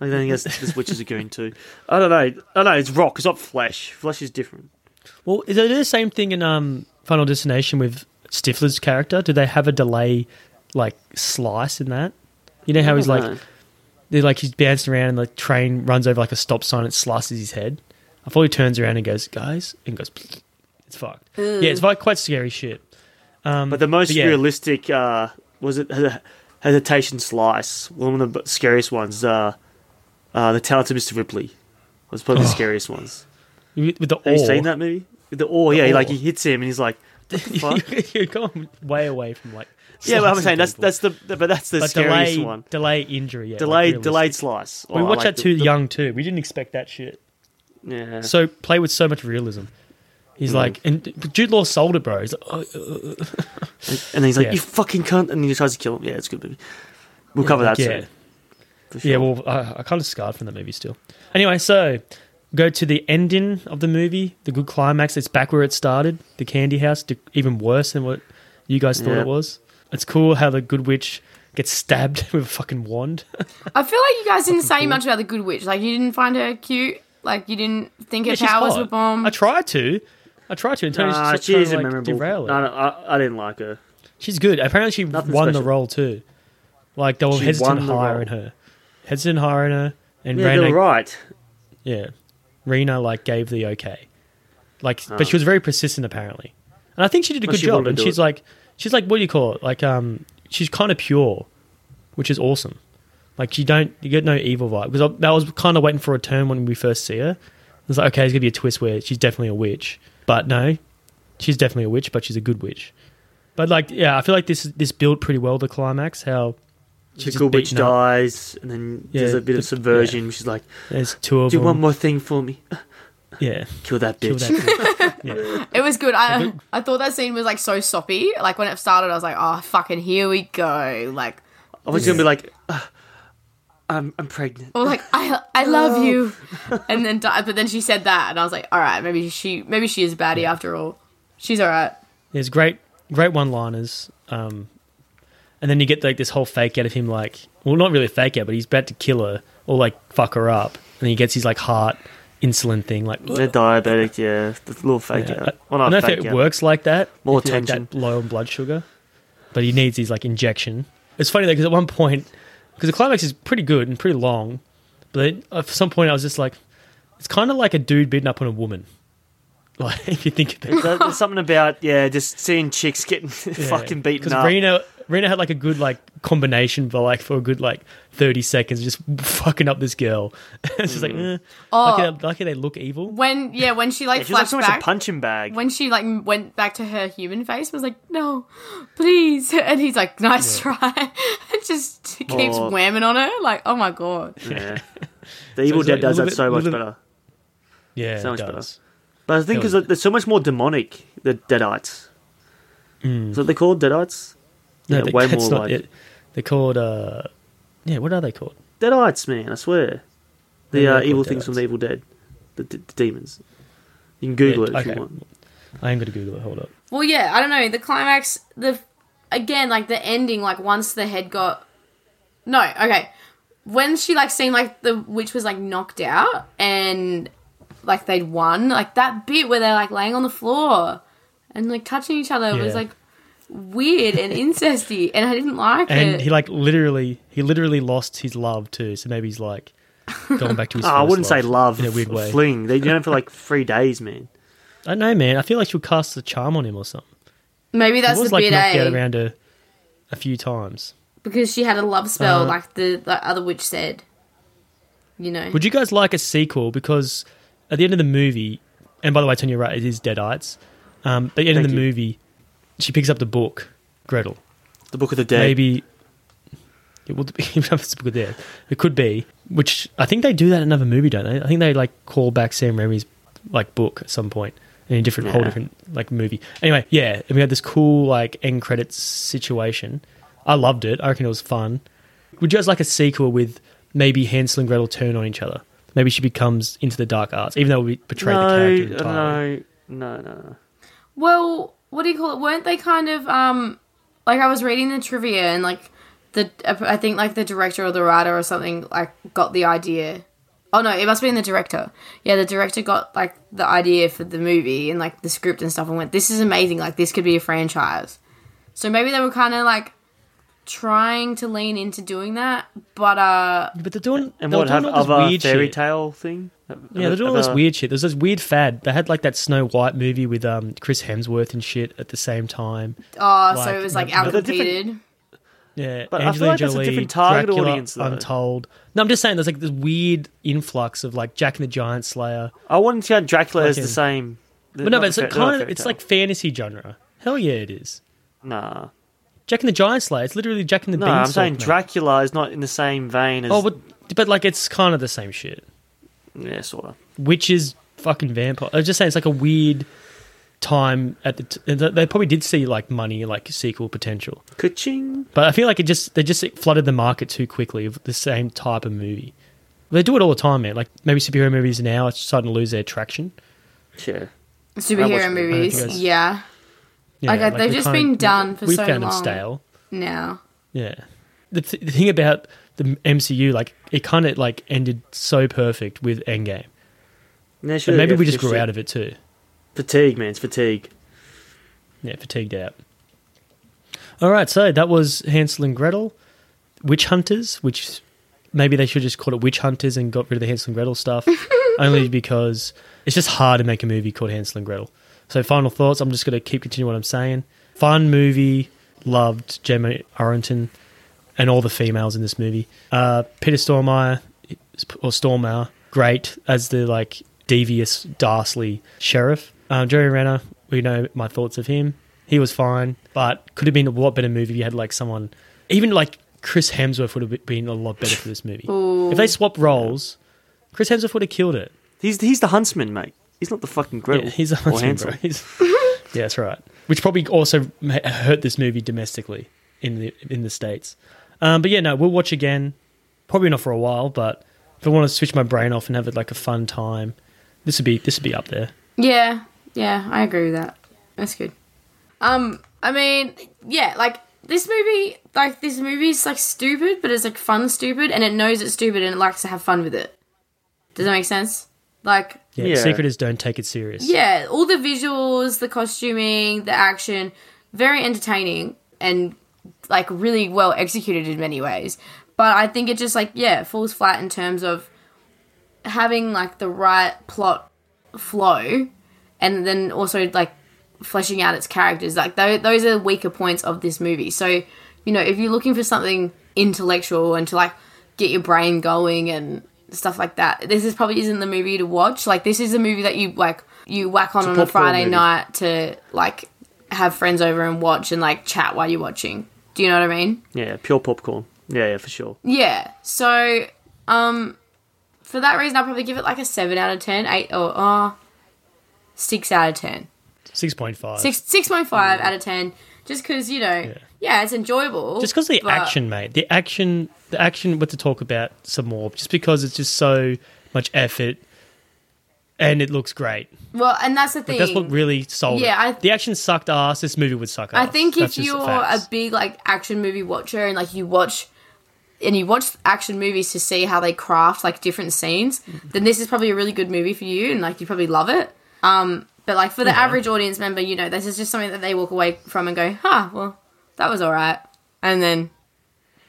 S4: I think that's, this witch is a goon too. I don't know. I don't know. It's rock. It's not flesh. Flesh is different.
S2: Well, is it the same thing in um, Final Destination with Stifler's character? Do they have a delay like slice in that? You know how he's
S4: I
S2: like,
S4: don't
S2: they're like he's bouncing around and the train runs over like a stop sign and it slices his head. I thought he turns around and goes, guys, and goes, it's fucked.
S4: Ew.
S2: Yeah, it's like quite scary shit. Um,
S4: But the most
S2: yeah.
S4: realistic uh, was it Hes- hesitation slice. One of the b- scariest ones. Uh, uh, the Talented Mr. Ripley was probably the
S2: Oh.
S4: scariest ones.
S2: with the
S4: Have you
S2: oar. [laughs]
S4: seen that movie? With The or yeah,
S2: The
S4: he, like
S2: oar.
S4: he hits him and he's like,
S2: [laughs]
S4: what the fuck?
S2: You're going way away from like.
S4: yeah, but I'm
S2: slicing
S4: saying that's
S2: people.
S4: that's the the- but that's the
S2: But
S4: scariest
S2: delay,
S4: one.
S2: Delay injury. Yeah,
S4: delayed
S2: like
S4: delayed
S2: realistic.
S4: slice.
S2: we
S4: Oh, I
S2: watched
S4: like
S2: that too
S4: the-
S2: young too. We didn't expect that shit.
S4: Yeah.
S2: So play with so much realism. He's
S4: Mm.
S2: like, and Jude Law sold it, bro. He's like, oh, uh, uh, uh.
S4: and then he's like,
S2: Yeah.
S4: "You fucking cunt!" And he tries to kill him. Yeah, it's a good movie. We'll cover that
S2: Yeah.
S4: soon.
S2: Yeah, well, I, I kind of scarred from that movie still. Anyway, so go to the ending of the movie, the good climax. It's back where it started, the candy house, d- even worse than what you guys thought
S4: Yeah.
S2: it was. It's cool how the good witch gets stabbed [laughs] with a fucking wand.
S3: I feel like you guys didn't say
S2: cool.
S3: much about the Good Witch. Like you didn't find her cute. Like you didn't think her
S2: Yeah, she's
S3: powers
S2: hot.
S3: were bomb.
S2: I tried to. I tried to, and Tony's
S4: Nah,
S2: just
S4: she
S2: trying
S4: isn't
S2: to, like,
S4: memorable.
S2: derail it.
S4: No, no, I, I didn't like her.
S2: She's good. Apparently, she
S4: Nothing
S2: won
S4: special.
S2: the role too. Like they were
S4: She
S2: hesitant
S4: won the
S2: hiring her, hesitant hiring her, and
S4: yeah,
S2: Rena,
S4: they're right.
S2: yeah, Rena like gave the okay. Like,
S4: Ah.
S2: but she was very persistent apparently, and I think she did a
S4: Well,
S2: good
S4: she wanted
S2: job.
S4: to
S2: And
S4: do
S2: she's
S4: it.
S2: like, she's like, what do you call it? Like, um, she's kind of pure, which is awesome. Like, you don't you get no evil vibe because I, I was kind of waiting for a turn when we first see her. I was like, okay, it's gonna be a twist where she's definitely a witch, but no, she's definitely a witch, but she's a good witch. But like, yeah, I feel like this this built pretty well the climax. How she's just
S4: Chickle Witch
S2: beaten up.
S4: dies, and then
S2: Yeah,
S4: there's a bit
S2: the-
S4: of subversion. She's like,
S2: There's two of
S4: "Do one
S2: them.
S4: more thing for me.
S2: Yeah,
S4: Kill that
S2: Kill
S4: bitch." [laughs]
S2: that bitch.
S3: It was good. I I thought that scene was like so soppy. Like when it started, I was like, oh fucking here we go. Like
S4: I was gonna be like, "Ah, "I'm I'm pregnant."
S3: or like I I love you, and then di- but then she said that, and I was like, all right, maybe she maybe she is a baddie after all. She's all right.
S2: There's great, great one-liners, um, and then you get like this whole fake out of him, like, well, not really a fake out, but he's about to kill her or like fuck her up, and he gets his like heart insulin thing, like,
S4: They're diabetic. Yeah, the little fake
S2: Yeah.
S4: out.
S2: I
S4: Well, not
S2: don't know if
S4: fake
S2: it
S4: out.
S2: works like that.
S4: More
S2: if you're, like, that
S4: tension.
S2: low on blood sugar, but he needs his like injection. It's funny though because at one point, because the climax is pretty good and pretty long, but then at some point I was just like, it's kind of like a dude beating up on a woman. [laughs] Like if you think about it.
S4: There- There's something about yeah, just seeing chicks getting [laughs] fucking beaten
S2: Because
S4: up.
S2: Reno, Reno had like a good like combination for like for a good like thirty seconds, just [laughs] fucking up this girl. [laughs] it's just like,
S4: Mm.
S2: eh.
S3: Oh.
S2: lucky, they, lucky they look evil.
S3: When yeah, when she like
S4: Yeah, she's like
S3: flashed
S4: so much a
S3: back.
S4: punching bag.
S3: when she like m- went back to her human face, was like, "No, please," [laughs] and he's like, "Nice try," [laughs] and just keeps
S4: Oh.
S3: whamming on her. Like, oh my god,
S2: [laughs]
S4: Yeah. The Evil
S2: it's
S4: Dead
S2: like
S4: does
S2: a little
S4: that
S2: bit-
S4: so much
S2: little-
S4: better.
S2: Yeah,
S4: so much
S2: it
S4: better.
S2: does.
S4: But I think because
S2: That was-
S4: they're so much more demonic, the Deadites.
S2: Mm.
S4: Is that what they called Deadites?
S2: No,
S4: yeah,
S2: they- [laughs]
S4: way
S2: that's
S4: more
S2: not
S4: like
S2: it. They're called. Uh, yeah, what are they called?
S4: Deadites, man. I swear, the
S2: Maybe
S4: uh,
S2: they're
S4: evil
S2: called
S4: things from
S2: Deadites.
S4: the Evil Dead, the, d- the demons. You can
S2: Yeah,
S4: Google it if
S2: okay.
S4: you want.
S2: I am going to Google it. Hold up.
S3: Well, yeah, I don't know. The climax, the again, like the ending, like once the head got no, okay. When she like seen like the witch was like knocked out and like they'd won, like that bit where they're like laying on the floor and like touching each other
S2: Yeah.
S3: was like weird and incesty, and I didn't like
S2: And
S3: it.
S2: he like literally, he literally lost his love too. So maybe he's like, Going
S4: [laughs]
S2: back to his
S4: Oh, I
S2: first
S4: wouldn't say love.
S2: in a weird
S4: f-
S2: way.
S4: Fling. They you know
S2: [laughs]
S4: for like three days, man.
S2: I know, man. I feel like she'll cast a charm on him or something.
S3: Maybe that's
S2: he was
S3: the
S2: like
S3: bit eh?
S2: knocked
S3: A
S2: out around a, a few times.
S3: because she had a love spell,
S2: Uh,
S3: like the, the other witch said. You know,
S2: Would you guys like a sequel? Because at the end of the movie, and by the way, Tony, you're right, it is Deadites. Um, but at the end of
S4: Thank
S2: the
S4: you.
S2: movie, she picks up the book, Gretel.
S4: The Book of the Dead.
S2: Maybe it would be [laughs] if it's the Book of the Dead. It could be, which I think they do that in another movie, don't they? I think they like call back Sam Raimi's like book at some point in a different whole
S4: Yeah.
S2: different like movie. Anyway, yeah, and we had this cool like end credits situation. I loved it. I reckon it was fun. Would you guys like a sequel with maybe Hansel and Gretel turn on each other? Maybe she becomes into the dark arts, even though we betrayed the
S4: no,
S2: character entirely.
S4: no, no, no, no.
S3: Well, what do you call it? Weren't they kind of um like I was reading the trivia and like the I think like the director or the writer or something like got the idea. Oh no, it must have been the director. Yeah, the director got like the idea for the movie and like the script and stuff and went, "This is amazing. Like this could be a franchise." So maybe they were kind of like trying to lean into doing that, but uh
S2: But they're doing
S4: And
S2: They were
S4: what have
S2: doing all this
S4: other
S2: weird
S4: fairy
S2: shit.
S4: tale thing?
S2: Yeah, they're doing all this
S4: Other-
S2: weird shit. There's this weird fad. They had like that Snow White movie with um, Chris Hemsworth and shit at the same time.
S3: oh, so it was like
S2: no- no-
S3: outcompeted.
S2: Yeah,
S4: But I
S2: Angelina
S4: feel like that's a
S2: Jolie,
S4: different target
S2: Dracula,
S4: audience, though.
S2: Untold. No, I'm just saying there's like this weird influx of like Jack and the Giant Slayer.
S4: I wouldn't count Dracula as the
S2: Fucking-
S4: same.
S2: but no,
S4: not
S2: but it's
S4: a
S2: like
S4: fair- not a
S2: kind of
S4: fairy
S2: it's
S4: tale.
S2: like fantasy genre. Hell yeah, it is.
S4: nah.
S2: Jack and the Giant Slayer. It's literally Jack and the
S4: No, I'm
S2: Beanstalk.
S4: saying
S2: mate.
S4: Dracula is not in the same vein as.
S2: Oh, but but like it's kind of the same shit.
S4: yeah, sort of.
S2: which is fucking vampire. I was just saying, it's like a weird time at the. T- and th- they probably did see like money, like sequel potential,
S4: Kuching.
S2: but I feel like it just they just flooded the market too quickly of the same type of movie. They do it all the time, man. Like maybe superhero movies now are starting to lose their traction.
S4: Sure. I watched
S3: Superhero
S4: it.
S2: I don't think
S3: movies,
S2: it's-
S3: yeah.
S2: Yeah,
S3: like,
S2: like,
S3: they've
S2: we
S3: just
S2: can't-
S3: been done for
S2: we've
S3: so
S2: found them
S3: long.
S2: stale.
S3: Now.
S2: Yeah. The, th- the thing about the MCU, like it kind of like ended so perfect with Endgame.
S4: Yeah,
S2: But maybe we just grew out of it too.
S4: Fatigue, man. It's fatigue.
S2: Yeah, fatigued out. All right, so that was Hansel and Gretel, Witch Hunters, which maybe they should just call it Witch Hunters and got rid of the Hansel and Gretel stuff, only because it's just hard to make a movie called Hansel and Gretel. So, final thoughts. I'm just going to keep continuing what I'm saying. Fun movie, loved Gemma Arrington and all the females in this movie. Uh, Peter Stormare or Stormare, great as the like devious, dastardly sheriff. Um, Jerry Renner, we know my thoughts of him. He was fine, but could have been a lot better movie if you had like someone, even like Chris Hemsworth would have been a lot better for this movie.
S4: Ooh.
S2: If they swap roles, Chris Hemsworth would have killed it.
S4: He's he's the huntsman, mate. He's not the fucking Gretel.
S2: Yeah, he's a
S4: or
S2: huntsman,
S4: Hansel.
S2: bro. He's-
S3: [laughs]
S2: yeah, that's right. Which probably also ma- hurt this movie domestically in the in the states. Um, but yeah, no, we'll watch again. Probably not for a while, but if I want to switch my brain off and have like a fun time, this would be this would be up there.
S3: Yeah, yeah, I agree with that. That's good. Um, I mean, yeah, like this movie, like this movie is like stupid, but it's like fun stupid, and it knows it's stupid and it likes to have fun with it. Does that make sense? Like,
S2: Yeah, The secret is don't take it serious.
S3: yeah, all the visuals, the costuming, the action, very entertaining and like really well executed in many ways. But I think it just like yeah, falls flat in terms of having like the right plot flow and then also like fleshing out its characters. Like tho- those are weaker points of this movie. So, you know, if you're looking for something intellectual and to like get your brain going and stuff like that, this is probably isn't the movie to watch. Like this is a movie that you like you whack on
S14: It's a
S3: on a
S14: popcorn
S3: Friday
S14: movie.
S3: night to like have friends over and watch and like chat while you're watching. Do you know what I mean?
S4: Yeah, pure popcorn. Yeah, yeah, for sure.
S3: Yeah. So, um, for that reason, I'll probably give it like a seven out of ten, eight or uh, six out of ten.
S2: Six point five.
S3: Six six point
S2: Mm.
S3: five out of ten, just because you know, yeah. it's enjoyable.
S2: Just because the
S3: but-
S2: action, mate. The action, the action. What to talk about some more? Just because it's just so much effort, and it looks great.
S3: Well, and that's the
S2: Like,
S3: thing.
S2: that's what really sold
S3: Yeah,
S2: it.
S3: I-
S2: the action sucked ass. This movie would suck
S3: I
S2: ass.
S3: think
S2: That's
S3: if
S2: just
S3: you're
S2: facts.
S3: a big like action movie watcher and like you watch and you watch action movies to see how they craft like different scenes,
S2: Mm.
S3: then this is probably a really good movie for you and like you probably love it. Um, but like for the
S14: Yeah.
S3: average audience member, you know, this is just something that they walk away from and go, "Huh, well, that was all right," and then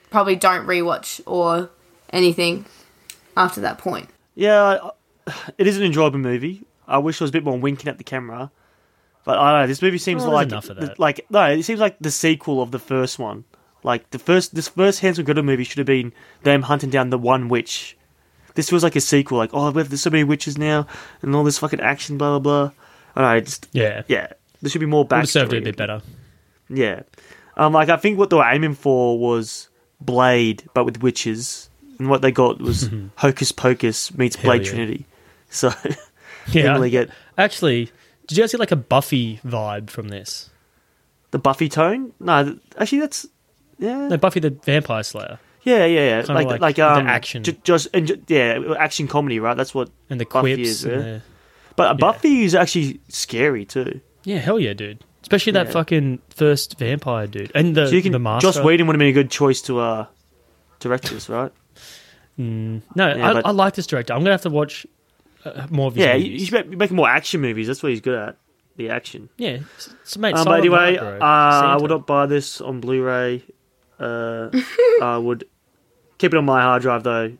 S3: probably don't rewatch or anything. after that point.
S4: Yeah, I- [sighs] it is an enjoyable movie. I wish there was a bit more winking at the camera, but I don't know. This movie seems
S2: Well, there's
S4: like
S2: enough of
S4: the-
S2: that.
S4: like no, it seems like the sequel of the first one. Like the first, this first Hansel Gretel movie should have been them hunting down the one witch. This feels like a sequel. Like oh, we have- there's so many witches now, and all this fucking action, blah blah blah. I don't know. It's,
S2: Yeah.
S4: yeah. There should be more
S2: Would
S4: back.
S2: have served it a bit better.
S4: Yeah. Um, like I think what they were aiming for was Blade, but with witches, and what they got
S2: [laughs]
S4: was Hocus Pocus meets
S2: Hell
S4: Blade
S2: yeah.
S4: Trinity. [laughs] So
S2: [laughs] Yeah.
S4: didn't really get
S2: Actually, did you guys get like a Buffy vibe from this?
S4: the Buffy tone. No, th- actually, that's yeah.
S2: No, Buffy the Vampire Slayer.
S4: Yeah, yeah, yeah.
S2: Kinda
S4: like,
S2: like
S4: like,
S2: the
S4: um,
S2: action.
S4: ju- just and ju- yeah, action comedy, right? That's what
S2: And the
S4: Buffy
S2: quips
S4: is.
S2: and
S4: yeah?
S2: the-
S4: But Buffy is actually scary too.
S2: Yeah, hell yeah, dude. Especially that
S4: Yeah.
S2: fucking first vampire dude and the
S4: so you can,
S2: the master.
S4: Joss Whedon would have been a good choice to uh, direct this, right?
S2: Mm, no,
S4: Yeah,
S2: I,
S4: but-
S2: I like this director. I'm gonna have to watch uh, more of his.
S4: yeah,
S2: movies.
S4: you, you should make, make more action movies. That's what he's good at. The action.
S2: Yeah, s- so mate,
S4: Um, but
S2: Silent
S4: anyway,
S2: Night, bro.
S4: uh, I
S2: Santa.
S4: would not buy this on Blu-ray. Uh, I would keep it on my hard drive though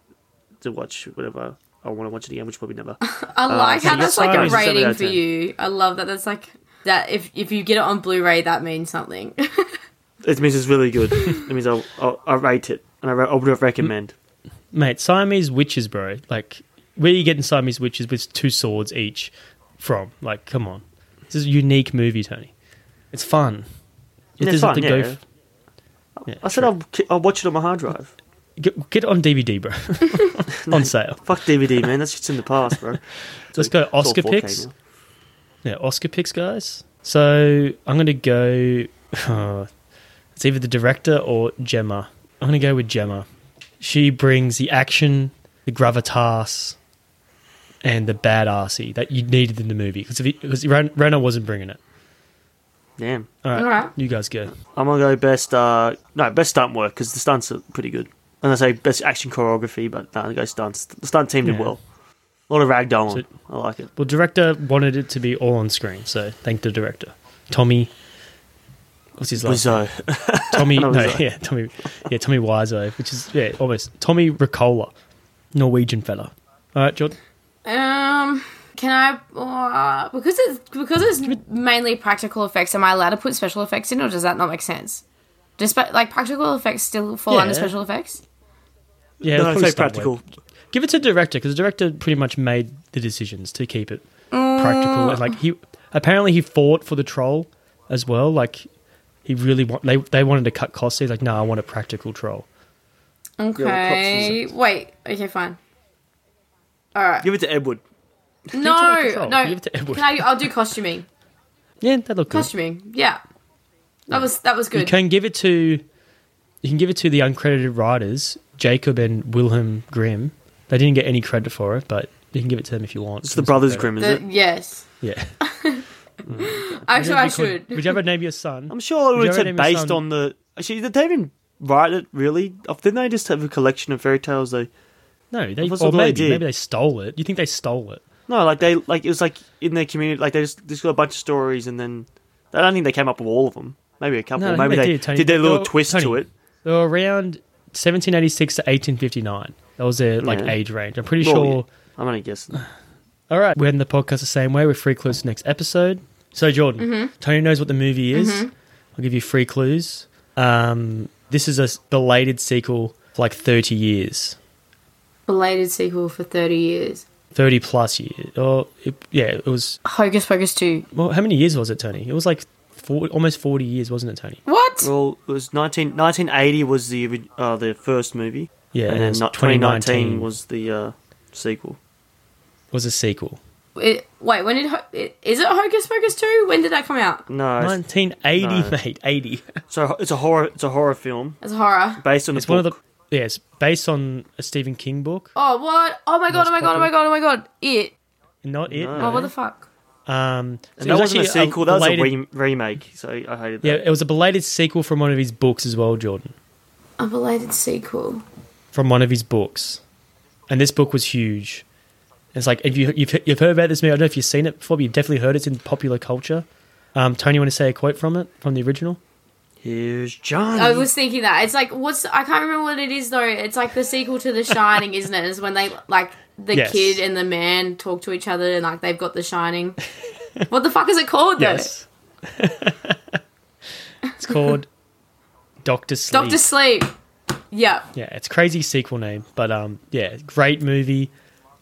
S4: to watch whatever I want to watch it again, which
S2: [laughs]
S4: probably never.
S3: I
S4: Uh,
S3: like
S4: so
S3: how
S4: yeah,
S3: that's like a
S4: Cyrus is seven out
S3: rating
S4: of
S3: for
S4: 10.
S3: you. I love that. That's like that. If if you get it on Blu-ray, that means something. [laughs]
S4: It means it's really good. it means I'll, I'll, I'll rate it and I, re- I would recommend.
S2: mate, Siamese witches, bro. Like, where are you getting Siamese witches with two swords each from? Like, come on, this is a unique movie, Tony. It's fun.
S4: Yeah, it's
S2: doesn't
S4: fun,
S2: have to
S4: yeah.
S2: f- yeah,
S4: I said I'll, ki- I'll watch it on my hard drive.
S2: get, get it on DVD,
S4: [laughs]
S2: bro. [laughs] on sale.
S4: Fuck DVD, man. That's just in the past, bro.
S2: [laughs] Let's go
S4: It's all
S2: Oscar
S4: 4K
S2: picks.
S4: now.
S2: Yeah, Oscar picks, guys. So I'm going to go. [laughs] it's either the director or Gemma. I'm going to go with Gemma. She brings the action, the gravitas, and the badassy that you needed in the movie. Because because Ren- Renner wasn't bringing it.
S4: Damn.
S2: All right,
S3: Alright.
S2: you guys go.
S4: I'm gonna go best. Uh, no, best stunt work because the stunts are pretty good. And I say best action choreography, but no, I go stunts. The stunt team did
S2: Yeah.
S4: well. A lot of ragdoll.
S2: So-
S4: I like it.
S2: Well, director wanted it to be all on screen, so thank the director, Tommy. What's his
S4: uh,
S2: last? name?
S4: Wiseau. [laughs]
S2: Tommy.
S4: Not
S2: no, [laughs]
S4: Wiseau.
S2: yeah, Tommy. Yeah, Tommy Wiseau, which is yeah, almost Tommy Ricola, Norwegian fella. All right, Jordan.
S3: um, can I? Uh, because it's because it's mainly practical effects. Am I allowed to put special effects in, or does that not make sense? Despite like practical effects still fall under
S2: Yeah.
S3: special effects.
S2: Yeah,
S4: [laughs] No,
S2: probably
S4: say
S2: stunt
S4: practical.
S2: work. Give it to the director because the director pretty much made the decisions to keep it practical.
S4: Mm.
S2: And, like he apparently he fought for the troll as well. Like he really want they they wanted to cut costs. He's like, no, I want a practical troll.
S3: Okay. Wait. Okay. Fine. All right.
S4: Give it to Edward.
S2: Give it
S3: No.
S2: to Control.
S3: No.
S2: Give it to Edward.
S3: Can I? I'll
S2: [laughs]
S3: do costuming.
S2: Yeah, that looked good.
S3: Costuming. Yeah. That was that was
S2: You
S3: good.
S2: can give it to you can give it to the uncredited writers Jacob and Wilhelm Grimm. They didn't get any credit for it, but you can give it to them if you want.
S4: It's the brothers Grimm, is
S3: The-
S4: it?
S3: yes.
S2: Yeah.
S3: [laughs]
S2: You
S3: Actually, I
S2: could-
S3: should.
S2: Would you ever name your son?
S4: I'm sure
S2: Would
S4: it would
S2: you
S4: have
S2: ever
S4: said
S2: name your
S4: based
S2: son-
S4: on the. Actually, did they even write it really? Or Didn't they just have a collection of fairy tales? They
S2: No, they
S4: That's
S2: or
S4: what they
S2: maybe
S4: did.
S2: maybe they stole it. You think they stole it?
S4: no, like they like it was like in their community. Like they just, just got a bunch of stories, and then I don't think they came up with all of them. Maybe a couple.
S2: No, I think
S4: maybe
S2: they
S4: they
S2: did,
S4: did,
S2: Tony.
S4: their little
S2: Well,
S4: twist to
S2: Tony,
S4: it.
S2: They were around 1786 to 1859. That was their like
S4: Yeah.
S2: age range. I'm pretty
S4: Well,
S2: sure.
S4: yeah, I'm only guessing.
S2: All right, we're in the podcast the same way. We're free clues next episode. So Jordan, Tony knows what the movie is. I'll give you free clues. Um, this is a s- belated sequel, for like 30 years,
S3: Belated sequel for thirty years.
S2: 30 plus years. Or it, yeah, it was.
S3: Hocus Pocus two.
S2: Well, how many years was it, Tony? It was like 40, almost 40 years, wasn't it, Tony?
S3: What?
S4: Well, it was 19, 1980 was the ori- uh, the first movie.
S2: Yeah,
S4: and,
S2: and it
S4: then
S2: was
S4: not- 2019
S2: 2019.
S4: was the uh, sequel.
S2: It was a sequel.
S3: It, wait, when did Ho- it, is it Hocus Pocus two? When did that come out?
S4: No, it's-
S2: 1980,
S4: No.
S2: mate,
S4: [laughs]
S2: 80.
S4: so it's a horror. It's a horror film
S3: As horror.
S4: based on the
S2: It's one of the.
S4: book.
S2: Yeah, it's based on a Stephen King book.
S3: Oh what? Oh my god! Oh my god! Oh my god! Oh my god! It.
S2: Not it.
S3: Oh what the fuck?
S2: Um, so it
S4: And that
S2: was
S4: wasn't a
S2: actually
S4: sequel. That was a
S2: belated-
S4: re- remake. So I hated that.
S2: Yeah, it was a belated sequel from one of his books as well, Jordan.
S3: A belated sequel.
S2: From one of his books, and this book was huge. It's like if you you've, you've heard about this movie, I don't know if you've seen it before, but you've definitely heard it's in popular culture. Um, Tony, you want to say a quote from it from the original?
S4: Here's Johnny.
S3: I was thinking that it's like what's I can't remember what it is though. It's like the sequel to The Shining, isn't it? Is when they like the
S2: Yes.
S3: kid and the man talk to each other and like they've got The Shining. what the fuck is it called though?
S2: Yes. [laughs] it's called Doctor Sleep.
S3: Doctor Sleep. Yeah,
S2: Yeah, it's a crazy sequel name, but um, yeah, great movie.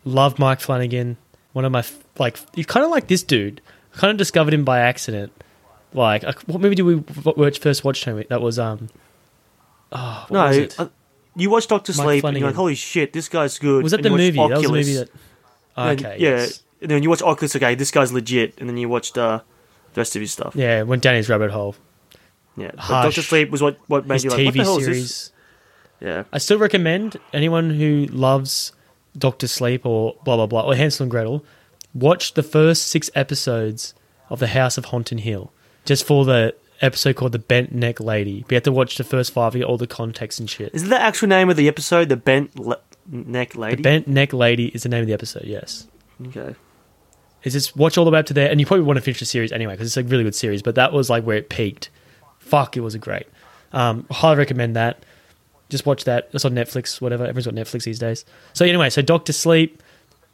S2: Love Mike Flanagan. One of my f- like, he's kind of like this dude. I kind of discovered him by accident. Like, uh, what movie did we w- watch first? Watch Tony? That was um, oh, what
S4: no,
S2: was it?
S4: uh, you watch Doctor
S2: Mike
S4: Sleep and
S2: Flanagan.
S4: you're like, holy shit, this guy's good.
S2: Was that
S4: And you
S2: the movie?
S4: watch
S2: That was the
S4: Oculus.
S2: movie that-
S4: And-
S2: Okay,
S4: yeah.
S2: yes.
S4: And then you watch Oculus, okay, this guy's legit. And then you watched uh, the rest of his stuff.
S2: yeah, went down his rabbit hole.
S4: Yeah, but
S2: Hush.
S4: Doctor Sleep was what what made
S2: His
S4: you like what
S2: TV
S4: the hell
S2: series.
S4: is this? Yeah,
S2: I still recommend anyone who loves Doctor Sleep or blah blah blah or Hansel and Gretel watch the first six episodes of The House of Haunted Hill just for the episode called The Bent Neck Lady. But you have to watch the first five to get all the context and shit.
S4: is that the actual name of the episode? The bent le- neck lady.
S2: The Bent Neck Lady is the name of the episode. Yes.
S4: Okay.
S2: Is just watch all the way up to there, and you probably want to finish the series anyway because it's a really good series. But that was like where it peaked. Fuck, it was a great. Um, highly recommend that. Just watch that. It's on Netflix. Whatever. Everyone's got Netflix these days. So anyway, so Doctor Sleep,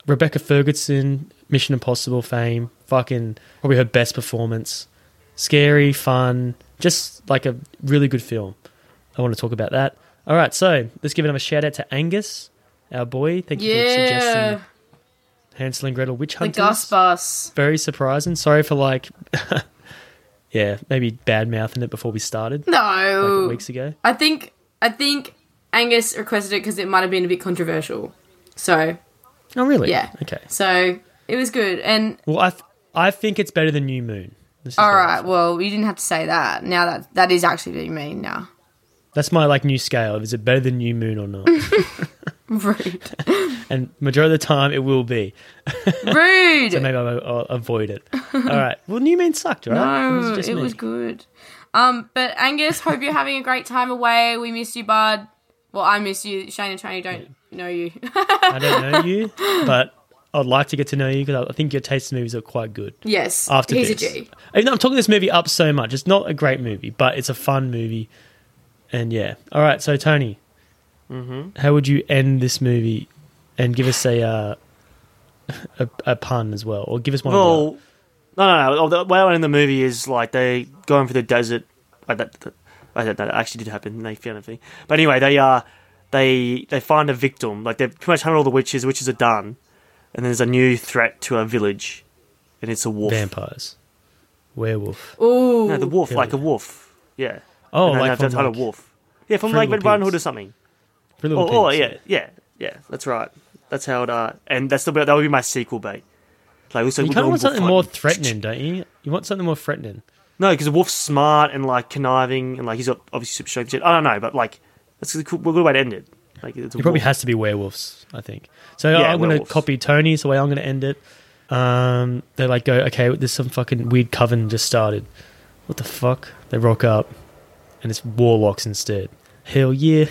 S2: Rebecca Ferguson, Mission Impossible fame. Fucking probably her best performance. Scary, fun, just like a really good film. I want to talk about that. All right, so let's give another shout out to Angus, our boy. Thank you for
S3: yeah.
S2: suggesting Hansel and Gretel Witch
S3: The
S2: Hunters.
S3: Gus Bus.
S2: Very surprising. Sorry for like, [laughs] yeah, maybe bad mouthing it before we started.
S3: No.
S2: like weeks ago.
S3: I think I think Angus requested it because it might have been a bit controversial. So
S2: Oh really?
S3: Yeah.
S2: Okay.
S3: so it was good. And
S2: Well, I th- I think it's better than New Moon. This is
S3: all
S2: what I-
S3: right, well, you didn't have to say that. Now that that is actually what you mean now. [laughs]
S2: That's my like new scale. Is it better than New Moon or
S3: [laughs]
S2: not? [laughs]
S3: Rude.
S2: and majority of the time, it will be.
S3: Rude.
S2: So maybe I'll, I'll avoid
S3: [laughs]
S2: it. All right. Well, New Moon sucked, right? Or
S3: No,
S2: was just
S3: Oh, it
S2: me?
S3: was good. Um, but Angus, hope you're having a great time away. We miss you, bud. Well, I miss you. Shane and Tony don't know you. [laughs]
S2: I don't know you, but I'd like to get to know you because I think your taste in movies are quite good.
S3: yes.
S2: After
S3: he's
S2: this.
S3: a G.
S2: Even though I'm talking this movie up so much. It's not a great movie, but it's a fun movie. And yeah. All right. So, Tony,
S4: Mhm.
S2: how would you end this movie and give us a, uh, a, a pun as well? Or give us one.
S4: Well, no, no, no. The way I in the movie is like they go into the desert. Like that, that, I don't know. That actually did happen. They found everything. But anyway, they uh, they they find a victim. Like they've pretty much hunted all the witches. The witches are done, and there's a new threat to a village, and it's a wolf.
S2: Vampires. Werewolf.
S3: Ooh.
S4: No, the wolf, like a wolf. Yeah.
S2: Oh,
S4: And then
S2: like
S4: they've
S2: from,
S4: hunted
S2: like,
S4: a wolf. Yeah, from
S2: Three
S4: like Red
S2: Little
S4: Riding Hood
S2: Pigs.
S4: or something.
S2: Three Little
S4: Oh, oh,
S2: Pigs,
S4: yeah, yeah, yeah. That's right. That's how it. Uh, and that's the that would be my sequel bait. Like, looks like
S2: You
S4: we're
S2: kind of
S4: going
S2: want
S4: wolf
S2: something
S4: hunting.
S2: more threatening, don't you? You want something more threatening.
S4: No, because the wolf's smart and like conniving and like he's got obviously super strength. Shit. I don't know, but like that's a cool, good way to end it. Like it's a
S2: It probably
S4: wolf.
S2: has to be werewolves, I think. So
S4: Yeah,
S2: I'm going to
S4: werewolves.
S2: copy Tony's the way I'm going to end it. Um, they like go, okay, there's some fucking weird coven just started. What the fuck? They rock up, and it's warlocks instead. Hell yeah!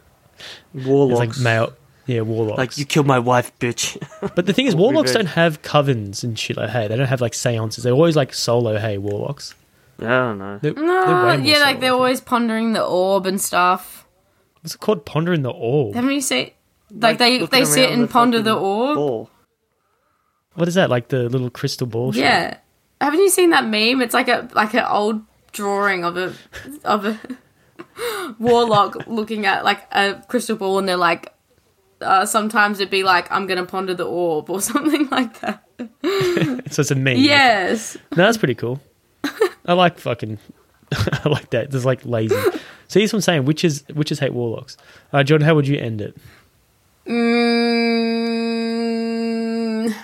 S2: [laughs]
S4: warlocks.
S2: It's like male, yeah, warlocks.
S4: Like, you killed my wife, bitch. [laughs]
S2: but the thing is,
S4: Well,
S2: warlocks
S4: revenge.
S2: don't have covens and shit like hey, they don't have like seances. They're always like solo hey warlocks.
S4: I don't know.
S2: They're,
S3: No,
S2: they're way more
S3: yeah, like
S2: solo.
S3: they're always pondering the orb and stuff.
S2: It's called pondering the orb.
S3: Haven't you seen? Like, they,
S4: looking
S3: they sit
S4: around
S3: and
S4: the
S3: ponder the
S4: fucking
S3: orb.
S4: ball.
S2: What is that? Like the little crystal ball? shape?
S3: Yeah. Haven't you seen that meme? It's like a like an old drawing of a of a [laughs] warlock looking at like a crystal ball, and they're like, uh, sometimes it'd be like, I'm gonna ponder the orb or [laughs] something like that.
S2: So it's a meme.
S3: Yes.
S2: No, that's pretty cool. I like fucking. [laughs] I like that. There's like lazy. See, that's what I'm saying. Witches, witches hate warlocks. Uh, John, how would you end it?
S3: Mm,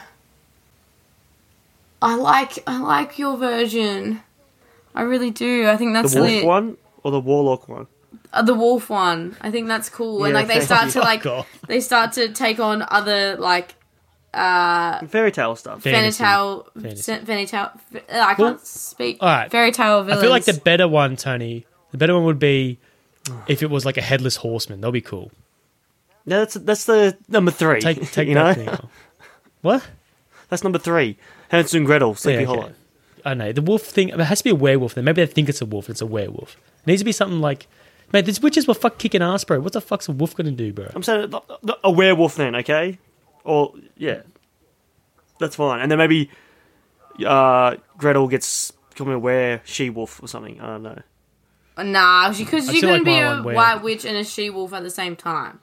S3: I like I like your version. I really do. I think
S4: The
S3: that's
S4: wolf
S3: lit.
S4: one or the warlock one?
S3: Uh, the wolf one. I think that's cool. and
S4: Yeah, Oh
S3: like they
S4: thank
S3: start
S4: you.
S3: to
S4: [laughs]
S3: like
S4: Fuck off.
S3: they start to take on other like uh
S4: Fairy tale stuff.
S3: fairy
S2: Fantasy.
S3: tale
S2: Fantasy.
S3: se- fairy tale f- uh, I
S2: Well,
S3: can't speak
S2: all right.
S3: fairy tale villains.
S2: I feel like the better one, Tony. The better one would be if it was like a headless horseman. That'll be cool.
S4: No, that's that's the number three. [laughs]
S2: Take take
S4: you
S2: that
S4: know,
S2: thing. What?
S4: that's number three. Hansel and Gretel, Sleepy
S2: Yeah, okay.
S4: Hollow.
S2: I don't know. The wolf thing, it has to be a werewolf. Then maybe they think it's a wolf and it's a werewolf. It needs to be something like, mate, these witches were fuck kicking ass, bro. What the fuck's a wolf gonna do, bro?
S4: I'm saying th- th- a werewolf then, okay? Or yeah, that's fine. And then maybe uh, Gretel gets become a were she wolf or something. I don't know.
S3: Nah, she because
S4: I
S3: she
S4: feel
S3: couldn't
S4: like
S3: be
S4: my
S3: a
S4: one where-
S3: white witch and a she wolf at the same time.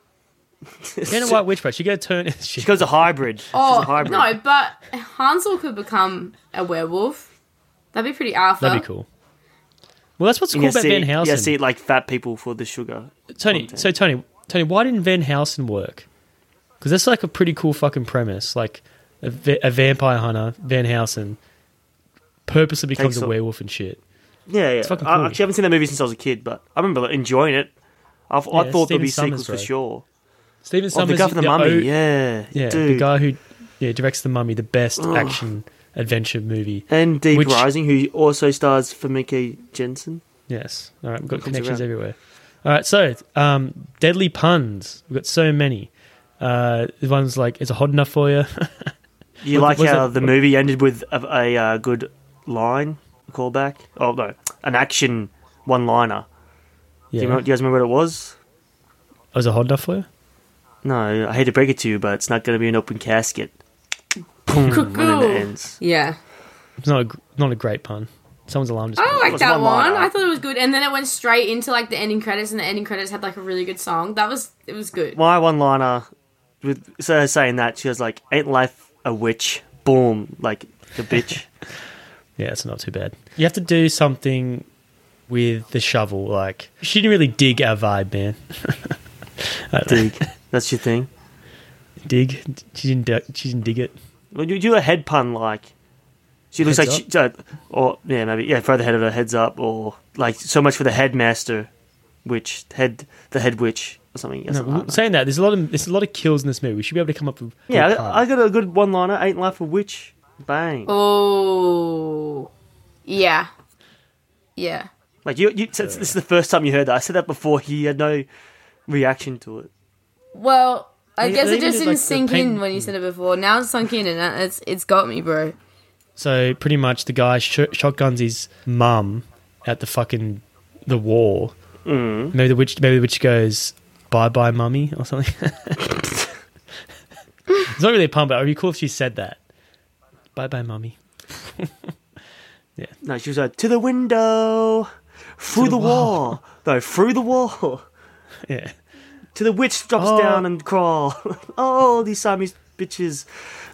S2: Get a
S4: [laughs]
S2: white witch, bro. She got to turn. [laughs] She
S4: goes a hybrid.
S3: Oh no, but Hansel could become a werewolf. That'd be pretty alpha.
S2: That'd be cool. Well, that's what's cool about Van Helsing.
S4: Yeah, see, like fat people for the sugar.
S2: Tony, so Tony, Tony, why didn't Van Helsing work? Because that's like a pretty cool fucking premise. Like a, va- a vampire hunter, Van Helsing, purposely becomes
S4: Takes
S2: a
S4: a-
S2: werewolf and shit.
S4: Yeah, yeah.
S2: It's fucking
S4: I
S2: cool.
S4: I actually haven't seen that movie since I was a kid, but I remember enjoying it. I, I
S2: Yeah,
S4: thought there'd
S2: Stephen
S4: be
S2: Summers,
S4: sequels
S2: bro.
S4: for sure.
S2: Stephen
S4: Oh,
S2: Summers,
S4: the guy from the, mummy.
S2: O-
S4: yeah,
S2: yeah, the
S4: dude.
S2: guy who yeah directs the Mummy, the best
S4: Ugh.
S2: action adventure movie.
S4: and Deep
S2: which-
S4: Rising, who also stars Famke Jensen.
S2: Yes. All right, we've got
S4: Comes
S2: connections
S4: around.
S2: everywhere. All right, so um, deadly puns. We've got so many. Uh, the one's like, "Is it hot enough for you?" [laughs]
S4: You
S2: What-
S4: like
S2: what's
S4: how
S2: that-
S4: the
S2: what-
S4: movie ended with a, a uh, good line, a callback? Oh no, an action one-liner. Do,
S2: Yeah.
S4: you remember, do you guys remember what it was?
S2: Was it hot enough for you?
S4: No, I hate to break it to you, but it's not going to be an open casket. Boom, and then it ends.
S3: Yeah.
S2: It's not a gr- not a great pun. Someone's alarm just.
S3: I don't like
S2: It's
S3: that one.
S2: one-liner.
S3: I thought it was good, and then it went straight into like the ending credits, and the ending credits had like a really good song. That was it was good.
S4: My one-liner, with so her saying that she was like, "Ain't life a witch?" Boom, like the bitch.
S2: Yeah, it's not too bad. You have to do something with the shovel. Like she didn't really dig our vibe, man.
S4: dig. That's your thing.
S2: Dig. She didn't. Di- she didn't dig it.
S4: Well, you do a head pun like she looks
S2: Heads
S4: like she, uh, or yeah, maybe yeah, further head of her heads up, or like so much for the headmaster, witch head the head witch or something. or
S2: No,
S4: something.
S2: w- saying that, there's a lot of there's a lot of kills in this movie. We should be able to come up with.
S4: yeah,
S2: good puns.
S4: I, I got a good one liner. Ain't life a witch? Bang.
S3: Oh, yeah, yeah.
S4: Like you, you so it's- this is the first time you heard that. I said that before. He had no reaction to it.
S3: Well, I
S4: They-
S3: guess
S4: they
S3: it just
S4: did,
S3: didn't
S4: like, the
S3: sink in
S4: paint-
S3: when you said it before. Now it's sunk in, and that- it's it's got me, bro.
S2: So pretty much, the guy sh- shotguns his mum at the fucking the wall.
S4: Mm.
S2: Maybe the witch. Maybe the witch goes bye bye, mummy, or something. [laughs] it's not really a pun, but it'd be cool if she said that. Bye bye, mummy. [laughs]
S4: No, she was like to the window, through the, wall. no, through the wall.
S2: Yeah.
S4: To the witch drops
S2: Oh.
S4: down and crawl. [laughs] oh, these Siamese bitches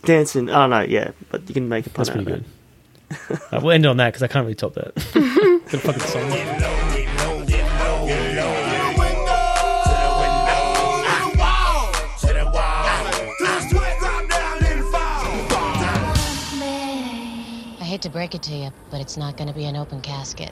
S4: dancing. Oh no, yeah, but you can make a pun
S2: That's
S4: out of
S2: pretty
S4: it.
S2: good. [laughs] Uh, we'll end on that because I can't really top that. [laughs] Good fucking song.
S6: I hate to break it to you, but it's not going to be an open casket.